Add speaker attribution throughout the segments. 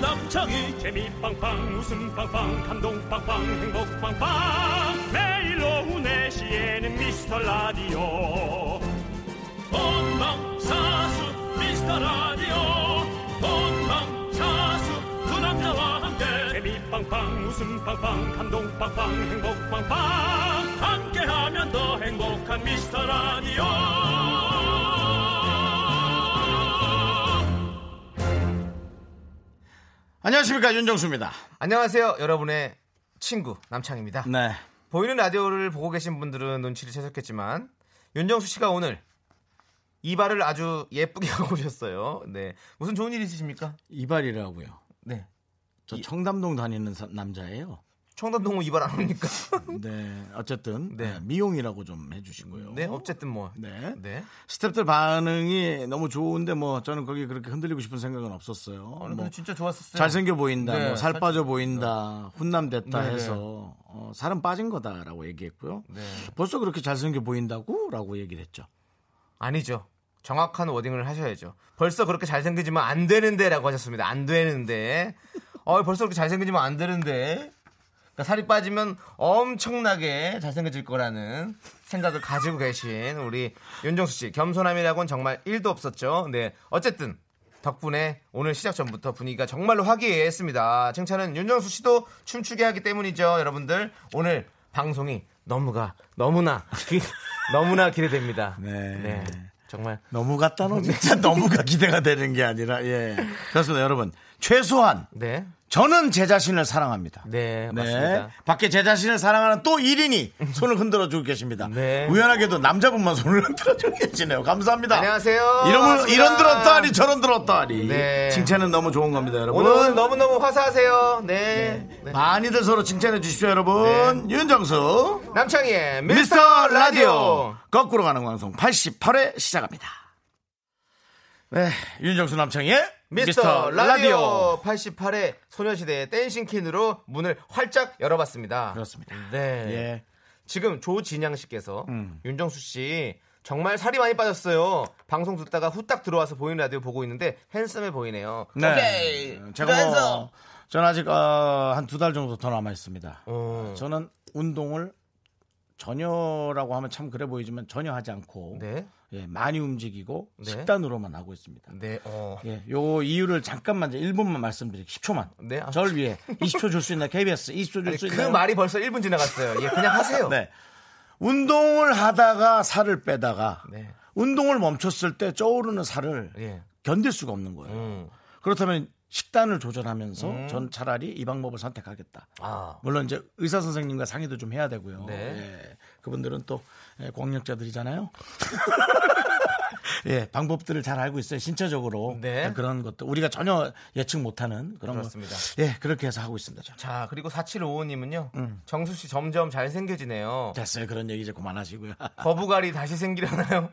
Speaker 1: 만창
Speaker 2: 재미 빵빵 웃음 빵빵 감동 빵빵 행복 빵빵 매일 오후 4시에는 미스터 라디오 본방사수 미스터 라디오 본방사수 그 남자와 함께 재미 빵빵 웃음 빵빵 감동 빵빵 행복 빵빵 함께하면 더 행복한 미스터 라디오
Speaker 1: 안녕하십니까 윤정수입니다.
Speaker 3: 안녕하세요, 여러분의 친구 남창입니다.
Speaker 1: 네.
Speaker 3: 보이는 라디오를 보고 계신 분들은 눈치를 채셨겠지만 윤정수 씨가 오늘 이발을 아주 예쁘게 하고 오셨어요. 네, 무슨 좋은 일 있으십니까?
Speaker 1: 이발이라고요.
Speaker 3: 네,
Speaker 1: 저 청담동 다니는 사- 남자예요.
Speaker 3: 청담동은 이발 안 합니까?
Speaker 1: 네. 어쨌든
Speaker 3: 네.
Speaker 1: 네, 미용이라고 좀 해주시고요.
Speaker 3: 네, 어쨌든 뭐,
Speaker 1: 네.
Speaker 3: 네,
Speaker 1: 스탭들 반응이 너무 좋은데 뭐 저는 거기 그렇게 흔들리고 싶은 생각은 없었어요.
Speaker 3: 오늘
Speaker 1: 뭐
Speaker 3: 근데 진짜 좋았었어요.
Speaker 1: 잘생겨 보인다,
Speaker 3: 네,
Speaker 1: 뭐 살
Speaker 3: 살-
Speaker 1: 빠져 보인다, 훈남됐다
Speaker 3: 네, 네.
Speaker 1: 해서 어, 살은 빠진 거다라고 얘기했고요.
Speaker 3: 네.
Speaker 1: 벌써 그렇게 잘생겨 보인다고라고 얘기를 했죠.
Speaker 3: 아니죠. 정확한 워딩을 하셔야죠. 벌써 그렇게 잘생기지만 안 되는데라고 하셨습니다. 안 되는데. 어, 벌써 그렇게 잘생기지만 안 되는데. 그러니까 살이 빠지면 엄청나게 잘생겨질 거라는 생각을 가지고 계신 우리 윤정수 씨. 겸손함이라고는 정말 1도 없었죠. 네. 어쨌든 덕분에 오늘 시작 전부터 분위기가 정말로 화기애애했습니다. 칭찬은 윤정수 씨도 춤추게 하기 때문이죠. 여러분들 오늘 방송이 너무가 너무나 기- 너무나 기대됩니다.
Speaker 1: 네.
Speaker 3: 정말
Speaker 1: 너무 같다, 너 진짜 너무가 기대가 되는 게 아니라, 예. 그렇습니다, 여러분. 최소한,
Speaker 3: 네.
Speaker 1: 저는 제 자신을 사랑합니다.
Speaker 3: 네, 맞습니다.
Speaker 1: 밖에 제 자신을 사랑하는 또 1인이 손을 흔들어주고 계십니다.
Speaker 3: 네.
Speaker 1: 우연하게도 남자분만 손을 흔들어주고 계시네요. 감사합니다.
Speaker 3: 안녕하세요.
Speaker 1: 이런,
Speaker 3: 반갑습니다.
Speaker 1: 이런 들었다 하니 저런 들었다 하니.
Speaker 3: 네.
Speaker 1: 칭찬은 너무 좋은 겁니다, 여러분.
Speaker 3: 오늘 너무너무 화사하세요. 네. 네.
Speaker 1: 많이들 서로 칭찬해 주십시오, 여러분. 윤정수.
Speaker 3: 남창희의
Speaker 1: 미스터
Speaker 3: 미스터
Speaker 1: 라디오
Speaker 3: 라디오.
Speaker 1: 거꾸로 가는 방송 88회 시작합니다. 네, 윤정수 남창희의
Speaker 3: 미스터 라디오 88회 소녀시대의 댄싱퀸으로 문을 활짝 열어봤습니다.
Speaker 1: 그렇습니다.
Speaker 3: 네.
Speaker 1: 예.
Speaker 3: 지금 조진양 씨께서
Speaker 1: 음.
Speaker 3: 윤정수 씨 정말 살이 많이 빠졌어요. 방송 듣다가 후딱 들어와서 보이는 라디오 보고 있는데 핸섬해 보이네요.
Speaker 1: 네.
Speaker 3: 오케이.
Speaker 1: 제가
Speaker 3: 핸섬.
Speaker 1: 뭐, 전 아직 어, 한두 달 정도 더 남아 있습니다.
Speaker 3: 어.
Speaker 1: 저는 운동을 전혀라고 하면 참 그래 보이지만 전혀 하지 않고
Speaker 3: 네.
Speaker 1: 예, 많이 움직이고
Speaker 3: 네.
Speaker 1: 식단으로만 하고 있습니다.
Speaker 3: 네. 어.
Speaker 1: 예, 요 이유를 잠깐만 이제 1분만 말씀드릴게요. 10초만.
Speaker 3: 네, 아,
Speaker 1: 절 위해 20초 줄 수 있나 KBS 20초 줄
Speaker 3: 아니,
Speaker 1: 수
Speaker 3: 그
Speaker 1: 있나?
Speaker 3: 말이 벌써 1분 지나갔어요. 예, 그냥 하세요.
Speaker 1: 네. 운동을 하다가 살을 빼다가
Speaker 3: 네.
Speaker 1: 운동을 멈췄을 때 쪄오르는 살을
Speaker 3: 예.
Speaker 1: 견딜 수가 없는 거예요.
Speaker 3: 음.
Speaker 1: 그렇다면 식단을 조절하면서 전 차라리 이 방법을 선택하겠다.
Speaker 3: 아.
Speaker 1: 물론 이제 의사 선생님과 상의도 좀 해야 되고요.
Speaker 3: 네.
Speaker 1: 예. 그분들은 또 예, 공력자들이잖아요. 예, 방법들을 잘 알고 있어요. 신체적으로 예,
Speaker 3: 네.
Speaker 1: 그런 것도 우리가 전혀 예측 못하는 그런 것.
Speaker 3: 그렇습니다.
Speaker 1: 예, 그렇게 해서 하고 있습니다. 저는.
Speaker 3: 자, 그리고 4755님은요.
Speaker 1: 음.
Speaker 3: 정수 씨 점점 잘생겨지네요.
Speaker 1: 됐어요. 그런 얘기 이제 그만하시고요.
Speaker 3: 거부갈이 다시 생기려나요?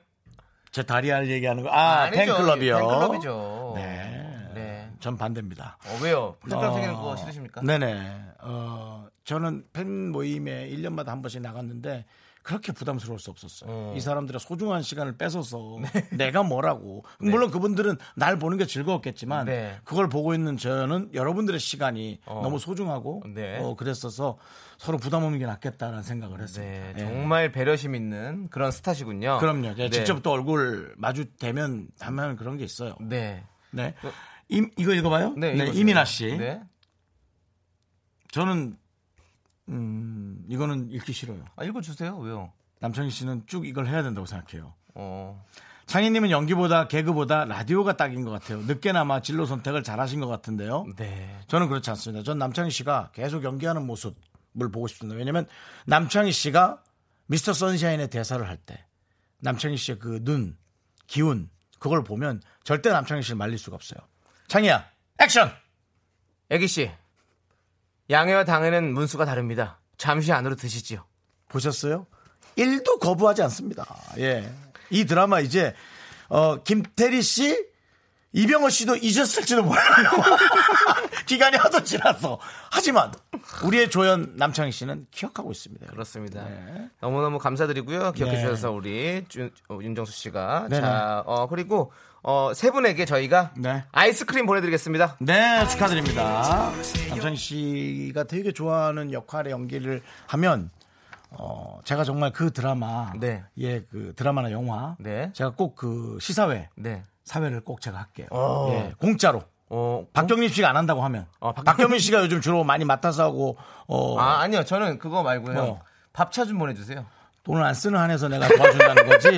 Speaker 1: 제 다리 알 얘기하는 거. 아,
Speaker 3: 아니죠. 예,
Speaker 1: 팬클럽이요.
Speaker 3: 팬클럽이죠.
Speaker 1: 네.
Speaker 3: 네.
Speaker 1: 전 반대입니다.
Speaker 3: 어, 왜요? 부탁감 생기는
Speaker 1: 어,
Speaker 3: 거 싫으십니까?
Speaker 1: 네네. 어, 저는 팬 모임에 1년마다 한 번씩 나갔는데 그렇게 부담스러울 수 없었어요.
Speaker 3: 어.
Speaker 1: 이 사람들의 소중한 시간을 뺏어서
Speaker 3: 네.
Speaker 1: 내가 뭐라고. 물론 그분들은 날 보는 게 즐거웠겠지만
Speaker 3: 네.
Speaker 1: 그걸 보고 있는 저는 여러분들의 시간이
Speaker 3: 어.
Speaker 1: 너무 소중하고
Speaker 3: 네.
Speaker 1: 어, 그랬어서 서로 부담 없는 게 낫겠다라는 생각을 했습니다.
Speaker 3: 네,
Speaker 1: 예.
Speaker 3: 정말 배려심 있는 그런 스타시군요.
Speaker 1: 그럼요. 예,
Speaker 3: 네.
Speaker 1: 직접 또 얼굴 마주 대면 하면 그런 게 있어요.
Speaker 3: 네.
Speaker 1: 네. 임, 이거 읽어봐요. 네,
Speaker 3: 이거죠.
Speaker 1: 이민아 씨.
Speaker 3: 네.
Speaker 1: 저는 음, 이거는 읽기 싫어요.
Speaker 3: 아, 읽어주세요. 왜요?
Speaker 1: 남창희 씨는 쭉 이걸 해야 된다고 생각해요.
Speaker 3: 어.
Speaker 1: 창희님은 연기보다 개그보다 라디오가 딱인 것 같아요. 늦게나마 진로 선택을 잘하신 것 같은데요.
Speaker 3: 네.
Speaker 1: 저는 그렇지 않습니다. 전 남창희 씨가 계속 연기하는 모습을 보고 싶습니다. 왜냐하면 남창희 씨가 미스터 선샤인의 대사를 할 때 남창희 씨의 그 눈 기운 그걸 보면 절대 남창희 씨를 말릴 수가 없어요. 창희야 액션.
Speaker 3: 애기 씨. 양해와 당해는 문수가 다릅니다. 잠시 안으로 드시지요.
Speaker 1: 보셨어요? 1도 거부하지 않습니다. 예. 이 드라마 이제 어 김태리 씨 이병헌 씨도 잊었을지도 몰라요. 기간이 하도 지났어. 하지만 우리의 조연 남창희 씨는 기억하고 있습니다.
Speaker 3: 그렇습니다.
Speaker 1: 네.
Speaker 3: 너무너무 감사드리고요. 기억해
Speaker 1: 네.
Speaker 3: 주셔서 우리 주- 어, 윤정수 씨가
Speaker 1: 네네.
Speaker 3: 자, 어, 그리고 어, 세 분에게 저희가
Speaker 1: 네.
Speaker 3: 아이스크림 보내드리겠습니다.
Speaker 1: 네, 축하드립니다. 남창희 씨가 되게 좋아하는 역할의 연기를 하면 어, 제가 정말 그 드라마
Speaker 3: 네.
Speaker 1: 예, 그 드라마나 영화
Speaker 3: 네.
Speaker 1: 제가 꼭 그 시사회
Speaker 3: 네.
Speaker 1: 사회를 꼭 제가 할게요.
Speaker 3: 어.
Speaker 1: 예, 공짜로.
Speaker 3: 어,
Speaker 1: 박경림 씨가 안 한다고 하면
Speaker 3: 어, 박경림-
Speaker 1: 박경림 씨가 요즘 주로 많이 맡아서 하고 어,
Speaker 3: 아, 아니요. 저는 그거 말고요.
Speaker 1: 뭐요?
Speaker 3: 밥차 좀 보내주세요.
Speaker 1: 돈을 안 쓰는 한에서 내가 도와준다는 거지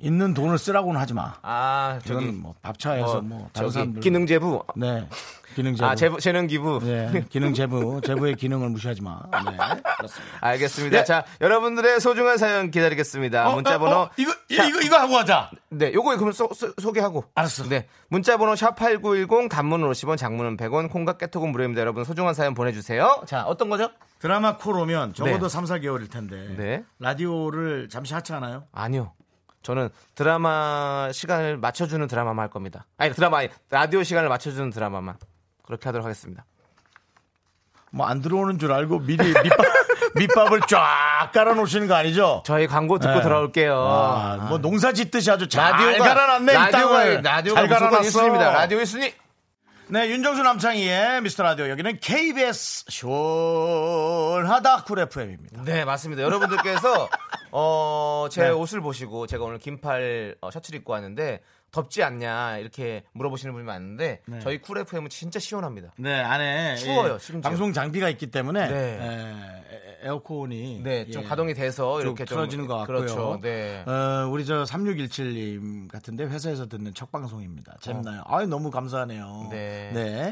Speaker 1: 있는 돈을 쓰라고는 하지 마.
Speaker 3: 아, 저기, 어,
Speaker 1: 저는 뭐 밥차에서 뭐 다른
Speaker 3: 저기
Speaker 1: 사람들
Speaker 3: 기능 재부.
Speaker 1: 네 기능 제보
Speaker 3: 아, 재부, 재능 기부.
Speaker 1: 네 기능 제보 제보의 기능을 무시하지 마.
Speaker 3: 아,
Speaker 1: 네 그렇습니다.
Speaker 3: 알겠습니다.
Speaker 1: 예.
Speaker 3: 자, 여러분들의 소중한 사연 기다리겠습니다. 아, 문자번호.
Speaker 1: 어, 어, 이거
Speaker 3: 자,
Speaker 1: 이거 이거 하고 하자.
Speaker 3: 네, 요거 그럼 소, 개하고
Speaker 1: 알았어.
Speaker 3: 네. 문자 번호 샵8910 단문은 50원, 장문은 100원, 콩과 깨톡은 무료입니다. 여러분 소중한 사연 보내 주세요. 자, 어떤 거죠?
Speaker 1: 드라마 콜오면 적어도
Speaker 3: 네.
Speaker 1: 3, 4개월일 텐데
Speaker 3: 네.
Speaker 1: 라디오를 잠시 하차하나요?
Speaker 3: 아니요. 저는 드라마 시간을 맞춰 주는 드라마만 할 겁니다. 아니, 드라마 아니, 라디오 시간을 맞춰 주는 드라마만. 그렇게 하도록 하겠습니다.
Speaker 1: 뭐 안 들어오는 줄 알고 미리 밑밥, 밑밥을 쫙 깔아놓으시는 거 아니죠?
Speaker 3: 저희 광고 듣고
Speaker 1: 네.
Speaker 3: 돌아올게요.
Speaker 1: 아, 뭐 농사 짓듯이 아주 잘
Speaker 3: 라디오가
Speaker 1: 갈아놨네 이 땅을.
Speaker 3: 라디오가 라디오가
Speaker 1: 잘
Speaker 3: 무조건
Speaker 1: 갈아놨어.
Speaker 3: 1순위입니다. 라디오 1순위.
Speaker 1: 네, 윤정수 남창희의 미스터 라디오 여기는 KBS 시원하다 쿨 FM입니다.
Speaker 3: 네, 맞습니다. 여러분들께서 어, 제
Speaker 1: 네.
Speaker 3: 옷을 보시고 제가 오늘 긴팔 어, 셔츠를 입고 왔는데 덥지 않냐 이렇게 물어보시는 분이 많은데
Speaker 1: 네.
Speaker 3: 저희 쿨 FM은 진짜 시원합니다.
Speaker 1: 네, 안에
Speaker 3: 추워요,
Speaker 1: 예,
Speaker 3: 심지어.
Speaker 1: 방송 장비가 있기 때문에
Speaker 3: 네.
Speaker 1: 에, 에어컨이
Speaker 3: 네, 좀
Speaker 1: 예,
Speaker 3: 가동이 돼서
Speaker 1: 좀
Speaker 3: 이렇게 좀
Speaker 1: 틀어지는 것 같고요.
Speaker 3: 그렇죠. 네.
Speaker 1: 어, 우리 저 3617님 같은데 회사에서 듣는 첫 방송입니다. 재밌나요? 아유 너무 어. 감사하네요.
Speaker 3: 네.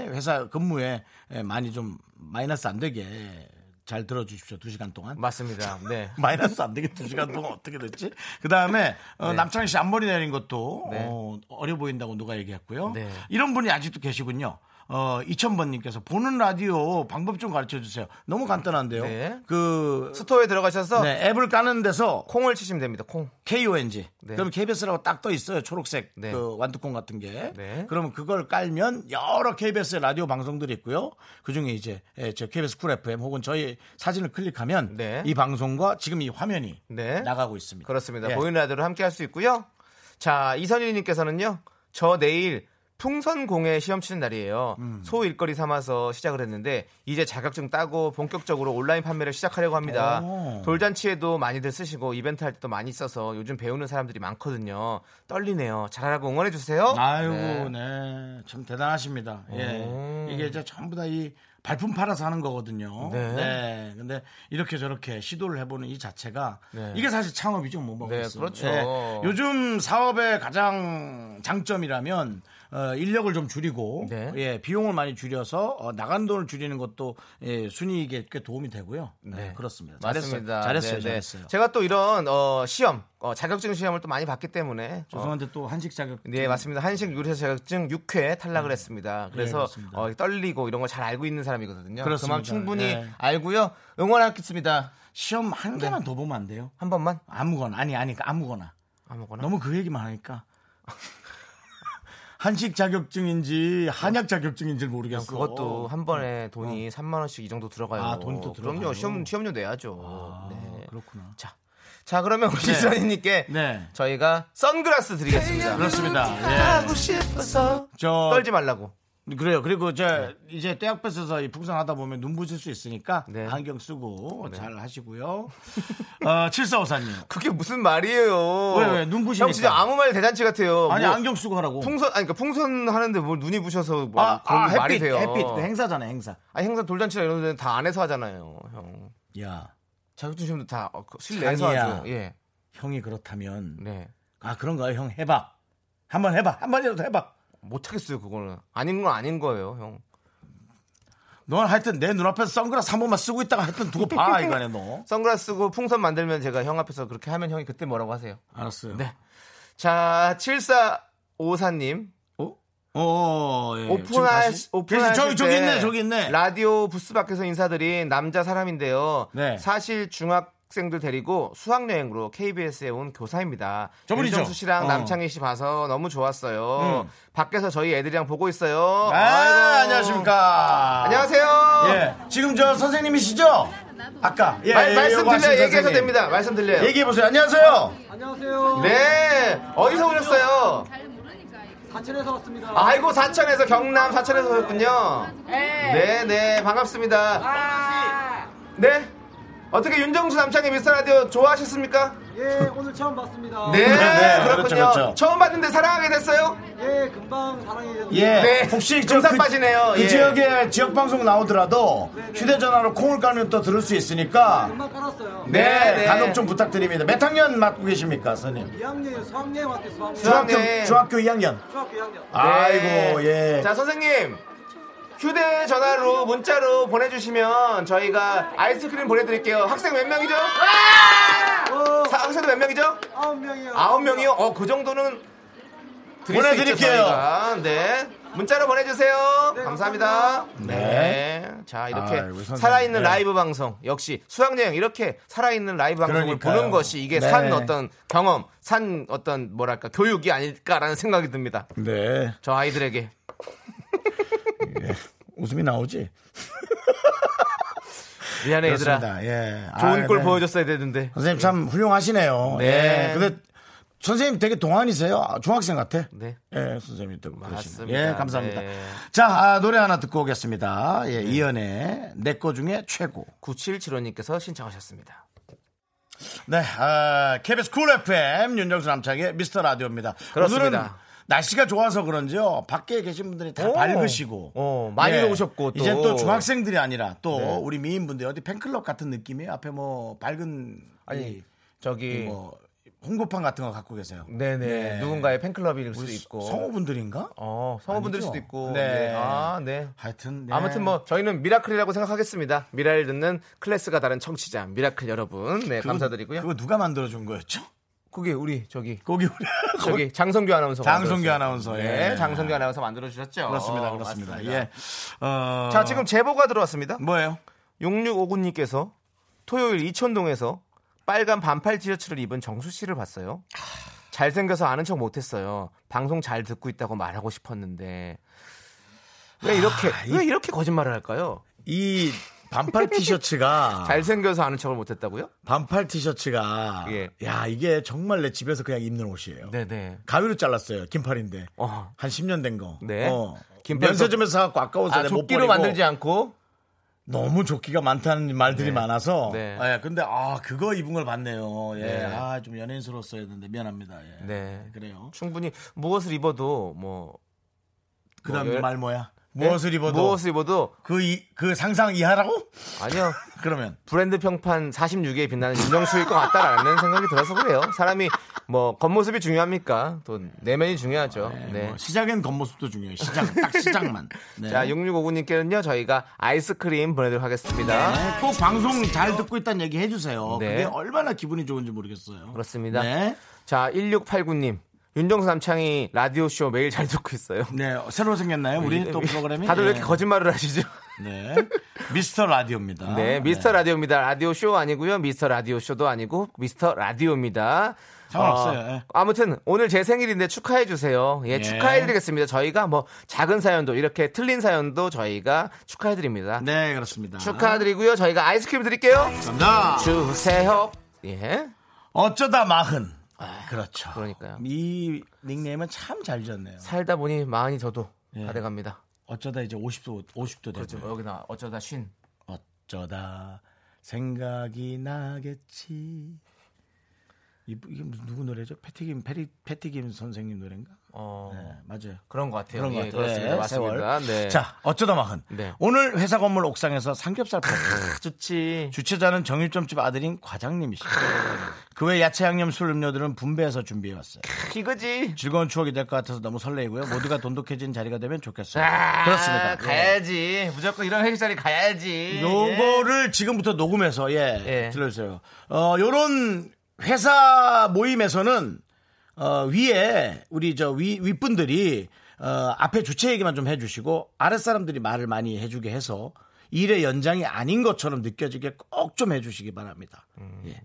Speaker 1: 회사 근무에 예, 많이 좀 마이너스 안 되게 잘 들어주십시오. 두 시간 동안.
Speaker 3: 맞습니다. 네.
Speaker 1: 마이너스 안 되게 두 시간 동안 어떻게 됐지? 그 다음에
Speaker 3: 네.
Speaker 1: 남창희 씨 앞머리 내린 것도
Speaker 3: 네.
Speaker 1: 어, 려 보인다고 누가 얘기했고요.
Speaker 3: 네.
Speaker 1: 이런 분이 아직도 계시군요. 어, 2000번님께서 보는 라디오 방법 좀 가르쳐 주세요. 너무 간단한데요.
Speaker 3: 네.
Speaker 1: 그
Speaker 3: 스토어에 들어가셔서
Speaker 1: 네, 앱을 까는 데서
Speaker 3: 콩을 치시면 됩니다. 콩.
Speaker 1: KONG.
Speaker 3: 네.
Speaker 1: 그럼 KBS라고 딱 떠 있어요. 초록색
Speaker 3: 네.
Speaker 1: 그 완두콩 같은 게.
Speaker 3: 네.
Speaker 1: 그러면 그걸 깔면 여러 KBS 의 라디오 방송들이 있고요. 그 중에 이제 예, 저 KBS 쿨 FM 혹은 저희 사진을 클릭하면
Speaker 3: 네.
Speaker 1: 이 방송과 지금 이 화면이
Speaker 3: 네.
Speaker 1: 나가고 있습니다.
Speaker 3: 그렇습니다.
Speaker 1: 예.
Speaker 3: 보이는 라디오로 함께 할 수 있고요. 자, 이선희 님께서는요. 저 내일 풍선공예 시험 치는 날이에요.
Speaker 1: 음.
Speaker 3: 소 일거리 삼아서 시작을 했는데 이제 자격증 따고 본격적으로 온라인 판매를 시작하려고 합니다.
Speaker 1: 오.
Speaker 3: 돌잔치에도 많이들 쓰시고 이벤트 할 때도 많이 써서 요즘 배우는 사람들이 많거든요. 떨리네요. 잘하라고 응원해 주세요.
Speaker 1: 아이고, 네. 참 대단하십니다.
Speaker 3: 오.
Speaker 1: 예. 이게 이제 전부 다 이 발품 팔아서 하는 거거든요.
Speaker 3: 음. 네.
Speaker 1: 근데 이렇게 저렇게 시도를 해보는 이 자체가
Speaker 3: 네.
Speaker 1: 이게 사실 창업이죠. 뭐 먹고
Speaker 3: 네,
Speaker 1: 있으면.
Speaker 3: 그렇죠.
Speaker 1: 요즘 사업의 가장 장점이라면 어, 인력을 좀 줄이고
Speaker 3: 네.
Speaker 1: 예, 비용을 많이 줄여서 어, 나간 돈을 줄이는 것도 예, 순이익에 꽤 도움이 되고요. 네,
Speaker 3: 네.
Speaker 1: 그렇습니다. 잘했어요.
Speaker 3: 맞습니다.
Speaker 1: 잘했어요.
Speaker 3: 네, 네.
Speaker 1: 잘했어요.
Speaker 3: 제가 또 이런 어, 시험, 어, 자격증 시험을 또 많이 봤기 때문에 어,
Speaker 1: 죄송한데 또 한식 자격
Speaker 3: 네 맞습니다. 한식 요리사 자격증 6회 탈락을 했습니다.
Speaker 1: 네,
Speaker 3: 그래서
Speaker 1: 맞습니다.
Speaker 3: 어, 떨리고 이런 걸 잘 알고 있는 사람이거든요.
Speaker 1: 그렇습니다.
Speaker 3: 그만 충분히
Speaker 1: 네.
Speaker 3: 알고요. 응원하겠습니다.
Speaker 1: 시험 한
Speaker 3: 네.
Speaker 1: 개만 더 보면 안 돼요?
Speaker 3: 한 번만
Speaker 1: 아무거나 아니 아니 아무거나
Speaker 3: 아무거나.
Speaker 1: 너무 그 얘기만 하니까 한식 자격증인지 한약 자격증인지
Speaker 3: 그냥
Speaker 1: 모르겠어.
Speaker 3: 그것도 한 번에 돈이 3만 원씩 이 정도 들어가요.
Speaker 1: 네. 어. 아, 돈이 또 들어가요?
Speaker 3: 그럼요. 시험 시험료 내야죠.
Speaker 1: 아,
Speaker 3: 네.
Speaker 1: 그렇구나.
Speaker 3: 자, 자 그러면 우리 이선희님께
Speaker 1: 네.
Speaker 3: 저희가 선글라스 드리겠습니다.
Speaker 1: 그렇습니다. 예.
Speaker 3: 하고 싶어서
Speaker 1: 저
Speaker 3: 떨지 네. 말라고.
Speaker 1: 그래요. 그리고 제 이제 떼학볕에서 이 풍선 하다 보면 눈 부실 수 있으니까
Speaker 3: 네.
Speaker 1: 안경 쓰고 잘 하시고요. 어, 7454님.
Speaker 3: 그게 무슨 말이에요?
Speaker 1: 왜, 왜? 눈 부시니까.
Speaker 3: 형 진짜 아무 말 대잔치 같아요.
Speaker 1: 아니
Speaker 3: 뭐
Speaker 1: 안경 쓰고 하라고.
Speaker 3: 풍선 아니 그러니까 풍선 하는데 뭘 눈이 부셔서 뭐
Speaker 1: 어. 아,
Speaker 3: 그런
Speaker 1: 아,
Speaker 3: 게
Speaker 1: 햇빛,
Speaker 3: 말이 돼요.
Speaker 1: 햇빛 그 행사잖아요, 행사.
Speaker 3: 아 행사 돌잔치나 이런 데는 다 안에서 하잖아요, 형.
Speaker 1: 야,
Speaker 3: 자격증 시험도 다 어, 그 실내에서
Speaker 1: 장이야.
Speaker 3: 하죠. 예,
Speaker 1: 형이 그렇다면
Speaker 3: 네.
Speaker 1: 아 그런가요, 형 해봐. 한번 해봐, 한 번이라도 해봐.
Speaker 3: 못 하겠어요 그거는 아닌 건 아닌 거예요, 형.
Speaker 1: 넌 하여튼 내 눈앞에서 선글라스 한 번만 쓰고 있다가 하여튼 두고 봐 이간에 너
Speaker 3: 선글라스 쓰고 풍선 만들면 제가 형 앞에서 그렇게 하면 형이 그때 뭐라고 하세요?
Speaker 1: 알았어요
Speaker 3: 네. 자, 7454님
Speaker 1: 어? 어, 예.
Speaker 3: 오픈할 오픈할
Speaker 1: 오픈할 저기 저기
Speaker 3: 때
Speaker 1: 있네 저기 있네
Speaker 3: 라디오 부스 밖에서 인사드린 남자 사람인데요.
Speaker 1: 네.
Speaker 3: 사실 중학생 학생들 데리고 수학여행으로 KBS에 온 교사입니다.
Speaker 1: 저분이죠?
Speaker 3: 윤정수 씨랑
Speaker 1: 어. 음.
Speaker 3: 남창희 씨 봐서 너무 좋았어요. 밖에서 저희 애들이랑 보고 있어요.
Speaker 1: 아,
Speaker 3: 아이고.
Speaker 1: 안녕하십니까.
Speaker 3: 안녕하세요.
Speaker 1: 예. 지금 저 선생님이시죠? 아까. 예,
Speaker 3: 말,
Speaker 1: 예,
Speaker 3: 말씀
Speaker 1: 요거 하신
Speaker 3: 들려 얘기해서
Speaker 1: 선생님.
Speaker 3: 됩니다. 말씀 들려요.
Speaker 1: 얘기해보세요. 안녕하세요.
Speaker 3: 네. 어디서 오셨어요?
Speaker 4: 사천에서 왔습니다.
Speaker 3: 아이고 사천에서 경남 사천에서 오셨군요. 네, 네 반갑습니다.
Speaker 4: 아,
Speaker 3: 네. 어떻게 윤정수 남창의 미스터 라디오 좋아하셨습니까?
Speaker 4: 예, 오늘 처음 봤습니다.
Speaker 3: 네,
Speaker 1: 네,
Speaker 3: 그렇군요.
Speaker 1: 그렇죠, 그렇죠. 네.
Speaker 3: 처음 봤는데 사랑하게 됐어요?
Speaker 4: 예, 금방 사랑해 주셨
Speaker 1: 예.
Speaker 3: 네.
Speaker 1: 혹시 저
Speaker 3: 금상
Speaker 1: 그,
Speaker 3: 빠지네요.
Speaker 1: 그
Speaker 3: 예.
Speaker 1: 지역에 지역 방송 나오더라도 휴대전화로 콩을 깔면 또 들을 수 있으니까
Speaker 4: 금방 깔았어요.
Speaker 3: 네, 네.
Speaker 1: 간혹 좀 부탁드립니다. 몇 학년 맡고 계십니까, 선생님?
Speaker 4: 2학년 수학여행 왔어요.
Speaker 3: 수학-
Speaker 4: 수학여행.
Speaker 1: 중학교
Speaker 3: 수학여행.
Speaker 1: 중학교 2학년.
Speaker 4: 중학교 2학년.
Speaker 3: 네.
Speaker 1: 아이고 예.
Speaker 3: 자 선생님. 휴대전화로 문자로 보내주시면 저희가 아이스크림 보내드릴게요. 학생 몇 명이죠?
Speaker 4: 어,
Speaker 3: 사- 학생도 몇 명이죠?
Speaker 4: 아홉 명이요.
Speaker 3: 아홉 명이요? 어, 그 정도는 드릴 수
Speaker 1: 보내드릴게요.
Speaker 3: 있죠, 저희가. 네. 문자로 보내주세요. 감사합니다.
Speaker 1: 네.
Speaker 3: 자, 이렇게
Speaker 1: 아이고, 선생님.
Speaker 3: 살아있는
Speaker 1: 네.
Speaker 3: 라이브 방송. 역시 수학여행 이렇게 살아있는 라이브 방송을
Speaker 1: 그러니까요.
Speaker 3: 보는 것이 이게
Speaker 1: 네.
Speaker 3: 산 어떤 경험, 산 어떤 뭐랄까 교육이 아닐까라는 생각이 듭니다.
Speaker 1: 네.
Speaker 3: 저 아이들에게.
Speaker 1: 웃음이 나오지?
Speaker 3: 미안해, 네, 얘들아.
Speaker 1: 그렇습니다. 예.
Speaker 3: 좋은
Speaker 1: 아,
Speaker 3: 꼴
Speaker 1: 네.
Speaker 3: 보여줬어야 되는데.
Speaker 1: 선생님 참 훌륭하시네요.
Speaker 3: 네.
Speaker 1: 예. 근데 선생님 되게 동안이세요. 아, 중학생 같아.
Speaker 3: 네.
Speaker 1: 예, 선생님 되고 그러시네요.
Speaker 3: 맞습니다.
Speaker 1: 예, 감사합니다.
Speaker 3: 네.
Speaker 1: 자, 아, 노래 하나 듣고 오겠습니다. 예, 이연의 내 거 중에 최고.
Speaker 3: 9775님께서 신청하셨습니다.
Speaker 1: 네, 아, KBS 쿨 FM 윤정수 남창의 미스터 라디오입니다.
Speaker 3: 그렇습니다.
Speaker 1: 오늘은 날씨가 좋아서 그런지요. 밖에 계신 분들이 다
Speaker 3: 오.
Speaker 1: 밝으시고 네,
Speaker 3: 어, 많이 오셨고 또. 네.
Speaker 1: 이제 또 중학생들이 아니라 또 우리 미인분들 어디 팬클럽 같은 느낌이 앞에 뭐 밝은 아니
Speaker 3: 저기.
Speaker 1: 뭐 홍보판 같은 거 갖고 계세요.
Speaker 3: 네네.
Speaker 1: 네.
Speaker 3: 누군가의 팬클럽일 수도 있고.
Speaker 1: 성우분들인가?
Speaker 3: 어, 성우분들
Speaker 1: 아니죠?
Speaker 3: 수도 있고.
Speaker 1: 네.
Speaker 3: 네. 아, 네.
Speaker 1: 하여튼 네.
Speaker 3: 아무튼 뭐 저희는 미라클이라고 생각하겠습니다. 미라를 듣는 클래스가 다른 청취자 미라클 여러분, 네
Speaker 1: 그거-
Speaker 3: 감사드리고요.
Speaker 1: 그거 누가 만들어 준 거였죠?
Speaker 3: 그게 우리 저기
Speaker 1: 거기 우리
Speaker 3: 저기 장성규 아나운서
Speaker 1: 장성규 아나운서, 예.
Speaker 3: 네, 장성규 아나운서 만들어 주셨죠.
Speaker 1: 그렇습니다, 그렇습니다. 예. 어,
Speaker 3: 자 지금 제보가 들어왔습니다.
Speaker 1: 뭐예요?
Speaker 3: 6659님께서 토요일 이천동에서 빨간 반팔 티셔츠를 입은 정수 씨를 봤어요. 잘생겨서 아는 척 못했어요. 방송 잘 듣고 있다고 말하고 싶었는데
Speaker 1: 아,
Speaker 3: 왜 이렇게 왜 이렇게 거짓말을 할까요?
Speaker 1: 이 반팔 티셔츠가
Speaker 3: 잘생겨서 아는 척을 못했다고요?
Speaker 1: 반팔 티셔츠가
Speaker 3: 예.
Speaker 1: 야 이게 정말 내 집에서 그냥 입는 옷이에요.
Speaker 3: 네네.
Speaker 1: 가위로 잘랐어요. 긴팔인데
Speaker 3: 어.
Speaker 1: 한 10년 된 거.
Speaker 3: 네.
Speaker 1: 어.
Speaker 3: 긴팔
Speaker 1: 면세점에서 사갖고 아까워서
Speaker 3: 아,
Speaker 1: 내가 못
Speaker 3: 조끼로
Speaker 1: 버리고
Speaker 3: 만들지 않고
Speaker 1: 너무 조끼가 많다는 말들이
Speaker 3: 네.
Speaker 1: 많아서
Speaker 3: 네.
Speaker 1: 예, 근데 아 그거 입은 걸 봤네요. 예.
Speaker 3: 네.
Speaker 1: 아 좀 연예인스러웠어야 했는데 미안합니다. 예.
Speaker 3: 네.
Speaker 1: 그래요.
Speaker 3: 충분히 무엇을 입어도 뭐
Speaker 1: 그다음
Speaker 3: 뭐, 열-
Speaker 1: 말 뭐야? 무엇을
Speaker 3: 네?
Speaker 1: 입어도
Speaker 3: 무엇을 입어도
Speaker 1: 그, 이- 그 상상 이하라고?
Speaker 3: 아니요
Speaker 1: 그러면
Speaker 3: 브랜드 평판 46위에 빛나는 윤정수일 것 같다라는 생각이 들어서 그래요. 사람이 뭐 겉모습이 중요합니까? 또 내면이 중요하죠.
Speaker 1: 네,
Speaker 3: 네.
Speaker 1: 뭐 시작엔 겉모습도 중요해요. 시작 딱 시작만. 네.
Speaker 3: 자 6659님께는요 저희가 아이스크림 보내드리도록 하겠습니다.
Speaker 1: 네, 꼭 방송 잘 듣고 있다는 얘기 해주세요.
Speaker 3: 네.
Speaker 1: 그게 얼마나 기분이 좋은지 모르겠어요.
Speaker 3: 그렇습니다.
Speaker 1: 네.
Speaker 3: 자 1689님 윤정수 남창이 라디오 쇼 매일 잘 듣고 있어요.
Speaker 1: 네, 새로 생겼나요? 우리 또 프로그램이?
Speaker 3: 다들 왜 이렇게
Speaker 1: 네.
Speaker 3: 거짓말을 하시죠?
Speaker 1: 네. 미스터 라디오입니다.
Speaker 3: 네, 미스터 라디오입니다. 라디오 쇼 아니고요. 미스터 라디오 쇼도 아니고 미스터 라디오입니다.
Speaker 1: 상관없어요.
Speaker 3: 어,
Speaker 1: 예.
Speaker 3: 아무튼 오늘 제 생일인데 축하해 주세요. 예,
Speaker 1: 예.
Speaker 3: 축하해 드리겠습니다. 저희가 뭐 작은 사연도 이렇게 틀린 사연도 저희가 축하해 드립니다.
Speaker 1: 네, 그렇습니다.
Speaker 3: 축하드리고요. 저희가 아이스크림 드릴게요.
Speaker 1: 감사합니다.
Speaker 3: 주세요. 예.
Speaker 1: 어쩌다 마흔. 그렇죠.
Speaker 3: 아, 그러니까요.
Speaker 1: 이 닉네임은 참 잘 지었네요.
Speaker 3: 살다 보니 마흔이 저도
Speaker 1: 예. 네.
Speaker 3: 다 돼갑니다.
Speaker 1: 어쩌다 이제 50도, 50도
Speaker 3: 그렇죠.
Speaker 1: 되죠.
Speaker 3: 여기다 어쩌다 쉰.
Speaker 1: 어쩌다 생각이 나겠지. 이- 이게 무슨 누구 노래죠? 패티김 페리 패티김 선생님 노래인가?
Speaker 3: 어,
Speaker 1: 네, 맞아요.
Speaker 3: 그런 것 같아요.
Speaker 1: 그런 것
Speaker 3: 예,
Speaker 1: 같아요.
Speaker 3: 그렇습니다.
Speaker 1: 네,
Speaker 3: 맞습니다.
Speaker 1: 세월.
Speaker 3: 네.
Speaker 1: 자, 어쩌다 마흔.
Speaker 3: 네.
Speaker 1: 오늘 회사 건물 옥상에서 삼겹살 파티.
Speaker 3: 좋지.
Speaker 1: 주최자는 정육점집 아들인 과장님이시죠. 그 외 야채 양념 술 음료들은 분배해서 준비해 왔어요.
Speaker 3: 이거지.
Speaker 1: 즐거운 추억이 될 것 같아서 너무 설레이고요. 모두가 돈독해진 자리가 되면 좋겠어요.
Speaker 3: 아,
Speaker 1: 그렇습니다. 예.
Speaker 3: 가야지. 무조건 이런 회식 자리 가야지.
Speaker 1: 요거를 지금부터 녹음해서 예,
Speaker 3: 예.
Speaker 1: 들려주세요. 어 요런 회사 모임에서는 어 위에 우리 저 위 윗분들이 어 앞에 주체 얘기만 좀 해주시고 아랫 사람들이 말을 많이 해주게 해서 일의 연장이 아닌 것처럼 느껴지게 꼭 좀 해주시기 바랍니다. 예.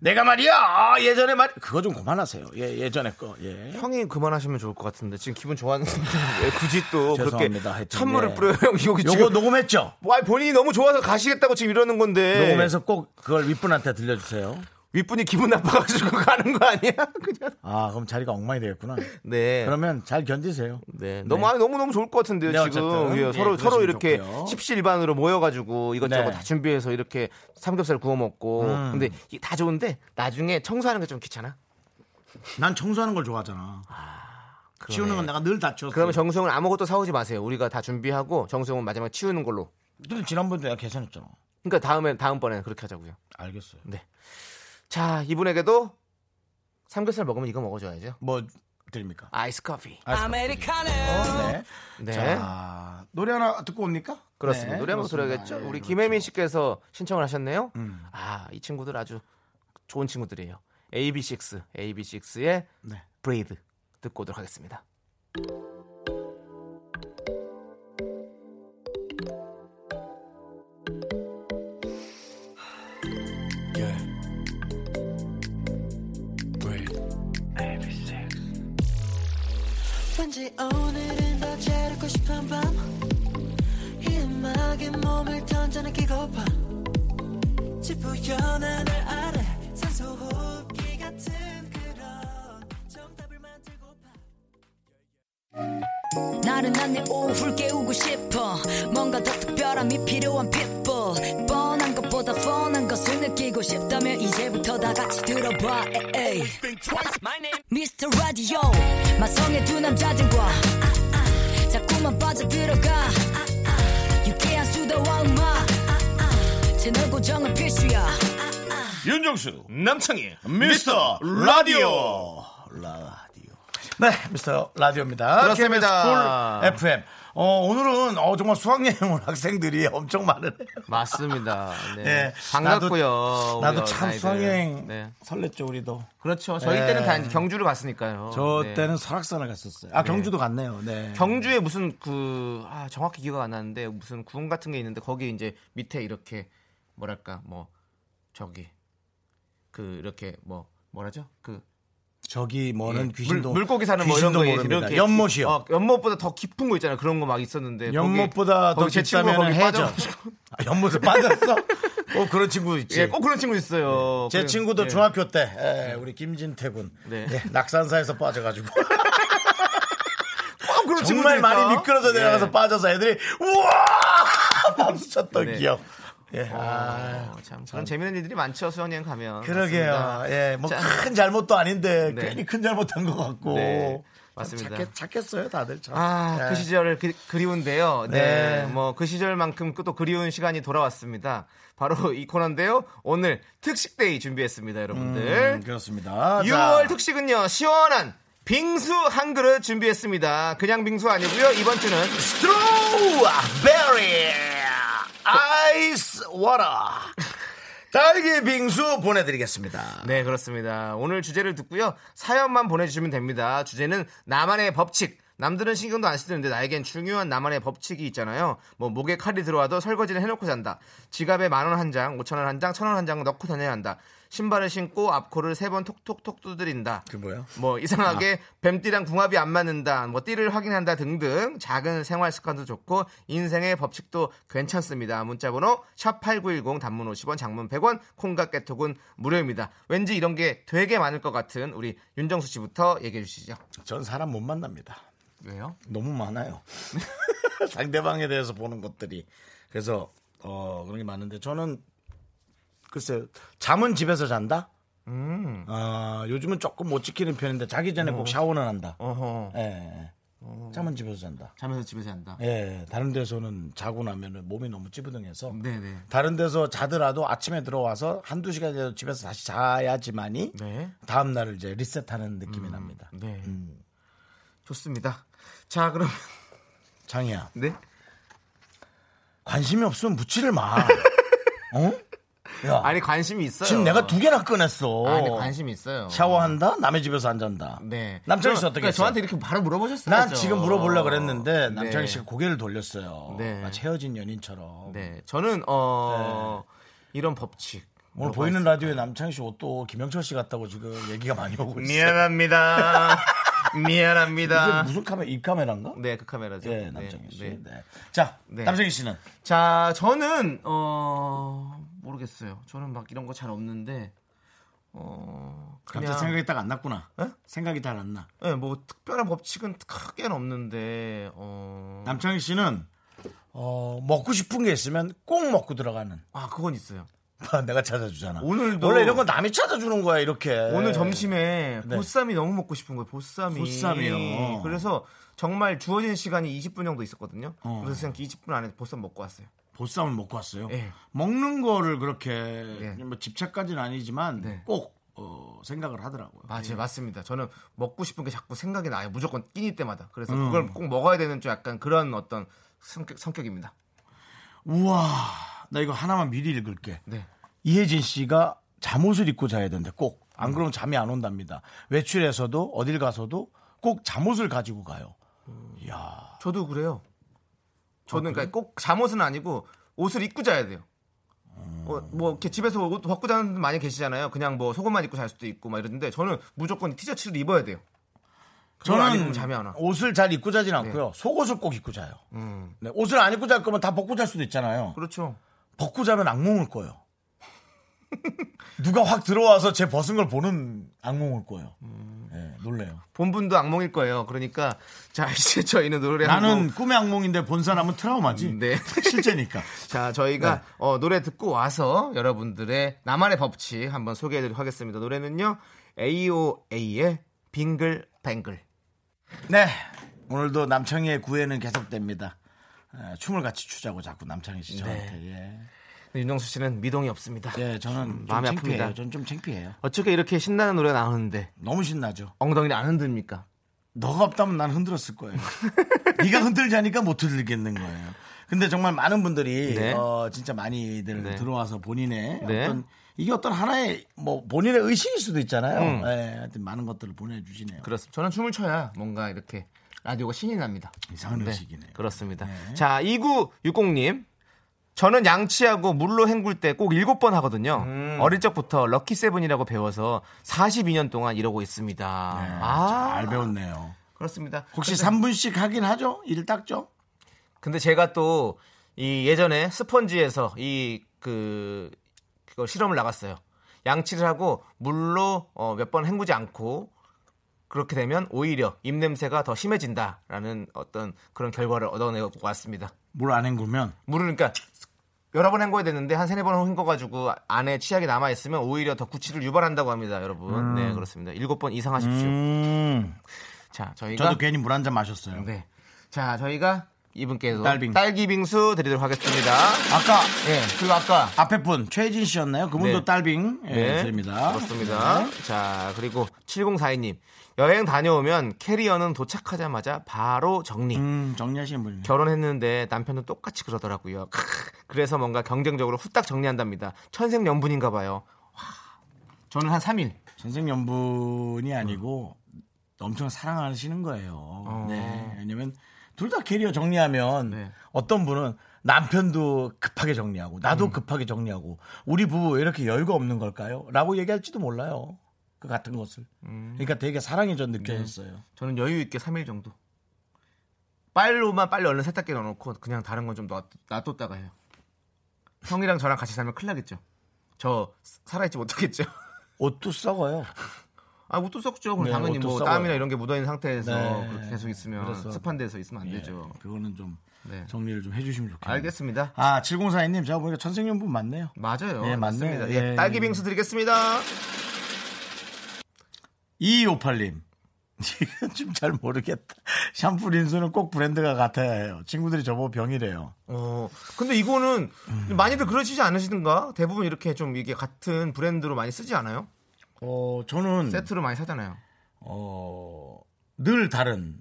Speaker 1: 내가 말이야 아, 예전에 말 그거 좀 그만하세요. 예 예전에 거 예.
Speaker 3: 형이 그만하시면 좋을 것 같은데 지금 기분 좋았는데 왜 굳이 또 그렇게
Speaker 1: 죄송합니다. 하여튼,
Speaker 3: 찬물을
Speaker 1: 예.
Speaker 3: 뿌려요 형 이거
Speaker 1: 요거
Speaker 3: 지금
Speaker 1: 녹음했죠?
Speaker 3: 뭐, 아니, 본인이 너무 좋아서 가시겠다고 지금 이러는 건데
Speaker 1: 녹음해서 꼭 그걸 윗분한테 들려주세요.
Speaker 3: 윗분이 기분 나빠가지고 가는 거 아니야 그냥
Speaker 1: 아 그럼 자리가 엉망이 되겠구나.
Speaker 3: 네
Speaker 1: 그러면 잘 견디세요.
Speaker 3: 네. 너무 아니, 너무 너무 좋을 것 같은데요
Speaker 1: 네,
Speaker 3: 지금
Speaker 1: 어쨌든.
Speaker 3: 예,
Speaker 1: 예,
Speaker 3: 서로 서로
Speaker 1: 그러시면
Speaker 3: 이렇게
Speaker 1: 좋고요.
Speaker 3: 십시일반으로 모여가지고 이것저것
Speaker 1: 네. 음.
Speaker 3: 다 준비해서 이렇게 삼겹살 구워 먹고 근데 이게 다 좋은데 나중에 청소하는 게 좀 귀찮아.
Speaker 1: 난 청소하는 걸 좋아하잖아. 치우는 건 내가 늘 다쳤어.
Speaker 3: 그러면 정수영은 아무것도 사오지 마세요. 우리가 다 준비하고 정수영은 마지막 에 치우는 걸로.
Speaker 1: 근데 지난번도 내가 계산했잖아.
Speaker 3: 그러니까 다음에 다음번에 그렇게 하자고요.
Speaker 1: 알겠어요.
Speaker 3: 자 이분에게도 삼겹살 먹으면 이거 먹어줘야죠.
Speaker 1: 뭐 드립니까?
Speaker 3: 아이스 커피.
Speaker 1: 아메리카노. 네.
Speaker 3: 네.
Speaker 1: 자 노래 하나 듣고 옵니까?
Speaker 3: 그렇습니다.
Speaker 1: 네,
Speaker 3: 노래 한번
Speaker 1: 그렇습니다.
Speaker 3: 들어야겠죠.
Speaker 1: 예,
Speaker 3: 우리
Speaker 1: 그렇죠.
Speaker 3: 김혜민 씨께서 신청을 하셨네요.
Speaker 1: 음.
Speaker 3: 아, 이 친구들 아주 좋은 친구들이에요. AB6, AB6의
Speaker 1: 네.
Speaker 3: 브레이드 듣고 오도록 하겠습니다.
Speaker 5: 왠지 오늘은 더 재롭고 싶은 밤이 음악에 몸을 던져내기고 봐 지푸연 하늘 아래 산소 호흡기 같은 그런 정답을 만들고 봐
Speaker 6: 나른한 내 오후를 깨우고 싶어 뭔가 더 특별함이 필요한 people 뻔한 것보다 뻔한 것을 느끼고 싶다면 이제부터 다 같이 들어봐 에이. Mr. Radio 마성의 두 남자들과 자꾸만 빠져들어가 유쾌한 수다와 음악 채널 고정은 필수야
Speaker 3: 윤정수, 남창희.
Speaker 1: 미스터 라디오 라디오 네 미스터 라디오입니다
Speaker 3: 그렇습니다.
Speaker 1: KBS 쿨 FM 어, 오늘은 어, 정말 수학여행 온 학생들이 엄청 많으네요
Speaker 3: 맞습니다. 네.
Speaker 1: 네.
Speaker 3: 반갑고요.
Speaker 1: 나도,
Speaker 3: 우리
Speaker 1: 나도 참
Speaker 3: 어린아이들.
Speaker 1: 수학여행
Speaker 3: 네.
Speaker 1: 설렜죠 우리도
Speaker 3: 그렇죠. 저희
Speaker 1: 네.
Speaker 3: 때는 다 경주를 갔으니까요.
Speaker 1: 저
Speaker 3: 네.
Speaker 1: 때는 설악산을 갔었어요 아 경주도 갔네요 네.
Speaker 3: 경주에 무슨 그, 아, 정확히 기억 안 나는데 무슨 궁 같은 게 있는데 거기 이제 밑에 이렇게 뭐랄까, 뭐, 저기, 그, 이렇게 뭐, 뭐라죠? 그,
Speaker 1: 저기 뭐는
Speaker 3: 예,
Speaker 1: 귀신도
Speaker 3: 물, 고기 사는 뭐 이런
Speaker 1: 귀신도
Speaker 3: 거
Speaker 1: 모릅니다.
Speaker 3: 이렇게
Speaker 1: 연못이요
Speaker 3: 어, 연못보다 더 깊은 거 있잖아요. 그런 거 막 있었는데
Speaker 1: 연못보다 더 깊다면 해죠 아, 연못에 빠졌어? 어 그런 친구 있지
Speaker 3: 예, 꼭 그런 친구 있어요.
Speaker 1: 네. 제
Speaker 3: 그래요.
Speaker 1: 친구도
Speaker 3: 예.
Speaker 1: 중학교 때 예, 우리 김진태 군
Speaker 3: 네.
Speaker 1: 예, 낙산사에서 빠져가지고
Speaker 3: 꼭 그런 친구들
Speaker 1: 정말 많이
Speaker 3: 있다.
Speaker 1: 미끄러져 내려가서
Speaker 3: 예.
Speaker 1: 빠져서 애들이 우와 박수쳤던
Speaker 3: 네.
Speaker 1: 기억. 예. 아,
Speaker 3: 아, 참 그런 재밌는 일들이 많죠. 수영여행 가면.
Speaker 1: 그러게요.
Speaker 3: 맞습니다.
Speaker 1: 예, 뭐
Speaker 3: 자.
Speaker 1: 큰 잘못도 아닌데
Speaker 3: 네.
Speaker 1: 괜히 큰 잘못한 것 같고.
Speaker 3: 네,
Speaker 1: 참
Speaker 3: 맞습니다.
Speaker 1: 착했, 착했어요, 다들 참.
Speaker 3: 아,
Speaker 1: 예.
Speaker 3: 그 시절을 그, 그리운데요. 네.
Speaker 1: 네.
Speaker 3: 뭐 그 시절만큼 또 그리운 시간이 돌아왔습니다. 바로 이 코너인데요. 오늘 특식데이 준비했습니다, 여러분들.
Speaker 1: 음, 그렇습니다.
Speaker 3: 6월
Speaker 1: 자,
Speaker 3: 특식은요 시원한 빙수 한 그릇 준비했습니다. 그냥 빙수 아니고요 이번 주는
Speaker 1: 스트로베리 아이스 워터 딸기 빙수 보내드리겠습니다.
Speaker 3: 네 그렇습니다. 오늘 주제를 듣고요 사연만 보내주시면 됩니다. 주제는 나만의 법칙. 남들은 신경도 안 쓰는데 나에겐 중요한 나만의 법칙이 있잖아요. 뭐 목에 칼이 들어와도 설거지는 해놓고 잔다. 지갑에 만 원 한 장, 오천 원 한 장, 천 원 한 장 넣고 다녀야 한다. 신발을 신고 앞코를 세 번 톡톡톡 두드린다.
Speaker 1: 그 뭐야?
Speaker 3: 뭐 이상하게 뱀띠랑 궁합이 안 맞는다, 뭐 띠를 확인한다 등등 작은 생활 습관도 좋고 인생의 법칙도 괜찮습니다. 문자번호 샵 #8910 단문 50원, 장문 100원, 콩과 깨톡은 무료입니다. 왠지 이런 게 되게 많을 것 같은 우리 윤정수 씨부터 얘기해 주시죠.
Speaker 1: 전 사람 못 만납니다.
Speaker 3: 왜요?
Speaker 1: 너무 많아요. 상대방에 대해서 보는 것들이. 그래서 어 그런 게 많은데 저는 글쎄 잠은 집에서 잔다. 아, 요즘은 조금 못 지키는 편인데 자기 전에 꼭 샤워는 한다.
Speaker 3: 어허.
Speaker 1: 예, 예. 잠은 집에서 잔다.
Speaker 3: 자면서 집에서 한다.
Speaker 1: 예, 다른 데서는 자고 나면은 몸이 너무 찌부둥해서
Speaker 3: 네네.
Speaker 1: 다른 데서 자더라도 아침에 들어와서 한두 시간이라도 집에서 다시 자야지만이
Speaker 3: 네.
Speaker 1: 다음 날을 이제 리셋하는 느낌이 납니다.
Speaker 3: 네.
Speaker 1: 음.
Speaker 3: 좋습니다. 자 그럼
Speaker 1: 장이야.
Speaker 3: 네.
Speaker 1: 관심이 없으면 묻지를 마. 어? 야.
Speaker 3: 아니 관심이 있어요.
Speaker 1: 지금 내가 두 개나 꺼냈어.
Speaker 3: 아니 관심이 있어요.
Speaker 1: 샤워한다? 남의 집에서 안 잔다.
Speaker 3: 네.
Speaker 1: 남창희 씨
Speaker 3: 그럼,
Speaker 1: 어떻게
Speaker 3: 그러니까
Speaker 1: 했어요?
Speaker 3: 저한테 이렇게 바로 물어보셨어요.
Speaker 1: 난 지금 물어보려고 그랬는데 남창희
Speaker 3: 네.
Speaker 1: 씨가 고개를 돌렸어요.
Speaker 3: 네.
Speaker 1: 마치 헤어진 연인처럼.
Speaker 3: 네. 저는 어 이런 법칙.
Speaker 1: 오늘 네. 보이는 라디오에 남창희 씨 옷도 김영철 씨 같다고 지금 얘기가 많이 오고 있어요.
Speaker 3: 미안합니다.
Speaker 1: 이게
Speaker 3: 미안합니다.
Speaker 1: 무슨 카메라? 입 카메라인가?
Speaker 3: 네, 그 카메라죠.
Speaker 1: 네, 남창희 씨.
Speaker 3: 네.
Speaker 1: 네. 자,
Speaker 3: 네.
Speaker 1: 남창희 씨는
Speaker 3: 자, 저는 어 모르겠어요. 저는 막 이런 거 잘 없는데 어 그냥 어?
Speaker 1: 갑자기 생각이 딱 안 났구나. 생각이 잘 안 나.
Speaker 3: 네, 뭐 특별한 법칙은 크게는 없는데 어.
Speaker 1: 남창희 씨는 어, 먹고 싶은 게 있으면 꼭 먹고 들어가는.
Speaker 3: 아 그건 있어요.
Speaker 1: 내가 찾아주잖아.
Speaker 3: 오늘도-
Speaker 1: 원래 이런 건 남이 찾아주는 거야 이렇게.
Speaker 3: 오늘 점심에
Speaker 1: 네.
Speaker 3: 보쌈이 너무 먹고 싶은 거예요. 보쌈이.
Speaker 1: 보쌈이요.
Speaker 3: 그래서 정말 주어진 시간이 20분 정도 있었거든요.
Speaker 1: 어.
Speaker 3: 그래서 그냥 20분 안에 보쌈 먹고 왔어요.
Speaker 1: 보쌈을 먹고 왔어요.
Speaker 3: 예.
Speaker 1: 먹는 거를 그렇게
Speaker 3: 예.
Speaker 1: 뭐 집착까지는 아니지만
Speaker 3: 네.
Speaker 1: 꼭 어, 생각을 하더라고요.
Speaker 3: 예, 맞아요, 맞습니다. 저는 먹고 싶은 게 자꾸 생각이 나요. 무조건 끼니 때마다. 그래서 그걸 꼭 먹어야 되는 좀 약간 그런 어떤 성격, 성격입니다.
Speaker 1: 우와, 나 이거 하나만 미리 읽을게.
Speaker 3: 네.
Speaker 1: 이혜진 씨가 잠옷을 입고 자야 된대. 꼭. 안 그러면 잠이 안 온답니다. 외출에서도 어딜 가서도 꼭 잠옷을 가지고 가요.
Speaker 3: 음.
Speaker 1: 이야.
Speaker 3: 저도 그래요. 저는 그러니까 꼭 잠옷은 아니고 옷을 입고 자야 돼요. 어, 뭐 이렇게 집에서 옷 벗고 자는 분들 많이 계시잖아요. 그냥 뭐 속옷만 입고 잘 수도 있고 막 이러는데 저는 무조건 티셔츠를 입어야 돼요. 저는 안 입으면 잠이 안 와. 네.
Speaker 1: 옷을 잘 입고 자진 않고요. 속옷을 꼭 입고 자요.
Speaker 3: 음.
Speaker 1: 네, 옷을 안 입고 잘 거면 다 벗고 잘 수도 있잖아요.
Speaker 3: 그렇죠.
Speaker 1: 벗고 자면 악몽을 꿔요. 누가 확 들어와서 제 벗은 걸 보는 악몽을 꿔요.
Speaker 3: 음.
Speaker 1: 예, 놀래요.
Speaker 3: 본분도 악몽일 거예요. 그러니까 자 이제 저희는 노래
Speaker 1: 나는
Speaker 3: 한곡
Speaker 1: 꿈의 악몽인데 본 사람은 트라우마지.
Speaker 3: 뭐. 네.
Speaker 1: 실제니까.
Speaker 3: 자 저희가 어, 노래 듣고 와서 여러분들의 나만의 법칙 한번 소개해드리도록 하겠습니다. 노래는요 AOA의 빙글뱅글.
Speaker 1: 네. 오늘도 남창희의 구애는 계속됩니다. 예, 춤을 같이 추자고 자꾸 남창희 씨 저한테.
Speaker 3: 근데 윤정수 씨는 미동이 없습니다.
Speaker 1: 예. 예, 저는
Speaker 3: 네. 마음이
Speaker 1: 좀 창피해요.
Speaker 3: 아픕니다.
Speaker 1: 저는 좀 창피해요.
Speaker 3: 어떻게 이렇게 신나는 노래 가 나오는데
Speaker 1: 너무 신나죠.
Speaker 3: 엉덩이를 안 흔듭니까?
Speaker 1: 너가 없다면 난 흔들었을 거예요. 네가 흔들자니까 못 흔들겠는 거예요. 근데 정말 많은 분들이
Speaker 3: 네.
Speaker 1: 어, 진짜 많이들
Speaker 3: 네.
Speaker 1: 들어와서 본인의
Speaker 3: 네.
Speaker 1: 어떤 이게 어떤 하나의 뭐 본인의 의식일 수도 있잖아요.
Speaker 3: 음.
Speaker 1: 예, 하여튼 많은 것들을 보내주시네요.
Speaker 3: 그렇습니다. 저는 춤을 춰야 뭔가 이렇게 라디오가 신이 납니다.
Speaker 1: 이상한 의식이네요.
Speaker 3: 그렇습니다. 자, 2960님. 저는 양치하고 물로 헹굴 때 꼭 7번 하거든요. 어릴 적부터 럭키 세븐이라고 배워서 42년 동안 이러고 있습니다.
Speaker 1: 네,
Speaker 3: 아,
Speaker 1: 잘 배웠네요.
Speaker 3: 그렇습니다.
Speaker 1: 혹시
Speaker 3: 근데-
Speaker 1: 3분씩 하긴 하죠? 일을 닦죠?
Speaker 3: 근데 제가 또 이 예전에 스펀지에서 이 그 그걸 실험을 나갔어요. 양치를 하고 물로 어, 몇 번 헹구지 않고 그렇게 되면 오히려 입 냄새가 더 심해진다라는 어떤 그런 결과를 얻어내고 왔습니다.
Speaker 1: 물 안 헹구면
Speaker 3: 물을 그러니까 여러 번 헹궈야 되는데 한 세네 번 헹궈가지고 안에 치약이 남아 있으면 오히려 더 구취를 유발한다고 합니다, 여러분. 네 그렇습니다. 일곱 번 이상 하십시오.
Speaker 1: 음,
Speaker 3: 자 저희가
Speaker 1: 저도 괜히 물 한 잔 마셨어요.
Speaker 3: 그러니까 네. 자, 저희가 이분께도
Speaker 1: 딸빙.
Speaker 3: 딸기빙수 드리도록 하겠습니다.
Speaker 1: 아까
Speaker 3: 예, 그리고 아까
Speaker 1: 앞에 분 최진 씨였나요? 그분도
Speaker 3: 네.
Speaker 1: 딸빙 예,
Speaker 3: 네,
Speaker 1: 드립니다. 네.
Speaker 3: 그렇습니다. 자, 그리고 7042님. 여행 다녀오면 캐리어는 도착하자마자 바로 정리.
Speaker 1: 음, 정리하시는 분이네요.
Speaker 3: 결혼했는데 남편은 똑같이 그러더라고요. 크, 그래서 뭔가 경쟁적으로 후딱 정리한답니다. 천생연분인가 봐요. 와, 저는 한 3일.
Speaker 1: 전생연분이 아니고 엄청 사랑하시는 거예요. 네. 왜냐면 둘 다 캐리어 정리하면
Speaker 3: 네.
Speaker 1: 어떤 분은 남편도 급하게 정리하고 나도 급하게 정리하고 우리 부부 왜 이렇게 여유가 없는 걸까요? 라고 얘기할지도 몰라요. 그 같은 것을. 그러니까 되게 사랑이 전 느껴졌어요.
Speaker 3: 저는 여유 있게 3일 정도. 빨로만 빨리 얼른 세탁기에 넣어놓고 그냥 다른 건 좀 놔뒀다가 해요. 형이랑 저랑 같이 살면 큰일 나겠죠. 저 살아있지 못하겠죠.
Speaker 1: 옷도 썩어요.
Speaker 3: 아, 옷도 썩죠. 그럼
Speaker 1: 네,
Speaker 3: 당연히
Speaker 1: 옷도
Speaker 3: 뭐
Speaker 1: 썩어요.
Speaker 3: 땀이나 이런 게 묻어있는 상태에서
Speaker 1: 네.
Speaker 3: 그렇게 계속 있으면
Speaker 1: 그래서-
Speaker 3: 습한 데서 있으면 안 되죠.
Speaker 1: 예, 그거는 좀
Speaker 3: 네.
Speaker 1: 정리를 좀 해주시면 좋겠네요.
Speaker 3: 알겠습니다.
Speaker 1: 아, 7042님, 제가 보니까 천생연분 맞네요.
Speaker 3: 맞아요.
Speaker 1: 예, 맞네요.
Speaker 3: 맞습니다.
Speaker 1: 예.
Speaker 3: 예, 딸기 빙수 드리겠습니다.
Speaker 1: 2258님. 지금 좀 잘 모르겠다. 샴푸 린스는 꼭 브랜드가 같아야 해요. 친구들이 저보고 병이래요.
Speaker 3: 어, 근데 이거는
Speaker 1: 음.
Speaker 3: 많이들 그러시지 않으시든가? 대부분 이렇게 좀 이게 같은 브랜드로 많이 쓰지 않아요?
Speaker 1: 어, 저는
Speaker 3: 세트로 많이 사잖아요.
Speaker 1: 어, 늘 다른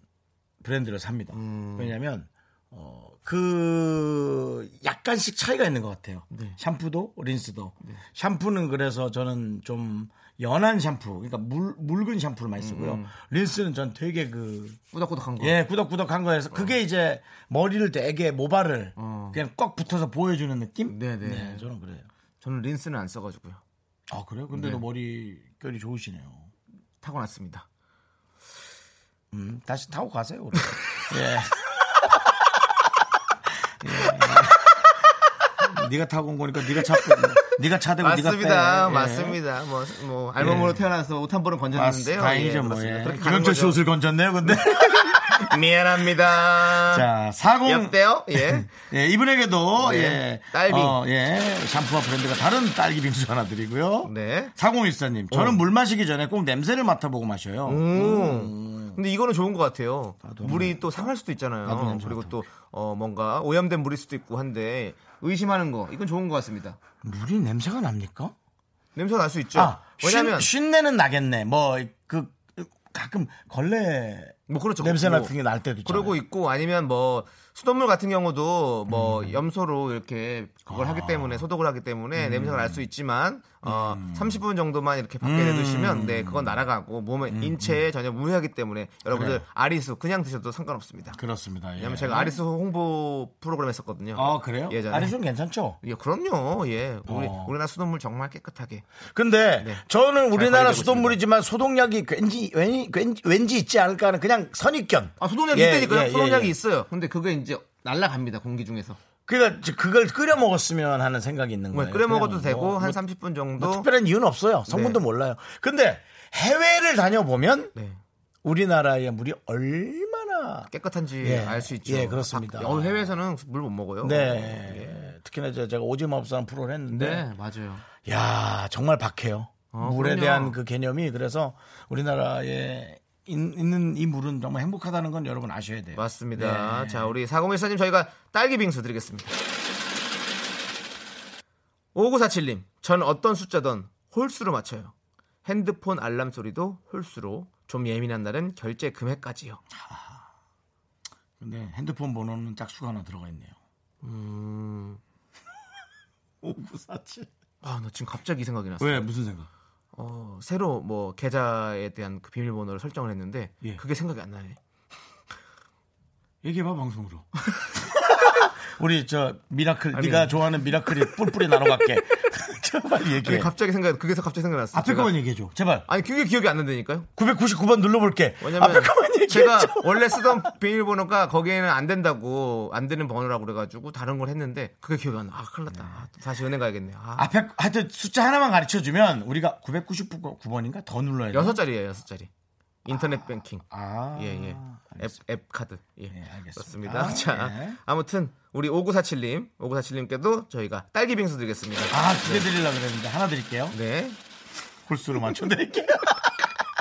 Speaker 1: 브랜드를 삽니다. 왜냐면 어, 그 약간씩 차이가 있는 것 같아요. 샴푸도 린스도. 샴푸는 그래서 저는 좀 연한 샴푸, 그러니까 물, 묽은 샴푸를 많이 쓰고요. 린스는 전 되게 그
Speaker 3: 꾸덕꾸덕한 거.
Speaker 1: 예, 꾸덕꾸덕한 거에서 그게 이제 머리를 되게 모발을
Speaker 3: 어.
Speaker 1: 그냥 꽉 붙어서 보여주는 느낌?
Speaker 3: 네네.
Speaker 1: 네, 저는 그래요.
Speaker 3: 저는 린스는 안 써가지고요.
Speaker 1: 아 그래요? 근데도 머리결이 좋으시네요.
Speaker 3: 타고났습니다.
Speaker 1: 음, 다시 타고 가세요. 그럼. 예. 예. 네가 타고 온 거니까 네가 잡고 네가 차대고 네가
Speaker 3: 맞습니다,
Speaker 1: 빼. 예.
Speaker 3: 맞습니다. 뭐, 뭐 알몸으로
Speaker 1: 예.
Speaker 3: 태어나서 옷 한 벌은 건졌는데요.
Speaker 1: 맞- 다행이죠
Speaker 3: 예,
Speaker 1: 뭐.
Speaker 3: 그렇습니다.
Speaker 1: 예.
Speaker 3: 그렇게 가는
Speaker 1: 김영철 씨
Speaker 3: 거죠.
Speaker 1: 옷을 건졌네요, 근데.
Speaker 3: 미안합니다.
Speaker 1: 자, 40.
Speaker 3: 옆대요. 예.
Speaker 1: 예, 이분에게도
Speaker 3: 네.
Speaker 1: 예.
Speaker 3: 딸기.
Speaker 1: 어, 예. 샴푸와 브랜드가 다른 딸기 빙수 하나 드리고요.
Speaker 3: 네.
Speaker 1: 4014님, 저는
Speaker 3: 어.
Speaker 1: 물 마시기 전에 꼭 냄새를 맡아보고 마셔요.
Speaker 3: 음. 근데 이거는 좋은 것 같아요.
Speaker 1: 나도
Speaker 3: 물이 또 상할
Speaker 1: 나도
Speaker 3: 수도 있잖아요.
Speaker 1: 냄새
Speaker 3: 그리고
Speaker 1: 맡아볼게.
Speaker 3: 또 어, 뭔가 오염된 물일 수도 있고 한데 의심하는 거 이건 좋은 것 같습니다.
Speaker 1: 물이 냄새가 납니까?
Speaker 3: 냄새 가 날 수 있죠.
Speaker 1: 아,
Speaker 3: 그렇죠. 왜냐면
Speaker 1: 쉰, 쉰내는 나겠네. 뭐, 그, 가끔 걸레
Speaker 3: 뭐 그렇죠.
Speaker 1: 냄새
Speaker 3: 뭐
Speaker 1: 같은 게 날 때도 있잖아요.
Speaker 3: 그러고 있고 아니면 뭐 수돗물 같은 경우도 뭐
Speaker 1: 음.
Speaker 3: 염소로 이렇게 그걸
Speaker 1: 아.
Speaker 3: 하기 때문에 소독을 하기 때문에 냄새가 날 수 있지만 어
Speaker 1: 음.
Speaker 3: 30분 정도만 이렇게 밖에 내두시면 네 그건 날아가고 몸에 인체에 전혀 무해하기 때문에 여러분들
Speaker 1: 음, 그래요.
Speaker 3: 아리수 그냥 드셔도 상관없습니다.
Speaker 1: 그렇습니다. 예.
Speaker 3: 왜냐면 제가 아리수 홍보 프로그램 했었거든요.
Speaker 1: 아, 그래요?
Speaker 3: 예전에.
Speaker 1: 아리수는 괜찮죠?
Speaker 3: 예, 그럼요. 예. 우리
Speaker 1: 어.
Speaker 3: 우리나라 수돗물 정말 깨끗하게.
Speaker 1: 근데
Speaker 3: 네.
Speaker 1: 저는 우리나라
Speaker 3: 관리되고
Speaker 1: 수돗물이지만 소독약이 왠지, 왠- 왠- 왠지 있지 않을까 하는 그냥 선입견.
Speaker 3: 아, 소독약이
Speaker 1: 예,
Speaker 3: 있다니까요.
Speaker 1: 예, 예,
Speaker 3: 소독약이
Speaker 1: 예.
Speaker 3: 있어요. 근데 그게 이제 날아갑니다. 공기 중에서.
Speaker 1: 그러니까 저- 그걸 끓여 먹었으면 하는 생각이 있는
Speaker 3: 뭐
Speaker 1: 거예요.
Speaker 3: 끓여 먹어도
Speaker 1: 그냥
Speaker 3: 되고
Speaker 1: 뭐- 뭐
Speaker 3: 한 30분 정도
Speaker 1: 뭐 특별한 이유는 없어요. 성분도
Speaker 3: 네.
Speaker 1: 몰라요. 근데 해외를 다녀보면
Speaker 3: 네.
Speaker 1: 우리나라의 물이 얼마나
Speaker 3: 깨끗한지
Speaker 1: 예.
Speaker 3: 알 수 있죠.
Speaker 1: 예, 그렇습니다.
Speaker 3: 아, 어, 해외에서는 물 못 먹어요. 예.
Speaker 1: 네. 특히나 이제 제가 오징어 업사는 프로를 했는데
Speaker 3: 네, 맞아요.
Speaker 1: 야 정말 박해요.
Speaker 3: 어,
Speaker 1: 물에
Speaker 3: 그럼요.
Speaker 1: 대한 그 개념이 그래서 우리나라에 있, 는이 물은 정말 행복하다는 건 여러분 아셔야 돼요. 네.
Speaker 3: 맞습니다. 자, 우리 4014님 저희가 딸기 빙수 드리겠습니다. 5947님, 전 어떤 숫자든 홀수로 맞춰요. 핸드폰 알람 소리도 홀수로, 좀 예민한 날은 결제 금액까지요.
Speaker 1: 근데 핸드폰 번호는 짝수가 하나 들어가 있네요.
Speaker 3: 음,
Speaker 1: 5947.
Speaker 3: 아, 나 지금 갑자기 이 생각이 났어.
Speaker 1: 왜 무슨 생각?
Speaker 3: 어, 새로 뭐 계좌에 대한 그 비밀번호를 설정을 했는데
Speaker 1: 예.
Speaker 3: 그게 생각이 안 나네.
Speaker 1: 얘기해봐 방송으로. 우리 저 미라클
Speaker 3: 아니요.
Speaker 1: 네가 좋아하는 미라클이 뿔뿔이 나눠갈게. 제발
Speaker 3: 그게
Speaker 1: 얘기해.
Speaker 3: 갑자기 생각, 그게 갑자기 생각났어.
Speaker 1: 앞에
Speaker 3: 제가-
Speaker 1: 것만 얘기해줘. 제발.
Speaker 3: 아니 그게 기억이 안 난다니까요.
Speaker 1: 999번 눌러볼게.
Speaker 3: 왜냐면
Speaker 1: 앞에 아, 것만 얘기해줘.
Speaker 3: 제가 원래 쓰던 비밀번호가 거기에는 안 된다고 안 되는 번호라고 그래가지고 다른 걸 했는데 그게 기억이 안 나. 아 큰일
Speaker 1: 네.
Speaker 3: 났다. 아, 다시 은행 가야겠네. 아,
Speaker 1: 앞에 하여튼 숫자 하나만 가르쳐 주면 우리가 999번인가 더 눌러야 돼.
Speaker 3: 여섯 자리예요 여섯 자리. 인터넷 뱅킹.
Speaker 1: 네. 아. 네,
Speaker 3: 예예. 앱, 앱 카드. 예.
Speaker 1: 알겠습니다.
Speaker 3: 그렇습니다.
Speaker 1: 아,
Speaker 3: 자
Speaker 1: 예.
Speaker 3: 아무튼 우리 5947님 5947님께도 저희가 딸기 빙수 드리겠습니다.
Speaker 1: 아, 두 개 드리려고 그랬는데 하나 드릴게요.
Speaker 3: 네.
Speaker 1: 홀수로 맞춰 드릴게요.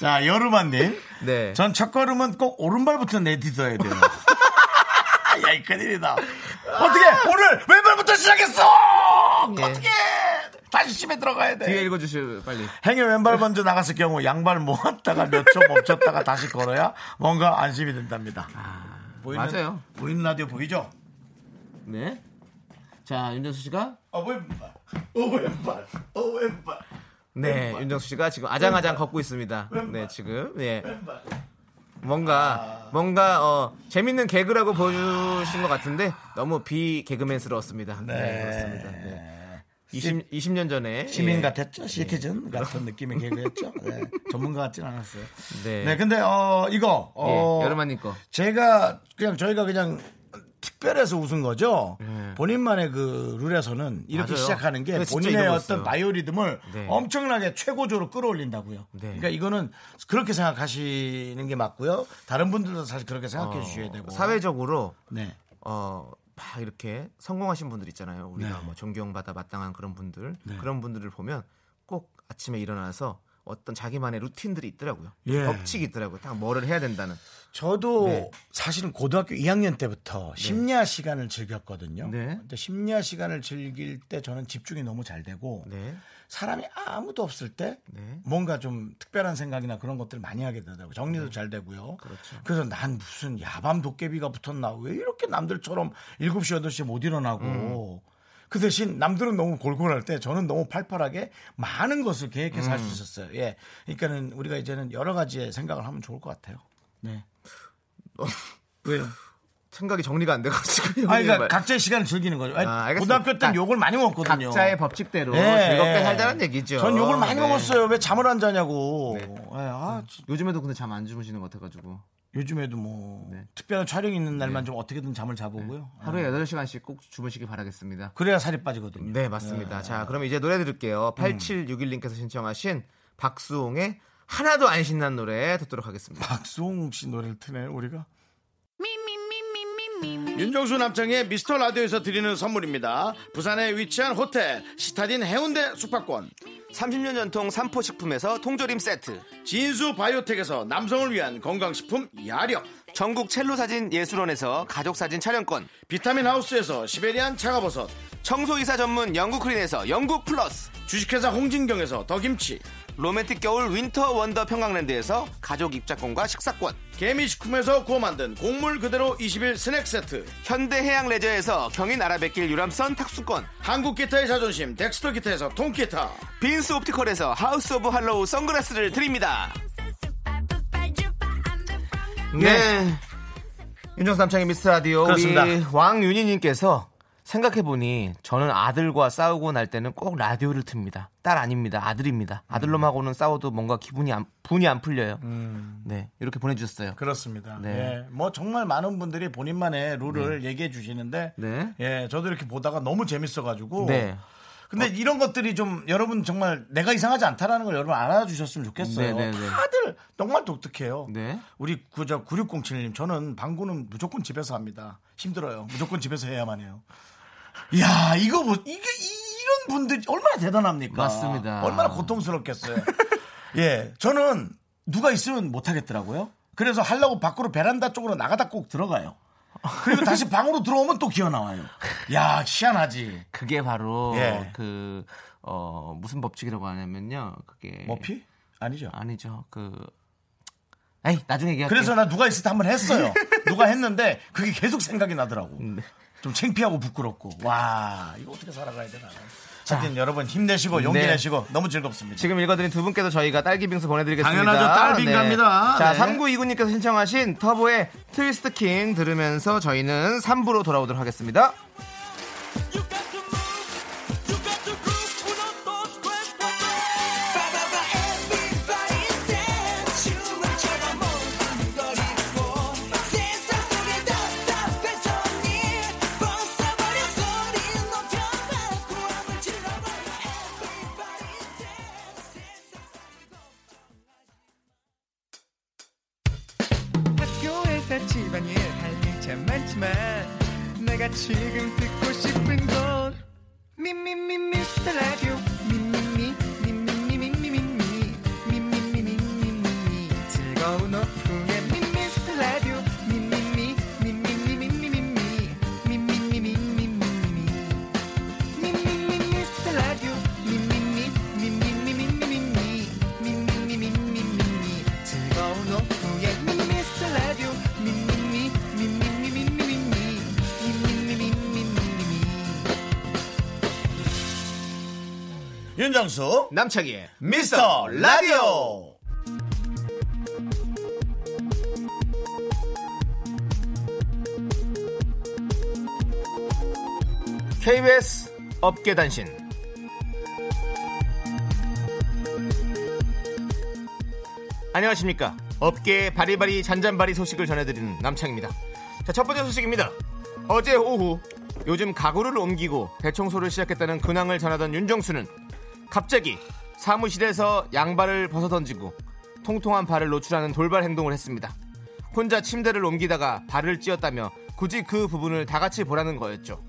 Speaker 1: 자, 여름한 님.
Speaker 3: 네.
Speaker 1: 전 첫걸음은 꼭 오른발부터 내딛어야 돼요. 야, 이 큰일이다. 어떻게 오늘 왼발부터 시작했어?
Speaker 3: 예.
Speaker 1: 어떻게 다시 심에 들어가야 돼.
Speaker 3: 뒤에 읽어주실 빨리.
Speaker 1: 행위 왼발 먼저 나갔을 경우 양발 모았다가 몇 초 멈췄다가 다시 걸어야 뭔가 안심이 된답니다. 보이는,
Speaker 3: 아, 맞아요.
Speaker 1: 보이는 라디오 보이죠?
Speaker 3: 네. 자 윤정수 씨가
Speaker 1: 어 왼발, 어 왼발, 어 왼발.
Speaker 3: 네, 윤정수 씨가 지금 아장아장 걷고 있습니다. 네, 지금 예.
Speaker 1: 아.
Speaker 3: 뭔가 뭔가 어, 재밌는 개그라고 보여주신 것 같은데 너무 비 개그맨스러웠습니다. 네, 그렇습니다. 네. 20, 20년 전에
Speaker 1: 예. 시민
Speaker 3: 예.
Speaker 1: 같았죠? 시티즌 같은 느낌의 개그였죠? 네, 전문가 같진 않았어요.
Speaker 3: 네.
Speaker 1: 네, 근데 어 이거
Speaker 3: 예,
Speaker 1: 어,
Speaker 3: 여름아님 거.
Speaker 1: 제가 그냥 저희가 그냥 특별해서 웃은 거죠.
Speaker 3: 예.
Speaker 1: 본인만의 그 룰에서는 이렇게
Speaker 3: 맞아요.
Speaker 1: 시작하는 게
Speaker 3: 근데 진짜
Speaker 1: 본인의
Speaker 3: 잊어버렸어요.
Speaker 1: 어떤 바이오리듬을
Speaker 3: 네.
Speaker 1: 엄청나게 최고조로 끌어올린다고요.
Speaker 3: 네.
Speaker 1: 그러니까 이거는 그렇게 생각하시는 게 맞고요. 다른 분들도 사실 그렇게 생각해 주셔야 되고.
Speaker 3: 어, 사회적으로
Speaker 1: 네.
Speaker 3: 어, 막 이렇게 성공하신 분들 있잖아요. 우리가
Speaker 1: 네.
Speaker 3: 뭐 존경받아 마땅한 그런 분들
Speaker 1: 네.
Speaker 3: 그런 분들을 보면 꼭 아침에 일어나서 어떤 자기만의 루틴들이 있더라고요.
Speaker 1: 예.
Speaker 3: 법칙이 있더라고요. 딱 뭐를 해야 된다는.
Speaker 1: 저도
Speaker 3: 네.
Speaker 1: 사실은 고등학교 2학년 때부터 심야 시간을 즐겼거든요.
Speaker 3: 네.
Speaker 1: 근데 심야 시간을 즐길 때 저는 집중이 너무 잘 되고
Speaker 3: 네.
Speaker 1: 사람이 아무도 없을 때
Speaker 3: 네.
Speaker 1: 뭔가 좀 특별한 생각이나 그런 것들을 많이 하게 되더라고요. 정리도 잘 되고요.
Speaker 3: 네. 그렇죠.
Speaker 1: 래서난 무슨 야밤 도깨비가 붙었나 왜 이렇게 남들처럼 7시, 8시에 못 일어나고
Speaker 3: 음.
Speaker 1: 그 대신 남들은 너무 골골할 때 저는 너무 팔팔하게 많은 것을 계획해서 할 수
Speaker 3: 음.
Speaker 1: 있었어요. 예. 그러니까는 우리가 이제는 여러 가지의 생각을 하면 좋을 것 같아요. 네. 왜요?
Speaker 3: 생각이 정리가 안 돼가지고.
Speaker 1: 아,
Speaker 3: 형님
Speaker 1: 그러니까
Speaker 3: 말-
Speaker 1: 각자의 시간을 즐기는 거죠. 아니,
Speaker 3: 아, 알겠습니다.
Speaker 1: 고등학교 때는
Speaker 3: 각-
Speaker 1: 욕을 많이 먹었거든요.
Speaker 3: 뭐 각자의 법칙대로
Speaker 1: 예,
Speaker 3: 즐겁게
Speaker 1: 예.
Speaker 3: 살자는 얘기죠.
Speaker 1: 전 욕을 많이
Speaker 3: 네.
Speaker 1: 먹었어요. 왜 잠을 안 자냐고.
Speaker 3: 네.
Speaker 1: 예, 아, 지-
Speaker 3: 요즘에도 근데 잠 안 주무시는 것 같아가지고
Speaker 1: 요즘에도 뭐
Speaker 3: 네.
Speaker 1: 특별한 촬영이 있는 날만 좀 어떻게든 잠을 자보고요.
Speaker 3: 하루에 8시간씩 꼭 주무시기 바라겠습니다.
Speaker 1: 그래야 살이 빠지거든요.
Speaker 3: 아. 네, 맞습니다. 자, 그럼 이제 노래 들을게요. 8761님께서 신청하신 박수홍의 하나도 안 신난 노래 듣도록 하겠습니다.
Speaker 1: 박수홍 씨 노래를 트네요, 우리가. 윤정수 남창의 미스터 라디오에서 드리는 선물입니다. 부산에 위치한 호텔 시타딘 해운대 숙박권
Speaker 3: 30년 전통 삼포식품에서 통조림 세트
Speaker 1: 진수 바이오텍에서 남성을 위한 건강식품 야력
Speaker 3: 전국 첼로사진 예술원에서 가족사진 촬영권
Speaker 1: 비타민 하우스에서 시베리안 차가버섯
Speaker 3: 청소이사 전문 영국크린에서 영국 플러스
Speaker 1: 주식회사 홍진경에서 더김치
Speaker 3: 로맨틱 겨울 윈터 원더 평강랜드에서 가족 입자권과 식사권
Speaker 1: 개미식품에서 구워 만든 곡물 그대로 21 스낵 세트
Speaker 3: 현대해양 레저에서 경인 아라뱃길 유람선 탁수권
Speaker 1: 한국 기타의 자존심 덱스터 기타에서 통기타
Speaker 3: 빈스 옵티컬에서 하우스 오브 할로우 선글라스를 드립니다. 네. 윤정수 남창의 미스터 라디오.
Speaker 1: 그렇습니다.
Speaker 3: 우리 왕윤희님께서 생각해보니 저는 아들과 싸우고 날 때는 꼭 라디오를 틉니다. 딸 아닙니다. 아들입니다. 아들놈하고는 싸워도 뭔가 기분이 안, 분이 안 풀려요.
Speaker 1: 음.
Speaker 3: 네. 이렇게 보내주셨어요.
Speaker 1: 그렇습니다.
Speaker 3: 네.
Speaker 1: 예, 뭐 정말 많은 분들이 본인만의 룰을 얘기해 주시는데
Speaker 3: 네.
Speaker 1: 예, 저도 이렇게 보다가 너무 재밌어가지고
Speaker 3: 네.
Speaker 1: 근데 이런 것들이 좀 여러분 정말 내가 이상하지 않다라는 걸 여러분 알아주셨으면 좋겠어요.
Speaker 3: 네, 네, 네.
Speaker 1: 다들 정말 독특해요.
Speaker 3: 네.
Speaker 1: 우리 그저 9607님 저는 방구는 무조건 집에서 합니다. 힘들어요. 무조건 집에서 해야만 해요. 야 이거 뭐 이게 이- 이런 분들이 얼마나 대단합니까?
Speaker 3: 맞습니다.
Speaker 1: 얼마나 고통스럽겠어요. 예, 저는 누가 있으면 못 하겠더라고요. 그래서 하려고 밖으로 베란다 쪽으로 나가다 꼭 들어가요. 그리고 다시 방으로 들어오면 또 기어 나와요. 야 희한하지.
Speaker 3: 그게 바로
Speaker 1: 예.
Speaker 3: 그, 어, 무슨 법칙이라고 하냐면요. 그게.
Speaker 1: 뭐, 머피? 아니죠.
Speaker 3: 아니죠. 그. 에이, 나중에 얘기할게요.
Speaker 1: 그래서 나 누가 있을 때 한 번 했어요. 누가 했는데 그게 계속 생각이 나더라고.
Speaker 3: 네.
Speaker 1: 좀 창피하고 부끄럽고. 와, 이거 어떻게 살아가야 되나. 하여튼 여러분 힘내시고 용기
Speaker 3: 네.
Speaker 1: 내시고 너무 즐겁습니다.
Speaker 3: 지금 읽어드린 두 분께도 저희가 딸기 빙수 보내드리겠습니다.
Speaker 1: 당연하죠. 딸빙 갑니다.
Speaker 3: 자,
Speaker 1: 네.
Speaker 3: 3929님께서 신청하신 터보의 트위스트 킹 들으면서 저희는 3부로 돌아오도록 하겠습니다.
Speaker 7: 학교에서 집안일 할 일 참 많지만 내가 지금 듣고 싶은 건 미미미 미스터 라디오 미미미 미미미미미미 미미미미미미 즐거운 오후에 미스터 라디오 미미미 미미미미미미 미미미미미미 미미미 미스터 라디오 미미미 미미미미미미 미미미미미미 즐거운 오후에 미스터 라디오 미미미 미미미미미미 미미미미미미
Speaker 1: 윤정수
Speaker 3: 남창희의
Speaker 1: 미스터 라디오.
Speaker 3: KBS 업계 단신. 안녕하십니까. 업계의 바리바리 잔잔바리 소식을 전해드리는 남창입니다. 자, 첫 번째 소식입니다. 어제 오후 요즘 가구를 옮기고 대청소를 시작했다는 근황을 전하던 윤정수는 갑자기 사무실에서 양발을 벗어던지고 통통한 발을 노출하는 돌발 행동을 했습니다. 혼자 침대를 옮기다가 발을 찧었다며 굳이 그 부분을 다 같이 보라는 거였죠.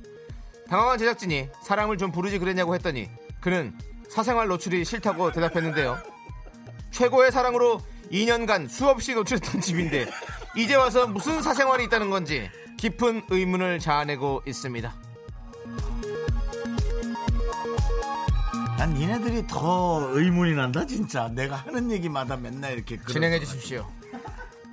Speaker 3: 당황한 제작진이 사람을 좀 부르지 그랬냐고 했더니 그는 사생활 노출이 싫다고 대답했는데요. 최고의 사랑으로 2년간 수없이 노출했던 집인데 이제 와서 무슨 사생활이 있다는 건지 깊은 의문을 자아내고 있습니다.
Speaker 1: 난 니네들이 더 의문이 난다 진짜. 내가 하는 얘기마다 맨날 이렇게 그런-
Speaker 3: 진행해 주십시오.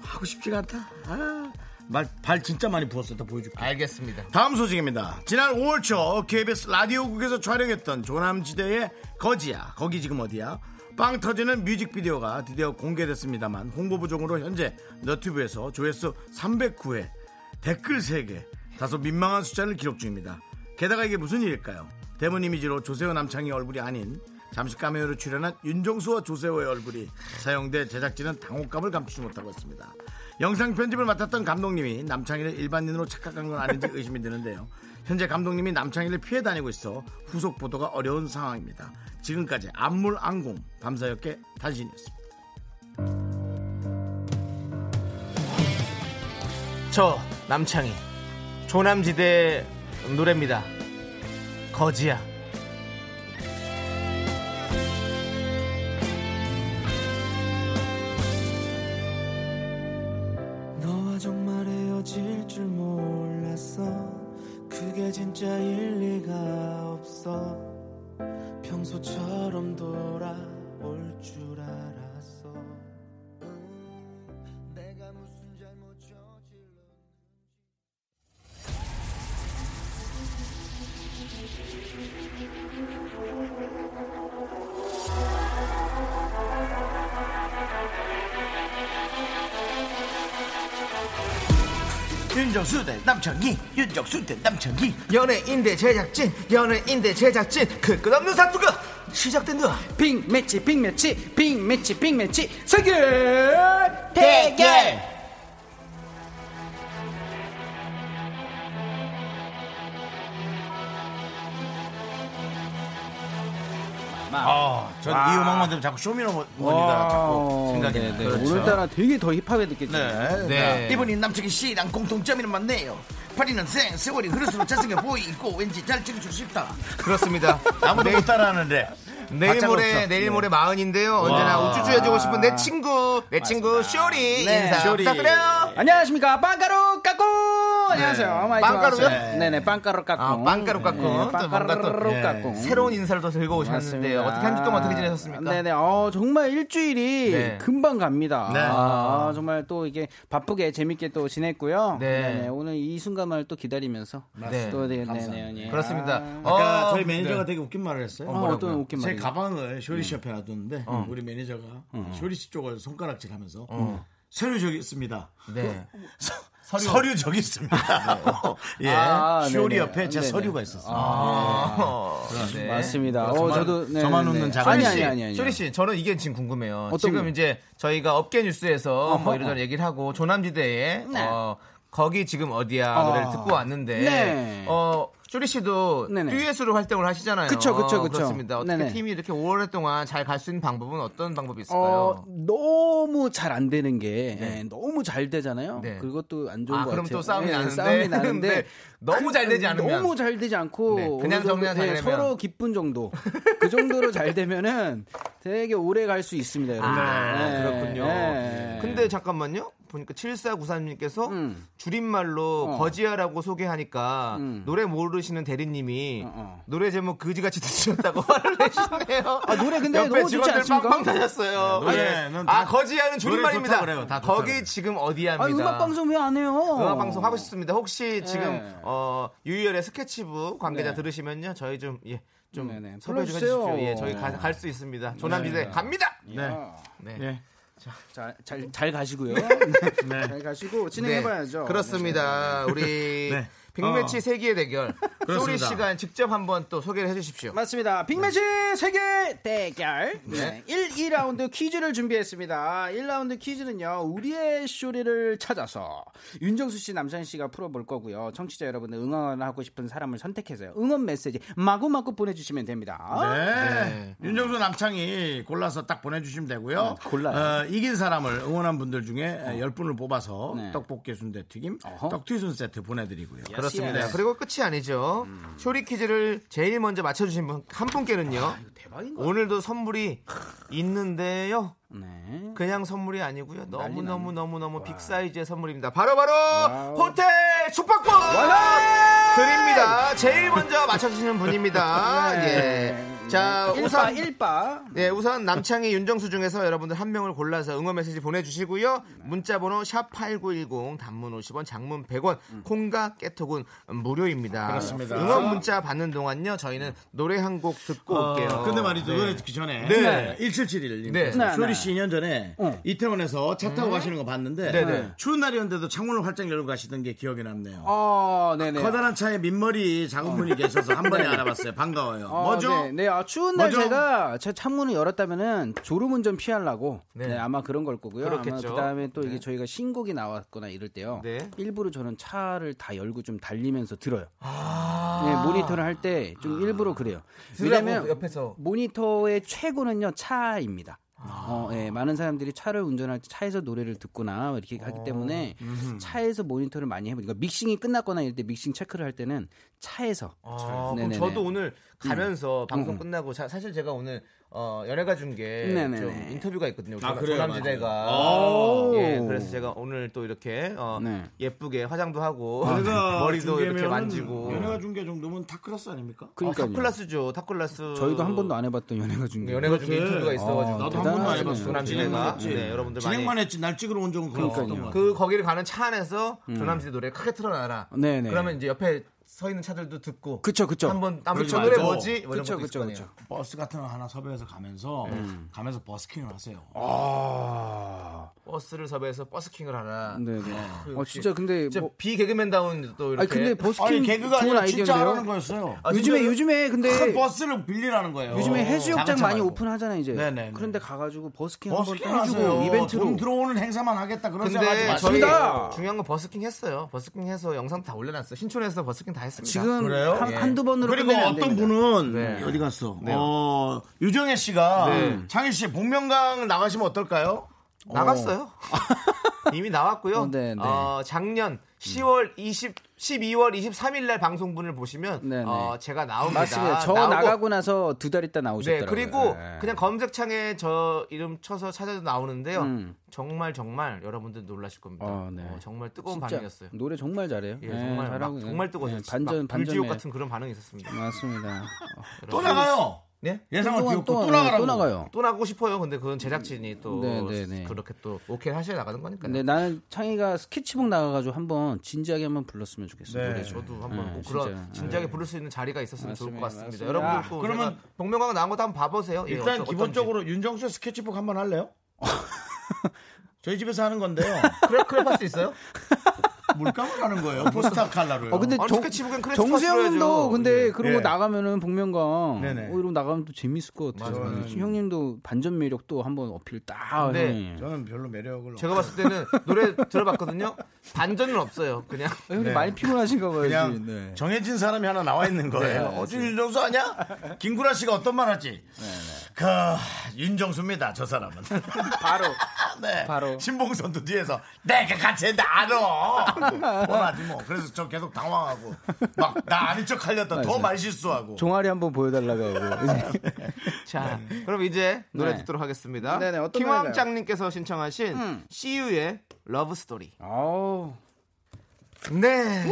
Speaker 1: 하고 싶지가 않다. 아, 말, 발 진짜 많이 부었어. 다 보여줄게.
Speaker 3: 알겠습니다.
Speaker 1: 다음 소식입니다. 지난 5월 초 KBS 라디오국에서 촬영했던 조남지대의 거지야. 거기 지금 어디야? 빵 터지는 뮤직비디오가 드디어 공개됐습니다만 홍보 부족으로 현재 너튜브에서 조회수 309회 댓글 3개 다소 민망한 숫자를 기록 중입니다. 게다가 이게 무슨 일일까요? 대문 이미지로 조세호 남창희 얼굴이 아닌 잠시 카메오로 출연한 윤정수와 조세호의 얼굴이 사용돼 제작진은 당혹감을 감추지 못하고 있습니다. 영상 편집을 맡았던 감독님이 남창희를 일반인으로 착각한 건 아닌지 의심이 드는데요. 현재 감독님이 남창희를 피해 다니고 있어 후속 보도가 어려운 상황입니다. 지금까지 안물안공 밤사였게 단신이었습니다.
Speaker 3: 저 남창희 조남지대 노래입니다. 거지야.
Speaker 5: 너와 정말 헤어질 줄 몰랐어 그게 진짜 일리가 없어 평소처럼 돌아올 줄 알았어 응, 내가 무슨 잘못 저질렀
Speaker 1: 윤정수 대 남창희 윤정수 대 남창희
Speaker 3: 연예인대 제작진 연예인대 제작진 그 끝없는 사투가 시작된다
Speaker 7: 빅매치 빅매치 빅매치 빅매치 세계
Speaker 3: 대결
Speaker 1: 아, 전 이 음악만 들으면 자꾸 쇼미더머니다 자꾸 생각이 나요.
Speaker 7: 아, 네,
Speaker 1: 그렇죠.
Speaker 7: 오늘따라 되게 더 힙합에 느껴지네
Speaker 1: 네.
Speaker 3: 네.
Speaker 1: 이분이 남창희 씨랑 공통점이 많네요. 파리는 생, 세월이 흐를수록 잘생겨 보이고 왠지 잘 찍어주고 싶다.
Speaker 3: 그렇습니다
Speaker 1: 아무도
Speaker 7: 네.
Speaker 1: 못 따라하는데.
Speaker 3: 내일 모레 내일 모레 마흔인데요 언제나 우쭈쭈 해주고 싶은 내 친구 내 친구 쇼리
Speaker 1: 네,
Speaker 3: 인사
Speaker 1: 쇼리.
Speaker 3: 부탁드려요
Speaker 7: 안녕하십니까 빵가루 깎고 안녕하세요
Speaker 3: 네.
Speaker 7: 마이
Speaker 3: 빵가루요?
Speaker 7: 좋았어요. 네네 빵가루 깎고
Speaker 3: 아, 빵가루 깎고 또 뭔가 또
Speaker 7: 네, 빵가루 깎고 아,
Speaker 3: 새로운 인사를 더 들고 오셨는데요 어떻게 한 주 동안 어떻게 지내셨습니까
Speaker 7: 네네. 어, 정말 일주일이
Speaker 3: 네.
Speaker 7: 금방 갑니다.
Speaker 1: 네.
Speaker 7: 아, 정말 또 이게 바쁘게 재밌게 또 지냈고요.
Speaker 3: 네.
Speaker 7: 네네. 오늘 이 순간만을 또 기다리면서
Speaker 3: 네.
Speaker 7: 또 네, 네,
Speaker 1: 감사합니다.
Speaker 7: 네, 네.
Speaker 3: 그렇습니다
Speaker 1: 아까
Speaker 3: 어,
Speaker 1: 저희 매니저가
Speaker 3: 네.
Speaker 1: 되게 웃긴 말을 했어요.
Speaker 7: 아, 어떤 웃긴 음. 어.
Speaker 1: 제
Speaker 7: 말이
Speaker 1: 가방을 쇼리 씨 옆에 놔뒀는데 우리 매니저가
Speaker 7: 음.
Speaker 1: 쇼리 씨 쪽을 손가락질하면서
Speaker 7: 어.
Speaker 1: 서류 저기 있습니다.
Speaker 3: 네.
Speaker 1: 서류, 저기 있습니다. 예,
Speaker 7: 아,
Speaker 1: 쇼리
Speaker 7: 네네.
Speaker 1: 옆에 제
Speaker 7: 네네.
Speaker 1: 서류가 있었어요.
Speaker 3: 어, 네.
Speaker 7: 아, 맞습니다. 어,
Speaker 1: 저만-
Speaker 7: 저도 네,
Speaker 1: 저만
Speaker 7: 네, 네.
Speaker 1: 웃는 자가
Speaker 7: 아니
Speaker 1: 있어요.
Speaker 7: 아니 아니 아니.
Speaker 3: 쇼리 씨, 저는 이게 지금 궁금해요.
Speaker 7: 어떤
Speaker 3: 지금
Speaker 7: 거?
Speaker 3: 이제 저희가 업계 뉴스에서 뭐
Speaker 7: 어허.
Speaker 3: 이런저런 얘기를 하고 조남지대에
Speaker 7: 네.
Speaker 3: 어, 거기 지금 어디야
Speaker 7: 어.
Speaker 3: 노래를 듣고 왔는데
Speaker 7: 네.
Speaker 3: 어 쇼리 씨도
Speaker 7: 네네.
Speaker 3: 듀엣으로 활동을 하시잖아요.
Speaker 7: 그쵸, 그쵸, 그쵸.
Speaker 3: 그렇습니다. 어떻게
Speaker 7: 네네.
Speaker 3: 팀이 이렇게 오랫 동안 잘 갈 수 있는 방법은 어떤 방법이
Speaker 7: 어,
Speaker 3: 있을까요?
Speaker 7: 너무 잘 안 되는 게
Speaker 3: 네.
Speaker 7: 예, 너무 잘 되잖아요.
Speaker 3: 네.
Speaker 7: 그것도 안 좋은
Speaker 3: 아
Speaker 7: 것
Speaker 3: 그럼
Speaker 7: 같아요.
Speaker 3: 또 싸움이
Speaker 7: 예,
Speaker 3: 나는데, 네.
Speaker 7: 싸움이 나는데 그
Speaker 3: 근데 너무 잘 되지 않으면
Speaker 7: 너무 잘 되지 않고
Speaker 3: 네, 그냥
Speaker 7: 어느 정도,
Speaker 3: 정리가 잘
Speaker 7: 예,
Speaker 3: 되면.
Speaker 7: 서로 기쁜 정도 그 정도로 잘 되면은 되게 오래 갈 수 있습니다. 여러분.
Speaker 3: 아,
Speaker 7: 네,
Speaker 3: 그렇군요.
Speaker 7: 예.
Speaker 3: 근데 잠깐만요. 보니까 7493님께서
Speaker 7: 음.
Speaker 3: 줄임말로
Speaker 7: 어.
Speaker 3: 거지야라고 소개하니까
Speaker 7: 음.
Speaker 3: 노래 모르시는 대리님이
Speaker 7: 어, 어.
Speaker 3: 노래 제목 그지같이 들으셨다고 화를 내시네요.
Speaker 7: 아, 노래 근데
Speaker 3: 옆에
Speaker 7: 너무 좋지
Speaker 3: 직원들
Speaker 7: 않습니까?
Speaker 3: 빵빵 다녔어요.
Speaker 1: 네, 노래는
Speaker 3: 아,
Speaker 1: 다-
Speaker 3: 거지야는 줄임말입니다.
Speaker 1: 좋다 그래요. 다 좋다
Speaker 3: 거기
Speaker 1: 그래요.
Speaker 3: 지금 어디야입니다.
Speaker 7: 아, 음악 방송 왜 안 해요?
Speaker 3: 음악 방송 하고 싶습니다. 혹시 지금
Speaker 7: 어. 네.
Speaker 3: 어, 유희열의 스케치북 관계자
Speaker 7: 네.
Speaker 3: 들으시면요. 저희 좀 예. 좀
Speaker 7: 네네.
Speaker 3: 섭외 좀
Speaker 7: 불러주세요. 네.
Speaker 3: 해주십시오. 예, 저희 갈 수 있습니다. 조남지대 갑니다.
Speaker 1: 네.
Speaker 3: 네.
Speaker 1: 예.
Speaker 7: 자, 잘, 잘 가시고요.
Speaker 1: 네.
Speaker 7: 잘 가시고
Speaker 3: 네,
Speaker 7: 진행해봐야죠.
Speaker 3: 그렇습니다. 우리
Speaker 1: 네.
Speaker 7: 어.
Speaker 3: 빅매치 세기의 대결. 소리
Speaker 1: 그렇습니다.
Speaker 3: 시간 직접 한번 또 소개를 해주십시오.
Speaker 7: 맞습니다. 빅매치
Speaker 3: 네.
Speaker 7: 세계 대결. 네. 1, 2라운드 퀴즈를 준비했습니다. 1라운드 퀴즈는요, 우리의 쇼리를 찾아서 윤정수 씨, 남찬 씨가 풀어볼 거고요. 청취자 여러분들 응원하고 싶은 사람을 선택해서요. 응원 메시지 마구마구 보내주시면 됩니다.
Speaker 1: 네. 윤정수 남창이 골라서 딱 보내주시면 되고요.
Speaker 7: 네, 골라요. 어.
Speaker 1: 어, 이긴 사람을 응원한 분들 중에 열 10분을 뽑아서
Speaker 7: 네.
Speaker 1: 떡볶이 순대 튀김,
Speaker 7: 어허.
Speaker 1: 떡튀순 세트 보내드리고요.
Speaker 3: 네. 그렇습니다.
Speaker 7: 예.
Speaker 3: 그리고 끝이 아니죠.
Speaker 7: 음.
Speaker 3: 쇼리 퀴즈를 제일 먼저 맞춰주신 분 한 분께는요.
Speaker 7: 아, 대박인 거.
Speaker 3: 오늘도 선물이 있는데요.
Speaker 7: 네.
Speaker 3: 그냥 선물이 아니고요. 너무
Speaker 7: 난리
Speaker 3: 너무 너무 너무 빅 사이즈의 선물입니다. 바로 바로
Speaker 7: 와우.
Speaker 3: 호텔 숙박권 드립니다. 제일 먼저 맞춰주시는 분입니다.
Speaker 1: 네.
Speaker 3: 예. 자
Speaker 7: 일바
Speaker 3: 우선
Speaker 7: 일바.
Speaker 3: 네, 우선 남창희 윤정수 중에서 여러분들 한 명을 골라서 응원 메시지 보내주시고요. 문자번호 샵 #8910 단문 50원, 장문 100원, 콩과 깨톡은 무료입니다.
Speaker 1: 그렇습니다.
Speaker 3: 응원 문자 받는 동안요, 저희는 노래 한 곡 듣고 올게요.
Speaker 1: 어, 근데 말이죠.
Speaker 3: 네.
Speaker 1: 노래 듣기 전에
Speaker 3: 네.
Speaker 1: 1771님
Speaker 3: 네.
Speaker 7: 네,
Speaker 1: 쇼리
Speaker 7: 네.
Speaker 1: 씨 2년 전에
Speaker 7: 어.
Speaker 1: 이태원에서 차 타고 가시는 거 봤는데
Speaker 3: 네, 네.
Speaker 1: 추운 날이었는데도 창문을 활짝 열고 가시던 게 기억이 남네요.
Speaker 7: 어,
Speaker 3: 아,
Speaker 7: 네네.
Speaker 1: 커다란 차에 민머리 작은 분이 계셔서 한 번에 알아봤어요. 반가워요.
Speaker 7: 어,
Speaker 1: 뭐죠?
Speaker 7: 네, 네. 아, 추운 날
Speaker 1: 뭐죠?
Speaker 7: 제가 제 창문을 열었다면은 졸음은 좀 피하려고
Speaker 3: 네.
Speaker 7: 네. 아마 그런 걸 거고요. 아마
Speaker 3: 그렇겠죠.
Speaker 7: 그다음에 또 이게
Speaker 3: 네.
Speaker 7: 저희가 신곡이 나왔거나 이럴 때요.
Speaker 3: 네.
Speaker 7: 일부러 저는 차를 다 열고 좀 달리면서 들어요.
Speaker 3: 아.
Speaker 7: 네, 모니터를 할 때 좀 일부러 그래요.
Speaker 3: 들으라고
Speaker 7: 왜냐면
Speaker 3: 옆에서.
Speaker 7: 모니터의 최고는요 차입니다.
Speaker 3: 아.
Speaker 7: 어, 예, 많은 사람들이 차를 운전할 때 차에서 노래를 듣거나 이렇게 하기 때문에 차에서 모니터를 많이 해보니까 믹싱이 끝났거나 이럴 때 믹싱 체크를 할 때는 차에서
Speaker 3: 아, 그럼
Speaker 7: 네네네.
Speaker 3: 저도 오늘 가면서 방송
Speaker 7: 음.
Speaker 3: 끝나고 자- 사실 제가 오늘 어, 연예가 중계
Speaker 7: 네네네.
Speaker 3: 좀 인터뷰가 있거든요.
Speaker 1: 아, 그래요?
Speaker 3: 조남지대가
Speaker 1: 맞아요.
Speaker 3: 예, 그래서 제가 오늘 또 이렇게 어,
Speaker 7: 네.
Speaker 3: 예쁘게 화장도 하고
Speaker 1: 아, 연예가
Speaker 3: 머리도 이렇게
Speaker 1: 중계면은
Speaker 3: 만지고 어,
Speaker 1: 연예가 중계 정도면 타클라스 아닙니까?
Speaker 7: 그러니까요.
Speaker 3: 탑클라스죠. 탑클라스. 네,
Speaker 7: 저희도 한
Speaker 3: 뭐.
Speaker 7: 번도 안 해봤던 연예가 중에
Speaker 3: 연예가 중에
Speaker 1: 그렇게.
Speaker 3: 아, 인터뷰가 있어가지고
Speaker 1: 아, 나도 한
Speaker 7: 대단하시네요.
Speaker 1: 번도 안 해봤어.
Speaker 3: 조남
Speaker 1: 진행만
Speaker 3: 지대가
Speaker 1: 했지.
Speaker 3: 네, 여러분들 많이
Speaker 1: 진행만 했지. 날 찍으러 온 적은 거의 없었던 것
Speaker 7: 그러니까요.
Speaker 1: 같아요.
Speaker 3: 그 거기를 가는 차 안에서 조남지대 노래 크게 틀어놔라.
Speaker 7: 음. 네네.
Speaker 3: 그러면 이제 옆에 서 있는 차들도 듣고
Speaker 7: 그쵸, 그쵸.
Speaker 3: 한번 한번
Speaker 1: 그러지
Speaker 3: 저 노래
Speaker 1: 말고.
Speaker 3: 뭐지? 뭐 이런
Speaker 7: 그쵸,
Speaker 3: 것도 있을
Speaker 7: 그쵸,
Speaker 3: 거 아니에요.
Speaker 7: 그쵸.
Speaker 1: 버스 같은 거 하나 섭외해서 가면서
Speaker 3: 네. 음.
Speaker 1: 가면서 버스킹을 하세요.
Speaker 3: 어, 버스를 섭외해서 버스킹을 하라.
Speaker 7: 네네.
Speaker 3: 아,
Speaker 7: 어, 진짜 근데
Speaker 3: 진짜
Speaker 7: 뭐,
Speaker 3: 비개그맨다운 또 이렇게.
Speaker 7: 아니 근데 버스킹
Speaker 1: 아니 개그가
Speaker 7: 좋은
Speaker 1: 아니라 진짜 하라는
Speaker 7: 아이디어인데요.
Speaker 1: 거였어요.
Speaker 3: 아,
Speaker 7: 요즘에
Speaker 3: 진짜요?
Speaker 7: 요즘에 근데
Speaker 1: 큰 버스를 빌리라는 거예요.
Speaker 7: 요즘에 해수욕장
Speaker 1: 작은 차
Speaker 7: 많이
Speaker 1: 말고.
Speaker 7: 오픈하잖아 이제.
Speaker 1: 네네네.
Speaker 7: 그런데 가가지고
Speaker 3: 어,
Speaker 7: 버스킹 한번
Speaker 1: 버스킹
Speaker 7: 해주고
Speaker 1: 하세요.
Speaker 7: 이벤트로.
Speaker 1: 돈 들어오는 행사만 하겠다 그런 생각하지
Speaker 3: 근데
Speaker 1: 마세요.
Speaker 3: 저희
Speaker 7: 맞습니다.
Speaker 3: 중요한 건 버스킹 했어요. 버스킹 해서 영상 다 올려놨어요. 신촌에서 버스킹 다 했습니다.
Speaker 7: 지금
Speaker 1: 그래요?
Speaker 7: 한,
Speaker 1: 예.
Speaker 7: 한두 번으로
Speaker 1: 그리고
Speaker 7: 끝내면 안
Speaker 1: 어떤
Speaker 7: 됩니다.
Speaker 1: 분은
Speaker 3: 네.
Speaker 1: 어디 갔어?
Speaker 3: 네.
Speaker 1: 어, 유정혜 씨가
Speaker 3: 네.
Speaker 1: 창희 씨 복면강 나가시면 어떨까요?
Speaker 3: 나갔어요. 이미 나왔고요.
Speaker 7: 어, 네, 네.
Speaker 3: 어, 작년 10월 20 12월 23일 날 방송분을 보시면
Speaker 7: 네, 네.
Speaker 3: 어, 제가 나옵니다.
Speaker 7: 맞습니다. 저
Speaker 3: 나오고-
Speaker 7: 나가고 나서 두 달 있다
Speaker 3: 네,
Speaker 7: 나오셨더라고요.
Speaker 3: 그리고
Speaker 7: 예.
Speaker 3: 그냥 검색창에 저 이름 쳐서 찾아도 나오는데요.
Speaker 7: 음.
Speaker 3: 정말 정말 여러분들 놀라실 겁니다.
Speaker 7: 어, 네.
Speaker 3: 어, 정말 뜨거운
Speaker 7: 진짜
Speaker 3: 반응이었어요.
Speaker 7: 노래 정말 잘해요.
Speaker 3: 예,
Speaker 7: 예,
Speaker 3: 정말 막
Speaker 7: 잘하고
Speaker 3: 정말 뜨거워요.
Speaker 7: 예, 반전 반전
Speaker 3: 불지옥 같은 그런 반응이 있었습니다.
Speaker 7: 맞습니다.
Speaker 1: 또 나가요.
Speaker 3: 네?
Speaker 1: 예상을 비웃고 또,
Speaker 7: 또
Speaker 1: 나가라고.
Speaker 7: 또 나가요.
Speaker 3: 또 나고 싶어요. 근데 그건 제작진이 또
Speaker 7: 네, 네, 네.
Speaker 3: 그렇게 또 오케이 하셔야 나가는 거니까요.
Speaker 7: 근데 네, 나는 창희가 스케치북 나가가지고 한번 진지하게 한번 불렀으면 좋겠어.
Speaker 1: 네.
Speaker 7: 요 노래 좀.
Speaker 3: 저도 한번
Speaker 7: 네,
Speaker 3: 꼭 그런
Speaker 7: 진짜.
Speaker 3: 진지하게 부를 수 있는 자리가 있었으면 좋을 것
Speaker 7: 맞습니다.
Speaker 3: 같습니다.
Speaker 7: 맞습니다.
Speaker 3: 여러분들 도
Speaker 1: 그러면
Speaker 3: 그러면 복면가가 나온 것도 한번 봐보세요. 예,
Speaker 1: 일단
Speaker 3: 어떤-
Speaker 1: 기본적으로 윤정수 스케치북 한번 할래요? 저희 집에서 하는 건데요.
Speaker 3: 어떤지. 크랩 할수 있어요?
Speaker 1: 물감을 하는 거예요. 포스터 칼라로요.
Speaker 7: 어 근데
Speaker 3: 아니,
Speaker 7: 정,
Speaker 3: 스케치북엔 크레스퍼스
Speaker 7: 정수영님도
Speaker 3: 써야죠.
Speaker 7: 근데
Speaker 3: 예.
Speaker 7: 네, 그런 거
Speaker 1: 예.
Speaker 7: 나가면은 복면강
Speaker 1: 네네.
Speaker 7: 어, 이러고 나가면 또 재밌을 것 같아요. 네,
Speaker 1: 맞아요.
Speaker 7: 형님도 반전 매력 또 한번 어필 딱.
Speaker 3: 네.
Speaker 7: 형님.
Speaker 1: 저는 별로 매력을
Speaker 3: 제가 봤을 때는 노래 들어봤거든요. 반전은 없어요. 그냥
Speaker 7: 어, 형님 많이 피곤하신가 봐요.
Speaker 1: 네. 그냥
Speaker 7: 지금. 네.
Speaker 1: 정해진 사람이 하나 나와 있는 거예요. 어제 윤정수 아니야? 김구라 씨가 어떤 말 하지? 그 윤정수입니다. 저 사람은.
Speaker 7: 바로
Speaker 1: 네.
Speaker 7: 바로.
Speaker 1: 신봉선도 뒤에서 내가 같이 했는데 알아. 뻔하지 뭐. 그래서 저 계속 당황하고 막 나 아닌 척 하려다 더 말 실수하고.
Speaker 7: 종아리 한번 보여달라고 하고.
Speaker 3: 자, 그럼 이제 노래
Speaker 7: 네.
Speaker 3: 듣도록 하겠습니다.
Speaker 7: 네네, 어떤 음.
Speaker 3: 김왕짱님께서 신청하신 CU의 러브 스토리.
Speaker 7: 아우.
Speaker 3: 네.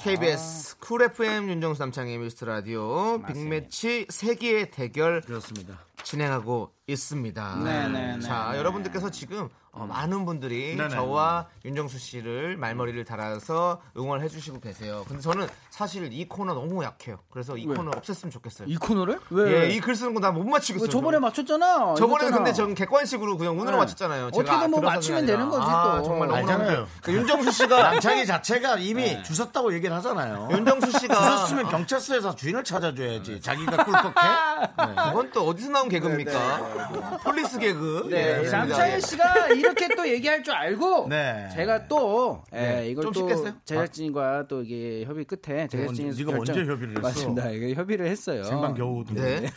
Speaker 3: KBS 쿨 FM 윤정수 남창의 미스터 라디오 빅매치 세계의 대결
Speaker 1: 그렇습니다.
Speaker 3: 진행하고 있습니다.
Speaker 7: 네네네.
Speaker 3: 자, 여러분들께서 지금 어, 많은 분들이
Speaker 1: 네네.
Speaker 3: 저와 윤정수 씨를 말머리를 달아서 응원을 해주시고 계세요. 근데 저는 사실 이 코너 너무 약해요. 그래서 이 코너 없앴으면 좋겠어요.
Speaker 7: 이 코너를? 왜?
Speaker 3: 예, 이 글 쓰는 거 나 못
Speaker 7: 이거
Speaker 3: 맞추겠어요.
Speaker 7: 저번에
Speaker 3: 저는.
Speaker 7: 맞췄잖아.
Speaker 3: 저번에는
Speaker 7: 이거잖아.
Speaker 3: 근데 전 객관식으로 그냥 운으로
Speaker 7: 네.
Speaker 3: 맞췄잖아요.
Speaker 7: 어떻게든 뭐
Speaker 3: 들어서는
Speaker 7: 맞추면
Speaker 3: 아니라.
Speaker 7: 되는 거지,
Speaker 3: 아,
Speaker 7: 또.
Speaker 3: 정말 너무
Speaker 1: 알잖아요.
Speaker 3: 그 윤정수 씨가 네. 어?
Speaker 1: 남창희 자체가 이미 주셨다고 얘기를 하잖아요.
Speaker 3: 윤정수 씨가
Speaker 1: 주셨으면 경찰서에서 주인을 찾아줘야지. 네, 자기가 꿀꺽해? 네.
Speaker 3: 그건 또 어디서 나온 개그입니까? 폴리스 개그. 예,
Speaker 7: 네,
Speaker 3: 그렇습니다.
Speaker 7: 남창희 씨가 이렇게 또 얘기할 줄 알고
Speaker 1: 네.
Speaker 7: 제가 또 예,
Speaker 3: 네.
Speaker 7: 이걸
Speaker 3: 좀
Speaker 7: 또
Speaker 3: 쉽겠어요? 어,
Speaker 7: 제작진과 또 이게 협의 끝에 제작진이
Speaker 1: 언제- 네가 언제 협의를 했어?
Speaker 7: 맞습니다. 이게 협의를 했어요.
Speaker 1: 생방 겨우
Speaker 3: 예. 네.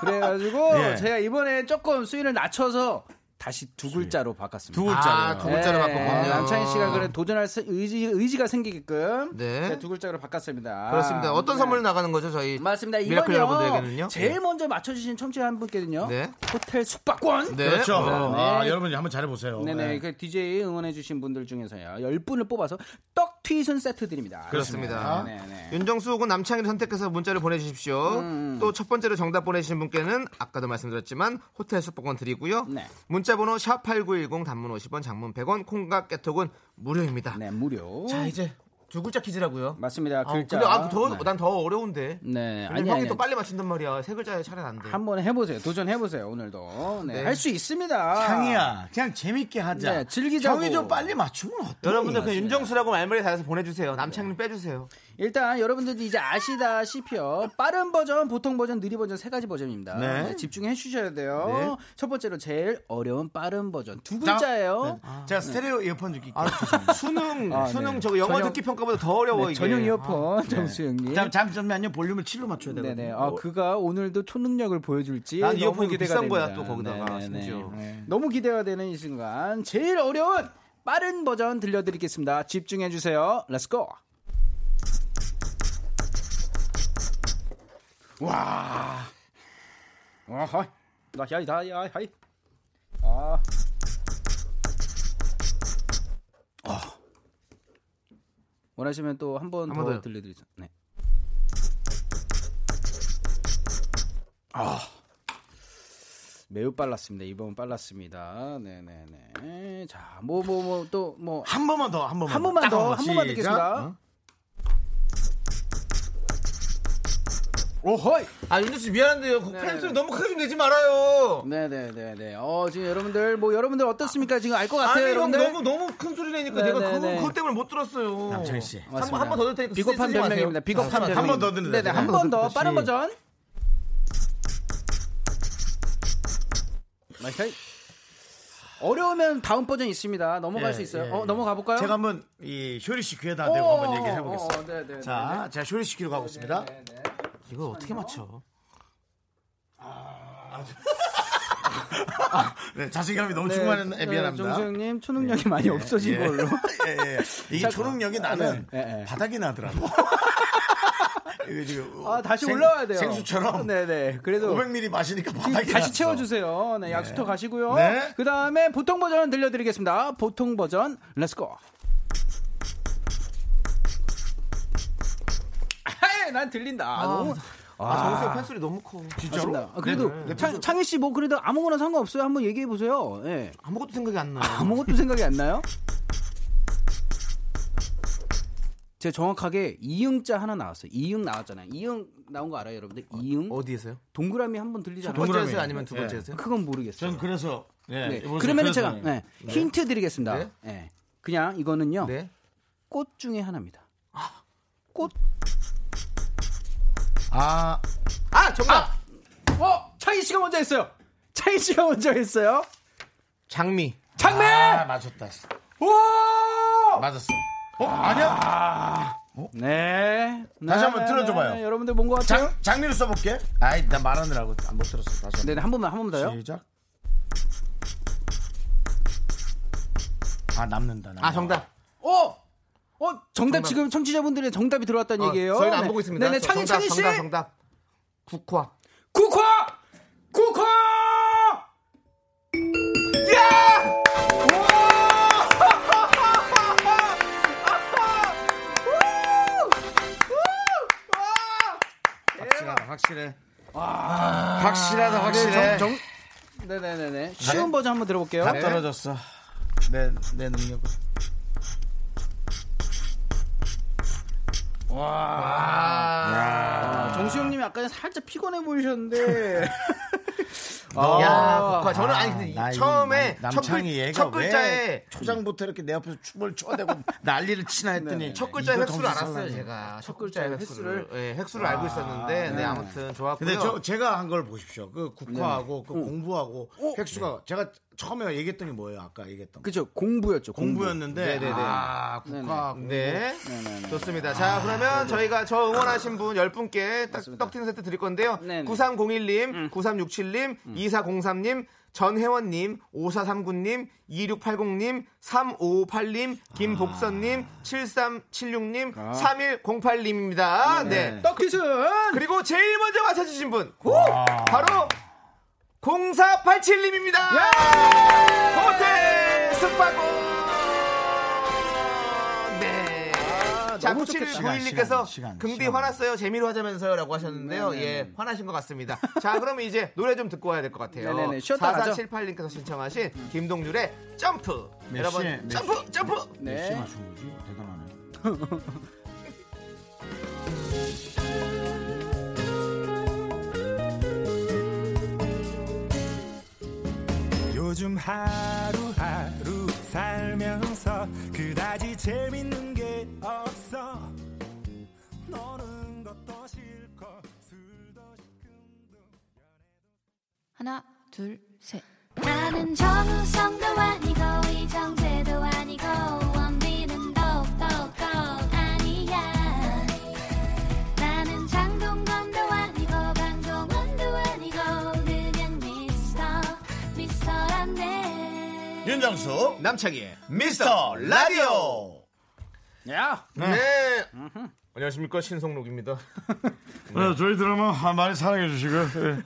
Speaker 7: 그래가지고
Speaker 1: 예.
Speaker 7: 제가 이번에 조금 수위를 낮춰서 다시 두 글자로 바꿨습니다.
Speaker 3: 두 글자로. 아, 두 글자로
Speaker 7: 네,
Speaker 3: 바꿨군요.
Speaker 7: 남창희 씨가 그래 도전할 수- 의지, 의지가 생기게끔
Speaker 3: 네.
Speaker 7: 네, 두 글자로 바꿨습니다.
Speaker 3: 그렇습니다. 어떤
Speaker 7: 네.
Speaker 3: 선물 나가는 거죠, 저희?
Speaker 7: 맞습니다.
Speaker 3: 미라클
Speaker 7: 이번요
Speaker 3: 여러분들에게는요? 예.
Speaker 7: 제일 먼저 맞춰주신 청취자 한 분께는요.
Speaker 3: 네.
Speaker 7: 호텔 숙박권.
Speaker 3: 네.
Speaker 1: 그렇죠.
Speaker 7: 네.
Speaker 1: 아, 여러분 한번 잘해보세요.
Speaker 7: 네네.
Speaker 1: 네.
Speaker 7: 그 DJ 응원해주신 분들 중에서요. 열분을 뽑아서 떡튀순 세트 드립니다.
Speaker 3: 그렇습니다.
Speaker 7: 네네. 음,
Speaker 3: 윤정수 혹은 남창희를 선택해서 문자를 보내주십시오. 또 첫 번째로 정답 보내주신 분께는 아까도 말씀드렸지만 호텔 숙박권 드리고요.
Speaker 7: 네.
Speaker 3: 문자번호 샵8910 단문 50원 장문 100원 콩과 깨톡은 무료입니다.
Speaker 7: 네, 무료.
Speaker 3: 자 이제 두 글자 퀴즈라고요.
Speaker 7: 맞습니다.
Speaker 3: 아,
Speaker 7: 글자.
Speaker 3: 근데 아, 더,
Speaker 7: 네.
Speaker 3: 난 더 어려운데.
Speaker 7: 네,
Speaker 3: 왜냐면
Speaker 7: 아니,
Speaker 3: 형이
Speaker 7: 아니, 아,
Speaker 3: 또
Speaker 7: 아니.
Speaker 3: 빨리 맞힌단 말이야. 세 글자에 차례는 안 돼.
Speaker 7: 한번 해보세요. 도전해보세요, 오늘도. 네.
Speaker 3: 네.
Speaker 7: 할 수 있습니다.
Speaker 1: 창이야, 그냥 재밌게 하자.
Speaker 7: 아. 네, 즐기자고.
Speaker 1: 형이 좀 빨리 맞추면 어때?
Speaker 3: 여러분들 그냥 윤정수라고 말머리 달아서 보내주세요.
Speaker 7: 네.
Speaker 3: 남창희는 빼주세요.
Speaker 7: 일단 여러분들도 이제 아시다시피요. 빠른 버전, 보통 버전, 느리 버전 세 가지 버전입니다.
Speaker 1: 네.
Speaker 7: 네, 집중해 주셔야
Speaker 3: 네.
Speaker 7: 돼요. 첫 번째로 제일 어려운 빠른 버전. 두 글자예요.
Speaker 1: 네.
Speaker 7: 네.
Speaker 1: 제가 스테레오 이어폰 줄게. 요
Speaker 3: 수능
Speaker 7: 아, 네.
Speaker 3: 수능 저거 영어
Speaker 7: 전형-
Speaker 3: 듣기 평가보다 더 어려워
Speaker 7: 네,
Speaker 3: 이게.
Speaker 7: 전용
Speaker 3: 아.
Speaker 7: 이어폰 정수영님.
Speaker 1: 잠, 잠시만요. 볼륨을 7로 맞춰야 되거든요.
Speaker 7: 네네. 아 그가 오늘도 초능력을 보여줄지.
Speaker 3: 난
Speaker 7: 너무
Speaker 3: 이어폰이
Speaker 7: 기대가
Speaker 3: 비싼 거야,
Speaker 7: 됩니다. 네,
Speaker 3: 또 거기다가 심지어.
Speaker 7: 너무 기대가 되는 이 순간 제일 어려운 빠른 버전 들려드리겠습니다. 집중해 주세요. Let's go. 와. 어허. 나 야이 다야 하이. 아. 아. 원하시면 또 한 번
Speaker 3: 한번
Speaker 7: 더
Speaker 3: 더요.
Speaker 7: 들려드리죠. 네. 아. 매우 빨랐습니다. 이번 빨랐습니다. 네네네. 자, 뭐 뭐 뭐 또 뭐 한
Speaker 1: 한 번만 더, 한 번만 더.
Speaker 7: 번만
Speaker 1: 딱
Speaker 7: 더 한 번만
Speaker 1: 시작. 어?
Speaker 7: 듣겠습니다. 오호이.
Speaker 3: 아 윤정 씨 미안한데요. 그
Speaker 7: 네.
Speaker 3: 팬소리 너무 크게 좀 내지 말아요.
Speaker 7: 네네네네. 어 지금 여러분들 뭐 여러분들 어떻습니까? 지금 알 것 같아요,
Speaker 3: 아니 형
Speaker 7: 여러분들.
Speaker 3: 너무 너무 큰 소리 내니까
Speaker 7: 네,
Speaker 3: 내가
Speaker 7: 네,
Speaker 3: 그거,
Speaker 7: 네.
Speaker 3: 그거 때문에 못 들었어요.
Speaker 1: 남창희 씨.
Speaker 7: 맞습니다.
Speaker 3: 한번 더 넣을 테니까
Speaker 7: 비겁한
Speaker 3: 쓰지 마세요.
Speaker 7: 변명입니다. 비겁한 변명.
Speaker 1: 한번더 듣는다,
Speaker 7: 네네.
Speaker 1: 지금.
Speaker 7: 한
Speaker 1: 한번
Speaker 7: 번 더
Speaker 1: 듣듯이.
Speaker 7: 빠른 버전. 마이크. 어려우면 다음 버전 있습니다. 넘어갈
Speaker 1: 예,
Speaker 7: 수 있어요.
Speaker 1: 예,
Speaker 7: 어
Speaker 1: 예.
Speaker 7: 넘어가 볼까요? 어,
Speaker 1: 제가 한번 이 효리 씨 귀에다 대고 한번 얘기를 해보겠습니다.
Speaker 7: 네네.
Speaker 1: 자, 제가 쇼리 시키로 가고 있습니다.
Speaker 7: 네,
Speaker 3: 이거 어떻게 맞춰?
Speaker 7: 아,
Speaker 1: 네, 자신감이 너무 충만했네. 미안합니다.
Speaker 7: 정수영님 초능력이 많이 없어진
Speaker 1: 예.
Speaker 7: 걸로.
Speaker 1: 예, 예. 이게 초능력이 나는
Speaker 7: 예, 예.
Speaker 1: 바닥이 나더라고. 이거 지금
Speaker 7: 아 다시
Speaker 1: 생-
Speaker 7: 올라와야 돼요.
Speaker 1: 생수처럼
Speaker 7: 네네. 그래도
Speaker 1: 500ml 마시니까
Speaker 7: 지금
Speaker 1: 바닥이
Speaker 7: 아, 다시
Speaker 1: 났어.
Speaker 7: 채워주세요. 네, 약수터 가시고요.
Speaker 1: 음, 네.
Speaker 7: 그 다음에 보통 버전 들려드리겠습니다. 보통 버전, 렛츠고. 아, 예, 난 들린다. 너무
Speaker 3: 아 정수 형 팬소리 너무 커.
Speaker 1: 진짜로?
Speaker 7: 맞습니다. 아, 그래도
Speaker 1: 네,
Speaker 7: 창, 창희 씨 뭐 그래도 아무거나 상관없어요. 한번 얘기해 보세요. 예.
Speaker 3: 아무것도 생각이 안 나.
Speaker 7: 아무것도 생각이 안 나요? 제가 정확하게 이응자 하나 나왔어요. 이응 나왔잖아요. 이응 나온 거 알아요, 여러분들? 이응
Speaker 3: 어디에서요?
Speaker 7: 동그라미 한 번
Speaker 3: 첫
Speaker 7: 들리잖아요. 네.
Speaker 1: 동그라미.
Speaker 3: 번째에서요 아니면 두
Speaker 1: 예.
Speaker 3: 번째에서요?
Speaker 7: 그건 모르겠어요.
Speaker 1: 전 그래서 예,
Speaker 7: 네.
Speaker 1: 이번에
Speaker 7: 그러면
Speaker 1: 그래서-
Speaker 7: 제가 네, 힌트 드리겠습니다.
Speaker 3: 네.
Speaker 7: 예. 그냥 이거는요.
Speaker 3: 네.
Speaker 7: 꽃 중에 하나입니다. 꽃.
Speaker 1: 아,
Speaker 3: 아 정답.
Speaker 7: 어, 차희 씨가 먼저 했어요. 차희 씨가 먼저 했어요.
Speaker 3: 장미.
Speaker 7: 장미!
Speaker 1: 아, 맞았다.
Speaker 7: 오!
Speaker 1: 맞았어. 어, 아니야?
Speaker 7: 네.
Speaker 1: 다시 한번
Speaker 7: 네,
Speaker 1: 틀어줘 봐요.
Speaker 7: 네, 여러분들 뭔 것 같아요?
Speaker 1: 장, 장미를 써볼게. 아이, 나 말하느라고 안 못 들었어. 다시
Speaker 7: 네, 네, 한 번만 한 번
Speaker 1: 한
Speaker 7: 더요.
Speaker 1: 번. 시작. 아, 남는다. 남는다.
Speaker 3: 아 정답.
Speaker 7: 어! 어, 정답, 지금 청취자분들의 정답이 들어왔다는
Speaker 3: 어,
Speaker 7: 얘기예요.
Speaker 3: 저희는
Speaker 7: 네.
Speaker 3: 안 보고 있습니다.
Speaker 7: 네네,
Speaker 3: 저
Speaker 7: 창희,
Speaker 3: 정답,
Speaker 7: 창희 씨!
Speaker 3: 정답 정답. 국화.
Speaker 7: 국화! 국화!
Speaker 3: 예.
Speaker 1: 확실하다, 확실해.
Speaker 3: 아. 네,
Speaker 1: 확실하다, 확실해.
Speaker 7: 정, 정... 네네네네. 쉬운 버전 한번 들어볼게요. 네.
Speaker 3: 네.
Speaker 1: 다 떨어졌어. 내, 내 능력은.
Speaker 7: 아, 정수영님이 아까 살짝 피곤해 보이셨는데.
Speaker 1: 너-
Speaker 3: 야, 국화. 저는 아니 근데
Speaker 1: 나
Speaker 3: 처음에
Speaker 1: 이
Speaker 3: 첫,
Speaker 1: 남창이
Speaker 3: 글,
Speaker 1: 얘가
Speaker 3: 첫 글자에
Speaker 1: 왜 초장부터 이렇게 내 앞에서 춤을 춰대고 난리를 치나 했더니
Speaker 3: 네, 첫 글자의
Speaker 1: 이거
Speaker 3: 횟수를
Speaker 1: 정신
Speaker 3: 알았어요
Speaker 1: 상하네.
Speaker 3: 제가 첫 글자의
Speaker 7: 횟수를.
Speaker 3: 횟수를 예, 횟수를 알고 있었는데 네 아무튼 좋았고요.
Speaker 1: 근데 저 제가 한 걸 보십시오. 그
Speaker 7: 네.
Speaker 1: 국화하고
Speaker 7: 음.
Speaker 1: 그 공부하고 획수가 제가 처음에 얘기했던 게 뭐예요? 아까 얘기했던 거.
Speaker 7: 어? 그죠. 공부였죠. 공부.
Speaker 1: 공부였는데
Speaker 3: 네네네.
Speaker 1: 아 국화
Speaker 3: 네. 아, 좋습니다. 자, 그러면 저희가 저 응원하신 분 10분께 떡, 떡튀는 세트 드릴 건데요.
Speaker 7: 네네.
Speaker 3: 음. 9301님, 9367님, 2403님, 전혜원님, 5439님, 2680님, 3558님, 김복선님, 7376님, 3108님입니다. 아. 네.
Speaker 7: 떡기순
Speaker 3: 그리고 제일 먼저 맞춰주신 분. 바로 0487님입니다.
Speaker 1: 예!
Speaker 3: 호텔 숙박권. 네. 자,
Speaker 1: 아, 너무 좋겠다.
Speaker 3: 9791님께서
Speaker 1: 시간, 네, 시간,
Speaker 3: 금디
Speaker 1: 시간.
Speaker 3: 화났어요. 재미로 하자면서요. 라고 하셨는데요. 예, 화나신 것 같습니다. 자, 그러면 이제 노래 좀 듣고 와야 될 것 같아요.
Speaker 7: 네네네, 쉬었다 가죠.
Speaker 3: 4478님께서 신청하신 김동률의 점프.
Speaker 1: 음. 몇
Speaker 3: 여러분,
Speaker 1: 시에, 몇
Speaker 3: 점프, 점프.
Speaker 1: 네.
Speaker 7: 네.
Speaker 1: 맞춘 거지? 대단하네.
Speaker 8: 요즘 하루하루 살면서 그다지 재밌는 게 없어 노는 것도 싫고 술도 시큰둥
Speaker 9: 하나, 둘, 셋. 나는 정우성도 아니고 이정재도 아니고 원빈은 더욱더 아니야 나는 장동건도 아니고 강동원도 아니고 그냥 미스터 미스터란데
Speaker 1: 네.
Speaker 3: 윤정수, 남창희의 미스터 라디오.
Speaker 7: 야
Speaker 3: 네. 안녕하십니까 신성록입니다.
Speaker 1: 네, 저희 드라마 아, 많이 사랑해 주시고요. 네.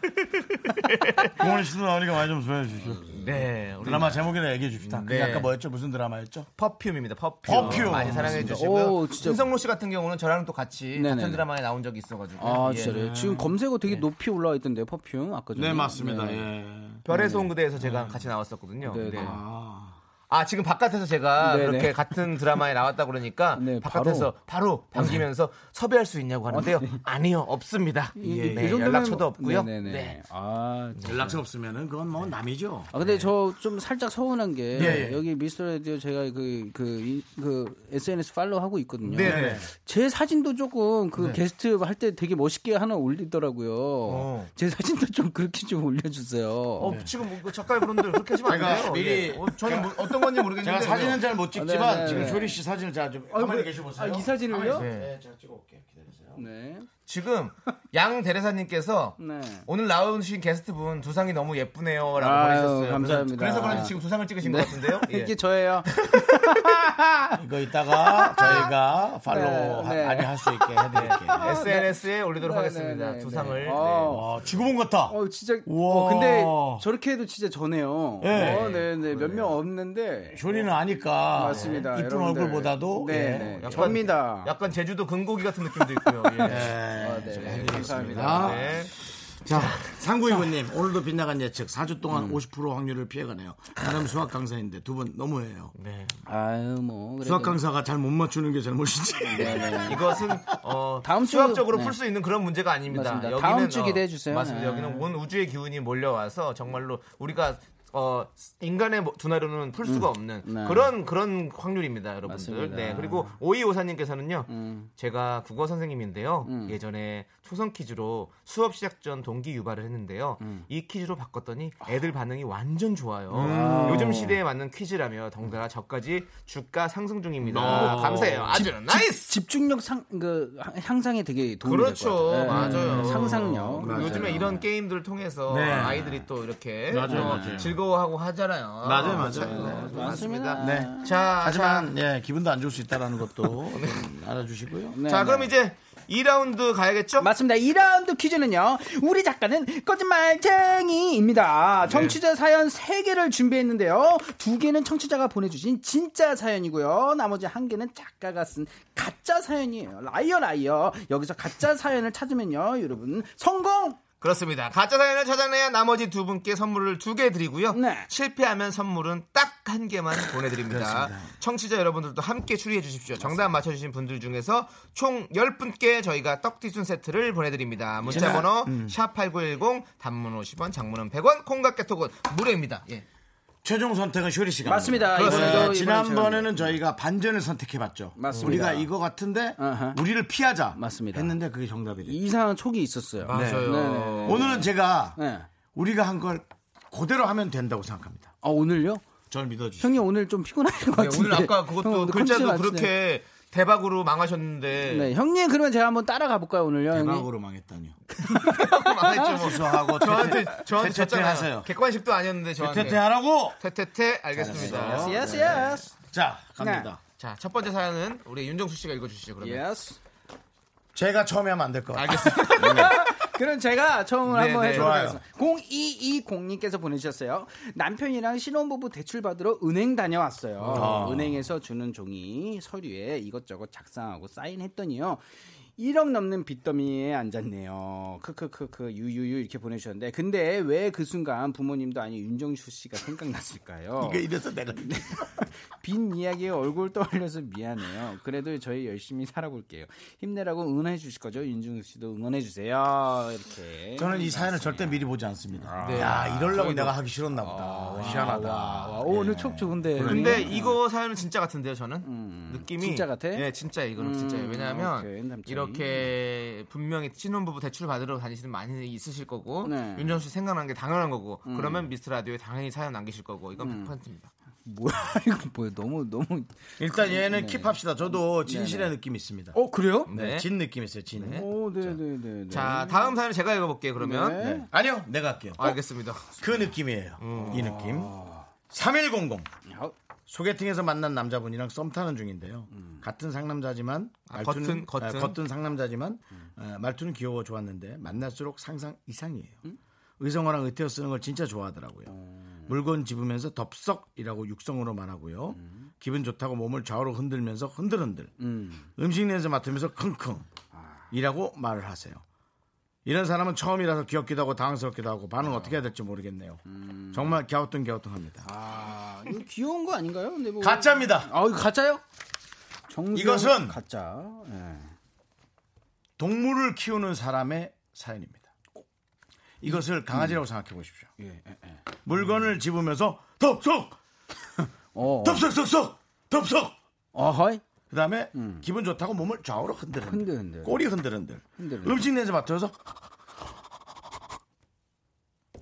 Speaker 1: 공원 씨도 나오니까 많이 좀 소개해 주시죠.
Speaker 3: 네. 우리
Speaker 1: 드라마 제목이나 얘기해 줍시다. 그게
Speaker 3: 네.
Speaker 1: 아까 뭐였죠? 무슨 드라마였죠?
Speaker 3: 퍼퓸입니다. 퍼퓸.
Speaker 1: 퍼퓸. 아,
Speaker 3: 많이 사랑해
Speaker 1: 맞습니다.
Speaker 7: 오,
Speaker 3: 주시고요.
Speaker 7: 진짜.
Speaker 3: 신성록 씨 같은 경우는 저랑 또 같이
Speaker 7: 네네네.
Speaker 3: 같은 드라마에 나온 적이 있어가지고.
Speaker 7: 아
Speaker 3: 예.
Speaker 7: 진짜요? 지금 검색어 되게 높이 올라와 있던데 퍼퓸 아까 전에. 네.
Speaker 1: 예.
Speaker 3: 별에서 온 그대에서 제가 같이 나왔었거든요.
Speaker 7: 네,
Speaker 3: 네.
Speaker 7: 네.
Speaker 1: 아,
Speaker 3: 아 지금 바깥에서 제가
Speaker 7: 네네.
Speaker 3: 그렇게 같은 드라마에 나왔다 그러니까
Speaker 7: 네,
Speaker 3: 바깥에서 바로, 반기면서 섭외할 수 있냐고 하는데요. 아니요, 없습니다.
Speaker 7: 어, 네. 이-
Speaker 3: 네,
Speaker 7: 이 정도면-
Speaker 3: 연락처도 없고요.
Speaker 7: 네네네.
Speaker 3: 네.
Speaker 7: 아,
Speaker 1: 연락처 없으면은 그건 뭐 남이죠.
Speaker 7: 아 근데 저 좀 살짝 서운한 게
Speaker 1: 예, 예.
Speaker 7: 여기 미스터 라디오 제가 그 그 그 SNS 팔로우 하고 있거든요.
Speaker 3: 네네.
Speaker 7: 제 사진도 조금 그 게스트 할 때 되게 멋있게 하나 올리더라고요.
Speaker 3: 네. 어.
Speaker 7: 제 사진도 좀 그렇게 좀 올려주세요.
Speaker 3: 어, 지금 뭐 이거 작가 여러분들 그렇게 하시면 안 돼요.
Speaker 1: 제가 미리-
Speaker 3: 예. 어, 저는 뭐- 어떤 건지 모르겠는데
Speaker 1: 제가 사진은 잘 못 찍지만
Speaker 7: 네, 네,
Speaker 1: 지금
Speaker 7: 네.
Speaker 1: 쇼리 씨 사진을 제좀 가만히 계셔
Speaker 3: 아,
Speaker 1: 보세요.
Speaker 7: 이 사진을요?
Speaker 3: 네.
Speaker 1: 네, 제가 찍어 올게요. 기다리세요.
Speaker 7: 네.
Speaker 3: 지금 양 대리사님께서
Speaker 7: 네.
Speaker 3: 음. 오늘 나오신 게스트분 두상이 너무 예쁘네요라고
Speaker 7: 아유,
Speaker 3: 보내셨어요.
Speaker 7: 감사합니다. 네.
Speaker 3: 그래서 그런지 지금 두상을 찍으신 것 같은데요. 예.
Speaker 7: 이게 저예요.
Speaker 1: 이거 이따가 저희가 팔로우
Speaker 7: 네,
Speaker 1: 하-
Speaker 7: 네.
Speaker 1: 많이 할 수 있게 해드릴게요.
Speaker 3: SNS에 올리도록 하겠습니다.
Speaker 7: 네, 네,
Speaker 3: 두상을.
Speaker 7: 네. 어.
Speaker 1: 와, 아, 지구본 같다.
Speaker 7: 어 진짜.
Speaker 1: 우와.
Speaker 7: 어, 근데 저렇게 해도 진짜 저네요.
Speaker 3: 예.
Speaker 1: 네.
Speaker 7: 어, 네, 네. 몇 명 없는데.
Speaker 1: 쇼리는 아니까
Speaker 7: 맞습니다.
Speaker 1: 이쁜
Speaker 7: 여러분들.
Speaker 1: 얼굴보다도 예.
Speaker 7: 네, 네.
Speaker 3: 약간-
Speaker 7: 접니다.
Speaker 3: 네. 약간 제주도 금고기 같은 느낌도 있고요. 예.
Speaker 1: 네.
Speaker 7: 아, 네. 감사합니다.
Speaker 1: 아,
Speaker 3: 네.
Speaker 1: 자, 상구이구님 오늘도 빗나간 예측 4주 동안
Speaker 7: 음.
Speaker 1: 50% 확률을 피해가네요. 나름 수학 강사인데 두 분 너무해요.
Speaker 7: 아유 뭐. 그래도-
Speaker 1: 수학 강사가 잘 못 맞추는 게 잘못인지.
Speaker 7: 네.
Speaker 3: 이것은 어,
Speaker 7: 다음 주-
Speaker 3: 수학적으로
Speaker 7: 네.
Speaker 3: 풀 수 있는 그런 문제가 아닙니다. 어,
Speaker 7: 맞습니다. 다음 주 기대해 주세요.
Speaker 3: 맞습니다.
Speaker 7: 네.
Speaker 3: 여기는 온 우주의 기운이 몰려와서 정말로 우리가 어, 인간의 두뇌로는 풀 수가 없는
Speaker 7: 네.
Speaker 3: 그런 그런 확률입니다, 여러분들.
Speaker 7: 맞습니다. 음.
Speaker 3: 네. 그리고 오이 오사님께서는요, 제가 국어 선생님인데요. 예전에 초성 퀴즈로 수업 시작 전 동기 유발을 했는데요.
Speaker 7: 음.
Speaker 3: 이 퀴즈로 바꿨더니 애들 반응이 완전 좋아요.
Speaker 7: 음.
Speaker 3: 요즘 시대에 맞는 퀴즈라며 덩달아 저까지 주가 상승 중입니다. 감사해요. 아주 나이스.
Speaker 7: 집중력 상 그 향상에 되게 도움이 될
Speaker 3: 그렇죠.
Speaker 7: 것 같아요. 예,
Speaker 3: 맞아요. 그렇죠.
Speaker 7: 예, 상상력.
Speaker 1: 맞아요.
Speaker 3: 음, 요즘에 이런 게임들을 통해서
Speaker 1: 네.
Speaker 3: 아이들이 또 이렇게
Speaker 1: 맞아요,
Speaker 3: 어,
Speaker 1: 맞아요.
Speaker 3: 즐거워하고 하잖아요.
Speaker 1: 맞아요, 맞아요.
Speaker 3: 네, 맞습니다.
Speaker 1: 네.
Speaker 3: 자,
Speaker 1: 하지만 예, 기분도 안 좋을 수 있다라는 것도 좀 알아주시고요.
Speaker 7: 네,
Speaker 3: 자, 자
Speaker 7: 네.
Speaker 3: 그럼 이제 2라운드 가야겠죠?
Speaker 7: 맞습니다. 2라운드 퀴즈는요. 우리 작가는 거짓말쟁이입니다.
Speaker 3: 네.
Speaker 7: 청취자 사연 3개를 준비했는데요. 2개는 청취자가 보내주신 진짜 사연이고요. 나머지 1개는 작가가 쓴 가짜 사연이에요. 라이어 라이어. 여기서 가짜 사연을 찾으면요. 여러분 성공!
Speaker 3: 그렇습니다. 가짜 사연을 찾아내야 나머지 두 분께 선물을 두 개 드리고요.
Speaker 7: 네.
Speaker 3: 실패하면 선물은 딱 한 개만 보내드립니다. 청취자 여러분들도 함께 추리해 주십시오. 정답 맞춰주신 분들 중에서 총 10분께 저희가 떡튀순 세트를 보내드립니다.
Speaker 7: 네.
Speaker 3: 문자번호
Speaker 7: 음.
Speaker 3: 샵8910 단문 50원 장문은 100원 콩깍개톡은 무료입니다.
Speaker 7: 네.
Speaker 3: 예.
Speaker 1: 최종 선택은 쇼리 씨가.
Speaker 7: 맞습니다.
Speaker 1: 합니다.
Speaker 7: 그렇습니다.
Speaker 1: 네,
Speaker 7: 이번엔
Speaker 1: 지난번에는 저희가 반전을 선택해봤죠.
Speaker 7: 맞습니다.
Speaker 1: 우리가 이거 같은데
Speaker 7: 아하.
Speaker 1: 우리를 피하자.
Speaker 7: 맞습니다.
Speaker 1: 했는데 그게 정답이 됐죠.
Speaker 7: 네. 이상한 촉이 있었어요.
Speaker 3: 맞아요.
Speaker 7: 네, 네,
Speaker 1: 오늘은 제가
Speaker 7: 네.
Speaker 1: 우리가 한 걸 그대로 하면 된다고 생각합니다.
Speaker 7: 아, 오늘요?
Speaker 1: 저를 믿어주시죠.
Speaker 7: 형님 오늘 좀 피곤할 것 같은데.
Speaker 3: 네, 오늘 예, 아까 그것도
Speaker 7: 형,
Speaker 3: 글자도
Speaker 7: 컨디션 안
Speaker 3: 그렇게 대박으로 망하셨는데
Speaker 7: 네, 형님 그러면 제가 한번 따라가 볼까요 오늘요? 형님?
Speaker 1: 대박으로 망했다니요.
Speaker 3: 망했죠. 뭐.
Speaker 1: 취소하고
Speaker 3: 저한테 저한테
Speaker 1: 퇴퇴
Speaker 3: 졌잖아요.
Speaker 1: 하세요.
Speaker 3: 객관식도 아니었는데
Speaker 7: 네.
Speaker 3: 저한테
Speaker 1: 퇴퇴하라고.
Speaker 3: 퇴퇴퇴 알겠습니다.
Speaker 1: 잘했어요.
Speaker 7: Yes, yes,
Speaker 1: 자 갑니다.
Speaker 3: 자 첫 번째 사연은 우리 윤정수 씨가 읽어주시죠. 그러면
Speaker 7: yes. 네.
Speaker 1: 제가 처음에 하면 안 될 것 같아요.
Speaker 3: 알겠습니다.
Speaker 7: 그럼 제가 처음을
Speaker 3: 네,
Speaker 7: 한번
Speaker 3: 네.
Speaker 7: 해보도록
Speaker 1: 좋아요.
Speaker 7: 하겠습니다. 0220님께서 보내주셨어요. 남편이랑 신혼부부 대출받으러 은행 다녀왔어요.
Speaker 1: 아.
Speaker 7: 은행에서 주는 종이 서류에 이것저것 작성하고 사인했더니요. 1억 넘는 빚더미에 앉았네요. 크크크크 유유유 이렇게 보내주셨는데 근데 왜 그 순간 부모님도 아니 윤정수 씨가 생각났을까요?
Speaker 1: 이래서 내가
Speaker 7: 네. 빈 이야기에 얼굴 떠올려서 미안해요. 그래도 저희 열심히 살아볼게요. 힘내라고 응원해 주실 거죠? 윤중수 씨도 응원해 주세요. 이렇게.
Speaker 1: 저는 이 사연을 절대 미리 보지 않습니다. 야 이럴라고 내가 하기 싫었나 보다. 희한하다.
Speaker 7: 아, 오,
Speaker 1: 예.
Speaker 7: 오늘 촉 좋은데.
Speaker 3: 근데 이거 사연은 진짜 같은데요, 저는 느낌이
Speaker 7: 진짜 같아?
Speaker 3: 예, 진짜 이거는
Speaker 7: 음,
Speaker 3: 진짜예요.
Speaker 7: 오케이,
Speaker 3: 왜냐하면
Speaker 7: 남편이.
Speaker 3: 이렇게 분명히 신혼부부 대출 받으러 다니시는 많이 있으실 거고
Speaker 7: 네. 음.
Speaker 3: 윤정수 씨 생각난 게 당연한 거고 그러면 미스터 라디오에 당연히 사연 남기실 거고 이건 100%입니다.
Speaker 7: 뭐야, 이거 뭐야. 너무, 너무.
Speaker 1: 일단
Speaker 7: 네.
Speaker 1: 얘는 킵합시다. 저도 진실의 느낌이 있습니다.
Speaker 7: 어, 그래요?
Speaker 1: 네.
Speaker 3: 네.
Speaker 1: 진 느낌 있어요. 진.
Speaker 7: 오, 네네네.
Speaker 3: 자, 다음 사연 제가 읽어볼게요. 그러면 어,
Speaker 1: 네. 아니요, 내가 할게요.
Speaker 3: 알겠습니다.
Speaker 1: 그 느낌이에요.
Speaker 3: 음.
Speaker 1: 이 느낌.
Speaker 3: 아.
Speaker 1: 3100.
Speaker 3: 어?
Speaker 1: 소개팅에서 만난 남자분이랑 썸 타는 중인데요. 같은 상남자지만
Speaker 3: 음. 아,
Speaker 1: 말투는
Speaker 3: 겉은, 겉은. 음.
Speaker 1: 아, 상남자지만 아, 말투는 귀여워 좋았는데 만날수록 상상 이상이에요.
Speaker 3: 음?
Speaker 1: 의성어랑 의태어 쓰는 걸 진짜 좋아하더라고요. 물건 집으면서 덥석이라고 육성으로 말하고요.
Speaker 3: 음.
Speaker 1: 기분 좋다고 몸을 좌우로 흔들면서 흔들흔들. 음식 냄새 맡으면서 킁킁.
Speaker 3: 아.
Speaker 1: 이라고 말을 하세요. 이런 사람은 처음이라서 귀엽기도 하고 당황스럽기도 하고 반응 어떻게 해야 될지 모르겠네요. 정말 갸우뚱갸우뚱합니다.
Speaker 7: 아, 이거 귀여운 거 아닌가요? 근데 뭐.
Speaker 1: 가짜입니다.
Speaker 7: 아, 이거 가짜요? 정수
Speaker 1: 이것은-
Speaker 7: 가짜. 네.
Speaker 1: 동물을 키우는 사람의 사연입니다. 이것을 강아지라고 생각해 보십시오. 예. 물건을 집으면서 덥석,
Speaker 7: 어, 어.
Speaker 1: 덥석석석, 덥석.
Speaker 7: 어허이.
Speaker 1: 그다음에 기분 좋다고 몸을 좌우로 흔들흔들,
Speaker 7: 흔들흔들.
Speaker 1: 꼬리 흔들흔들,
Speaker 7: 흔들흔들.
Speaker 1: 음식 냄새 맡으면서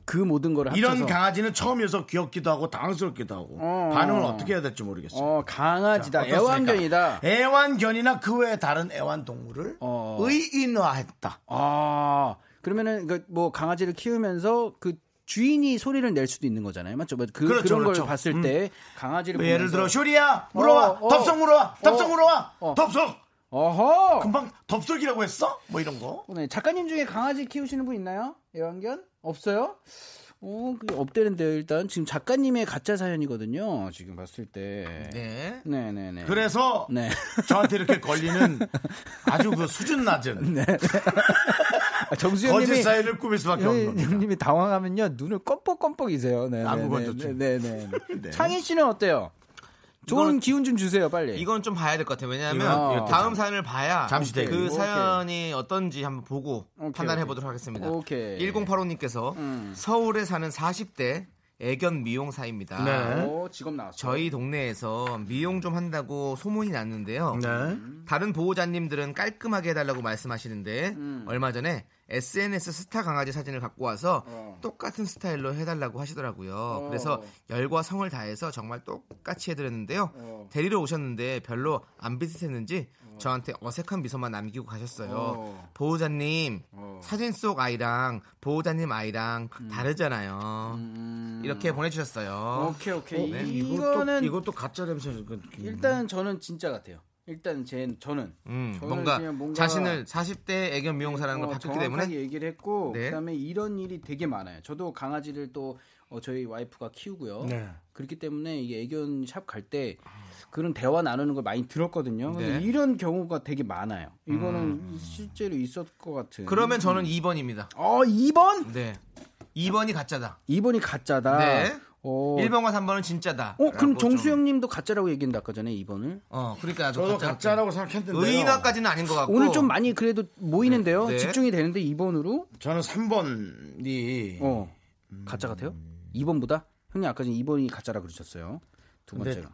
Speaker 7: 그 모든 거를 합쳐서.
Speaker 1: 이런 강아지는 처음이어서 귀엽기도 하고 당황스럽기도 하고
Speaker 7: 어.
Speaker 1: 반응을 어떻게 해야 될지 모르겠어요.
Speaker 7: 어, 강아지다.
Speaker 1: 어떻습니까?
Speaker 7: 애완견이다.
Speaker 1: 애완견이나 그 외에 다른 애완동물을
Speaker 7: 어.
Speaker 1: 의인화했다.
Speaker 7: 아 그러면은 그 뭐 강아지를 키우면서 그 주인이 소리를 낼 수도 있는 거잖아요, 맞죠? 뭐 그,
Speaker 1: 그렇죠,
Speaker 7: 런걸
Speaker 1: 그렇죠.
Speaker 7: 봤을 때 강아지를
Speaker 1: 뭐 예를
Speaker 7: 보면서
Speaker 1: 들어 쇼리야 물어와
Speaker 7: 그 어, 어.
Speaker 1: 덥석 물어와 덥석
Speaker 7: 어.
Speaker 1: 물어와
Speaker 7: 어.
Speaker 1: 덥석
Speaker 7: 어허
Speaker 1: 금방 덥석이라고 했어? 뭐 이런 거.
Speaker 7: 네, 작가님 중에 강아지 키우시는 분 있나요? 애완견 없어요? 어, 그게 없대는데요. 일단 지금 작가님의 가짜 사연이거든요. 지금 봤을 때.
Speaker 3: 네.
Speaker 7: 네, 네, 네.
Speaker 1: 그래서
Speaker 7: 네.
Speaker 1: 저한테 이렇게 걸리는 아주 그 수준 낮은
Speaker 7: 네. 아, 정수현님이
Speaker 1: 거짓 사이를 꾸밀 수밖에 없는 겁니다.
Speaker 7: 형님이 당황하면요 눈을 껌뻑껌뻑이세요. 네,
Speaker 1: 아무
Speaker 7: 네,
Speaker 1: 건
Speaker 7: 네,
Speaker 1: 좋죠.
Speaker 7: 네, 네, 네. 창희 씨는 어때요? 좋은 기운 좀 주세요, 빨리.
Speaker 3: 이건 좀 봐야 될 것 같아요.
Speaker 1: 이건
Speaker 3: 왜냐하면
Speaker 1: 이렇게
Speaker 3: 다음 사연을 봐야
Speaker 1: 잠시
Speaker 3: 그
Speaker 1: 대기고.
Speaker 3: 사연이 어떤지 한번 보고
Speaker 7: 오케이,
Speaker 3: 판단해
Speaker 7: 오케이.
Speaker 3: 보도록 하겠습니다.
Speaker 7: 오케이.
Speaker 3: 1085님께서
Speaker 1: 음.
Speaker 3: 서울에 사는 40대 애견 미용사입니다.
Speaker 1: 네.
Speaker 7: 오, 직업 나왔어.
Speaker 3: 저희 동네에서 미용 좀 한다고 소문이 났는데요.
Speaker 1: 네.
Speaker 3: 다른 보호자님들은 깔끔하게 해달라고 말씀하시는데
Speaker 7: 음.
Speaker 3: 얼마 전에 SNS 스타 강아지 사진을 갖고 와서
Speaker 7: 어.
Speaker 3: 똑같은 스타일로 해달라고 하시더라고요. 그래서 열과 성을 다해서 정말 똑같이 해드렸는데요.
Speaker 7: 어.
Speaker 3: 데리러 오셨는데 별로 안 비슷했는지 저한테 어색한 미소만 남기고 가셨어요. 보호자님
Speaker 7: 어.
Speaker 3: 사진 속 아이랑 보호자님 아이랑
Speaker 7: 음.
Speaker 3: 다르잖아요. 이렇게 보내주셨어요.
Speaker 7: 오케이 오케이.
Speaker 3: 네.
Speaker 7: 이거는
Speaker 1: 이것도 가짜 냄새. 그-
Speaker 7: 일단 저는 진짜 같아요. 일단 제 저는
Speaker 3: 음,
Speaker 7: 저는
Speaker 3: 뭔가,
Speaker 7: 그냥 뭔가-
Speaker 3: 자신을 40대 애견 미용사라는 걸
Speaker 7: 어,
Speaker 3: 바뀌기 때문에
Speaker 7: 정확하게 얘기를 했고
Speaker 3: 네.
Speaker 7: 그다음에 이런 일이 되게 많아요. 저도 강아지를 또 어, 저희 와이프가 키우고요.
Speaker 1: 네.
Speaker 7: 그렇기 때문에 이게 애견 샵 갈 때 그런 대화 나누는 걸 많이 들었거든요. 근데
Speaker 3: 네. 음.
Speaker 7: 이런 경우가 되게 많아요. 이거는 실제로 있었을 것 같은.
Speaker 3: 그러면 저는 2번입니다.
Speaker 7: 어 2번?
Speaker 3: 네. 2번이 가짜다.
Speaker 7: 2번이 가짜다.
Speaker 3: 네.
Speaker 7: 어,
Speaker 3: 1번과 3번은 진짜다.
Speaker 7: 어 그럼
Speaker 3: 라고 좀-
Speaker 7: 정수영님도 가짜라고 얘기했는데 아까 전에 2번을
Speaker 3: 어, 그러니까 아주
Speaker 1: 저도
Speaker 3: 가짜
Speaker 1: 가짜라고 생각했는데요.
Speaker 3: 의인화까지는 아닌 것 같고.
Speaker 7: 어, 오늘 좀 많이 그래도 모이는데요.
Speaker 3: 네.
Speaker 7: 집중이 되는데 2번으로
Speaker 1: 저는 3번이
Speaker 7: 어 가짜 같아요? 2번보다 형님 아까 전 2번이 가짜라 그러셨어요. 두
Speaker 1: 근데
Speaker 7: 번째로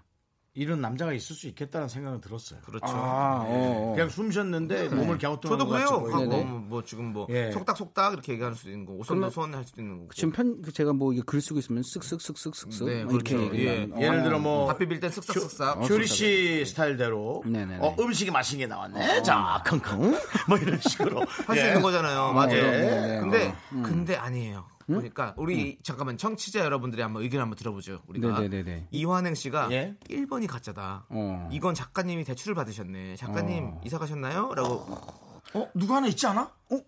Speaker 1: 이런 남자가 있을 수 있겠다는 생각은 들었어요. 네.
Speaker 3: 그렇죠.
Speaker 7: 아, 어, 어.
Speaker 1: 그냥 숨 쉬었는데 몸을 갸우뚱한
Speaker 3: 저도
Speaker 1: 것 같이
Speaker 3: 그래요. 하고
Speaker 1: 보이는데.
Speaker 3: 뭐, 뭐 지금 뭐
Speaker 1: 예.
Speaker 3: 속닥속닥 이렇게 얘기할 수도 있는 거고 소원 소원할 수도 있는 거고.
Speaker 7: 지금 편 그 제가 뭐 이게 글 쓰고 있으면 쓱쓱쓱쓱쓱쓱
Speaker 3: 네,
Speaker 7: 막 이렇게
Speaker 3: 그렇죠.
Speaker 7: 얘기를
Speaker 3: 예.
Speaker 7: 하면, 어,
Speaker 1: 예를 들어 어, 뭐
Speaker 3: 밥 비빌 땐 쓱싹쓱싹.
Speaker 1: 효리
Speaker 3: 네.
Speaker 1: 씨 스타일대로
Speaker 7: 네네네.
Speaker 1: 어, 음식이 맛있는 게 나왔네. 자, 킁킁 뭐 이런 식으로
Speaker 3: 할 수
Speaker 1: 예.
Speaker 3: 있는 어, 거잖아요. 맞아요.
Speaker 7: 네, 네.
Speaker 3: 근데 근데 아니에요. 그러니까 우리 잠깐만 청취자 여러분들이 한번 의견 한번 들어보죠. 우리가
Speaker 7: 네, 네, 네, 네.
Speaker 3: 이환행 씨가
Speaker 1: 예.
Speaker 3: 1번이 가짜다.
Speaker 7: 어.
Speaker 3: 이건 작가님이 대출을 받으셨네. 작가님 이사 가셨나요?라고
Speaker 1: 어, 누구 하나 있지 않아? 어?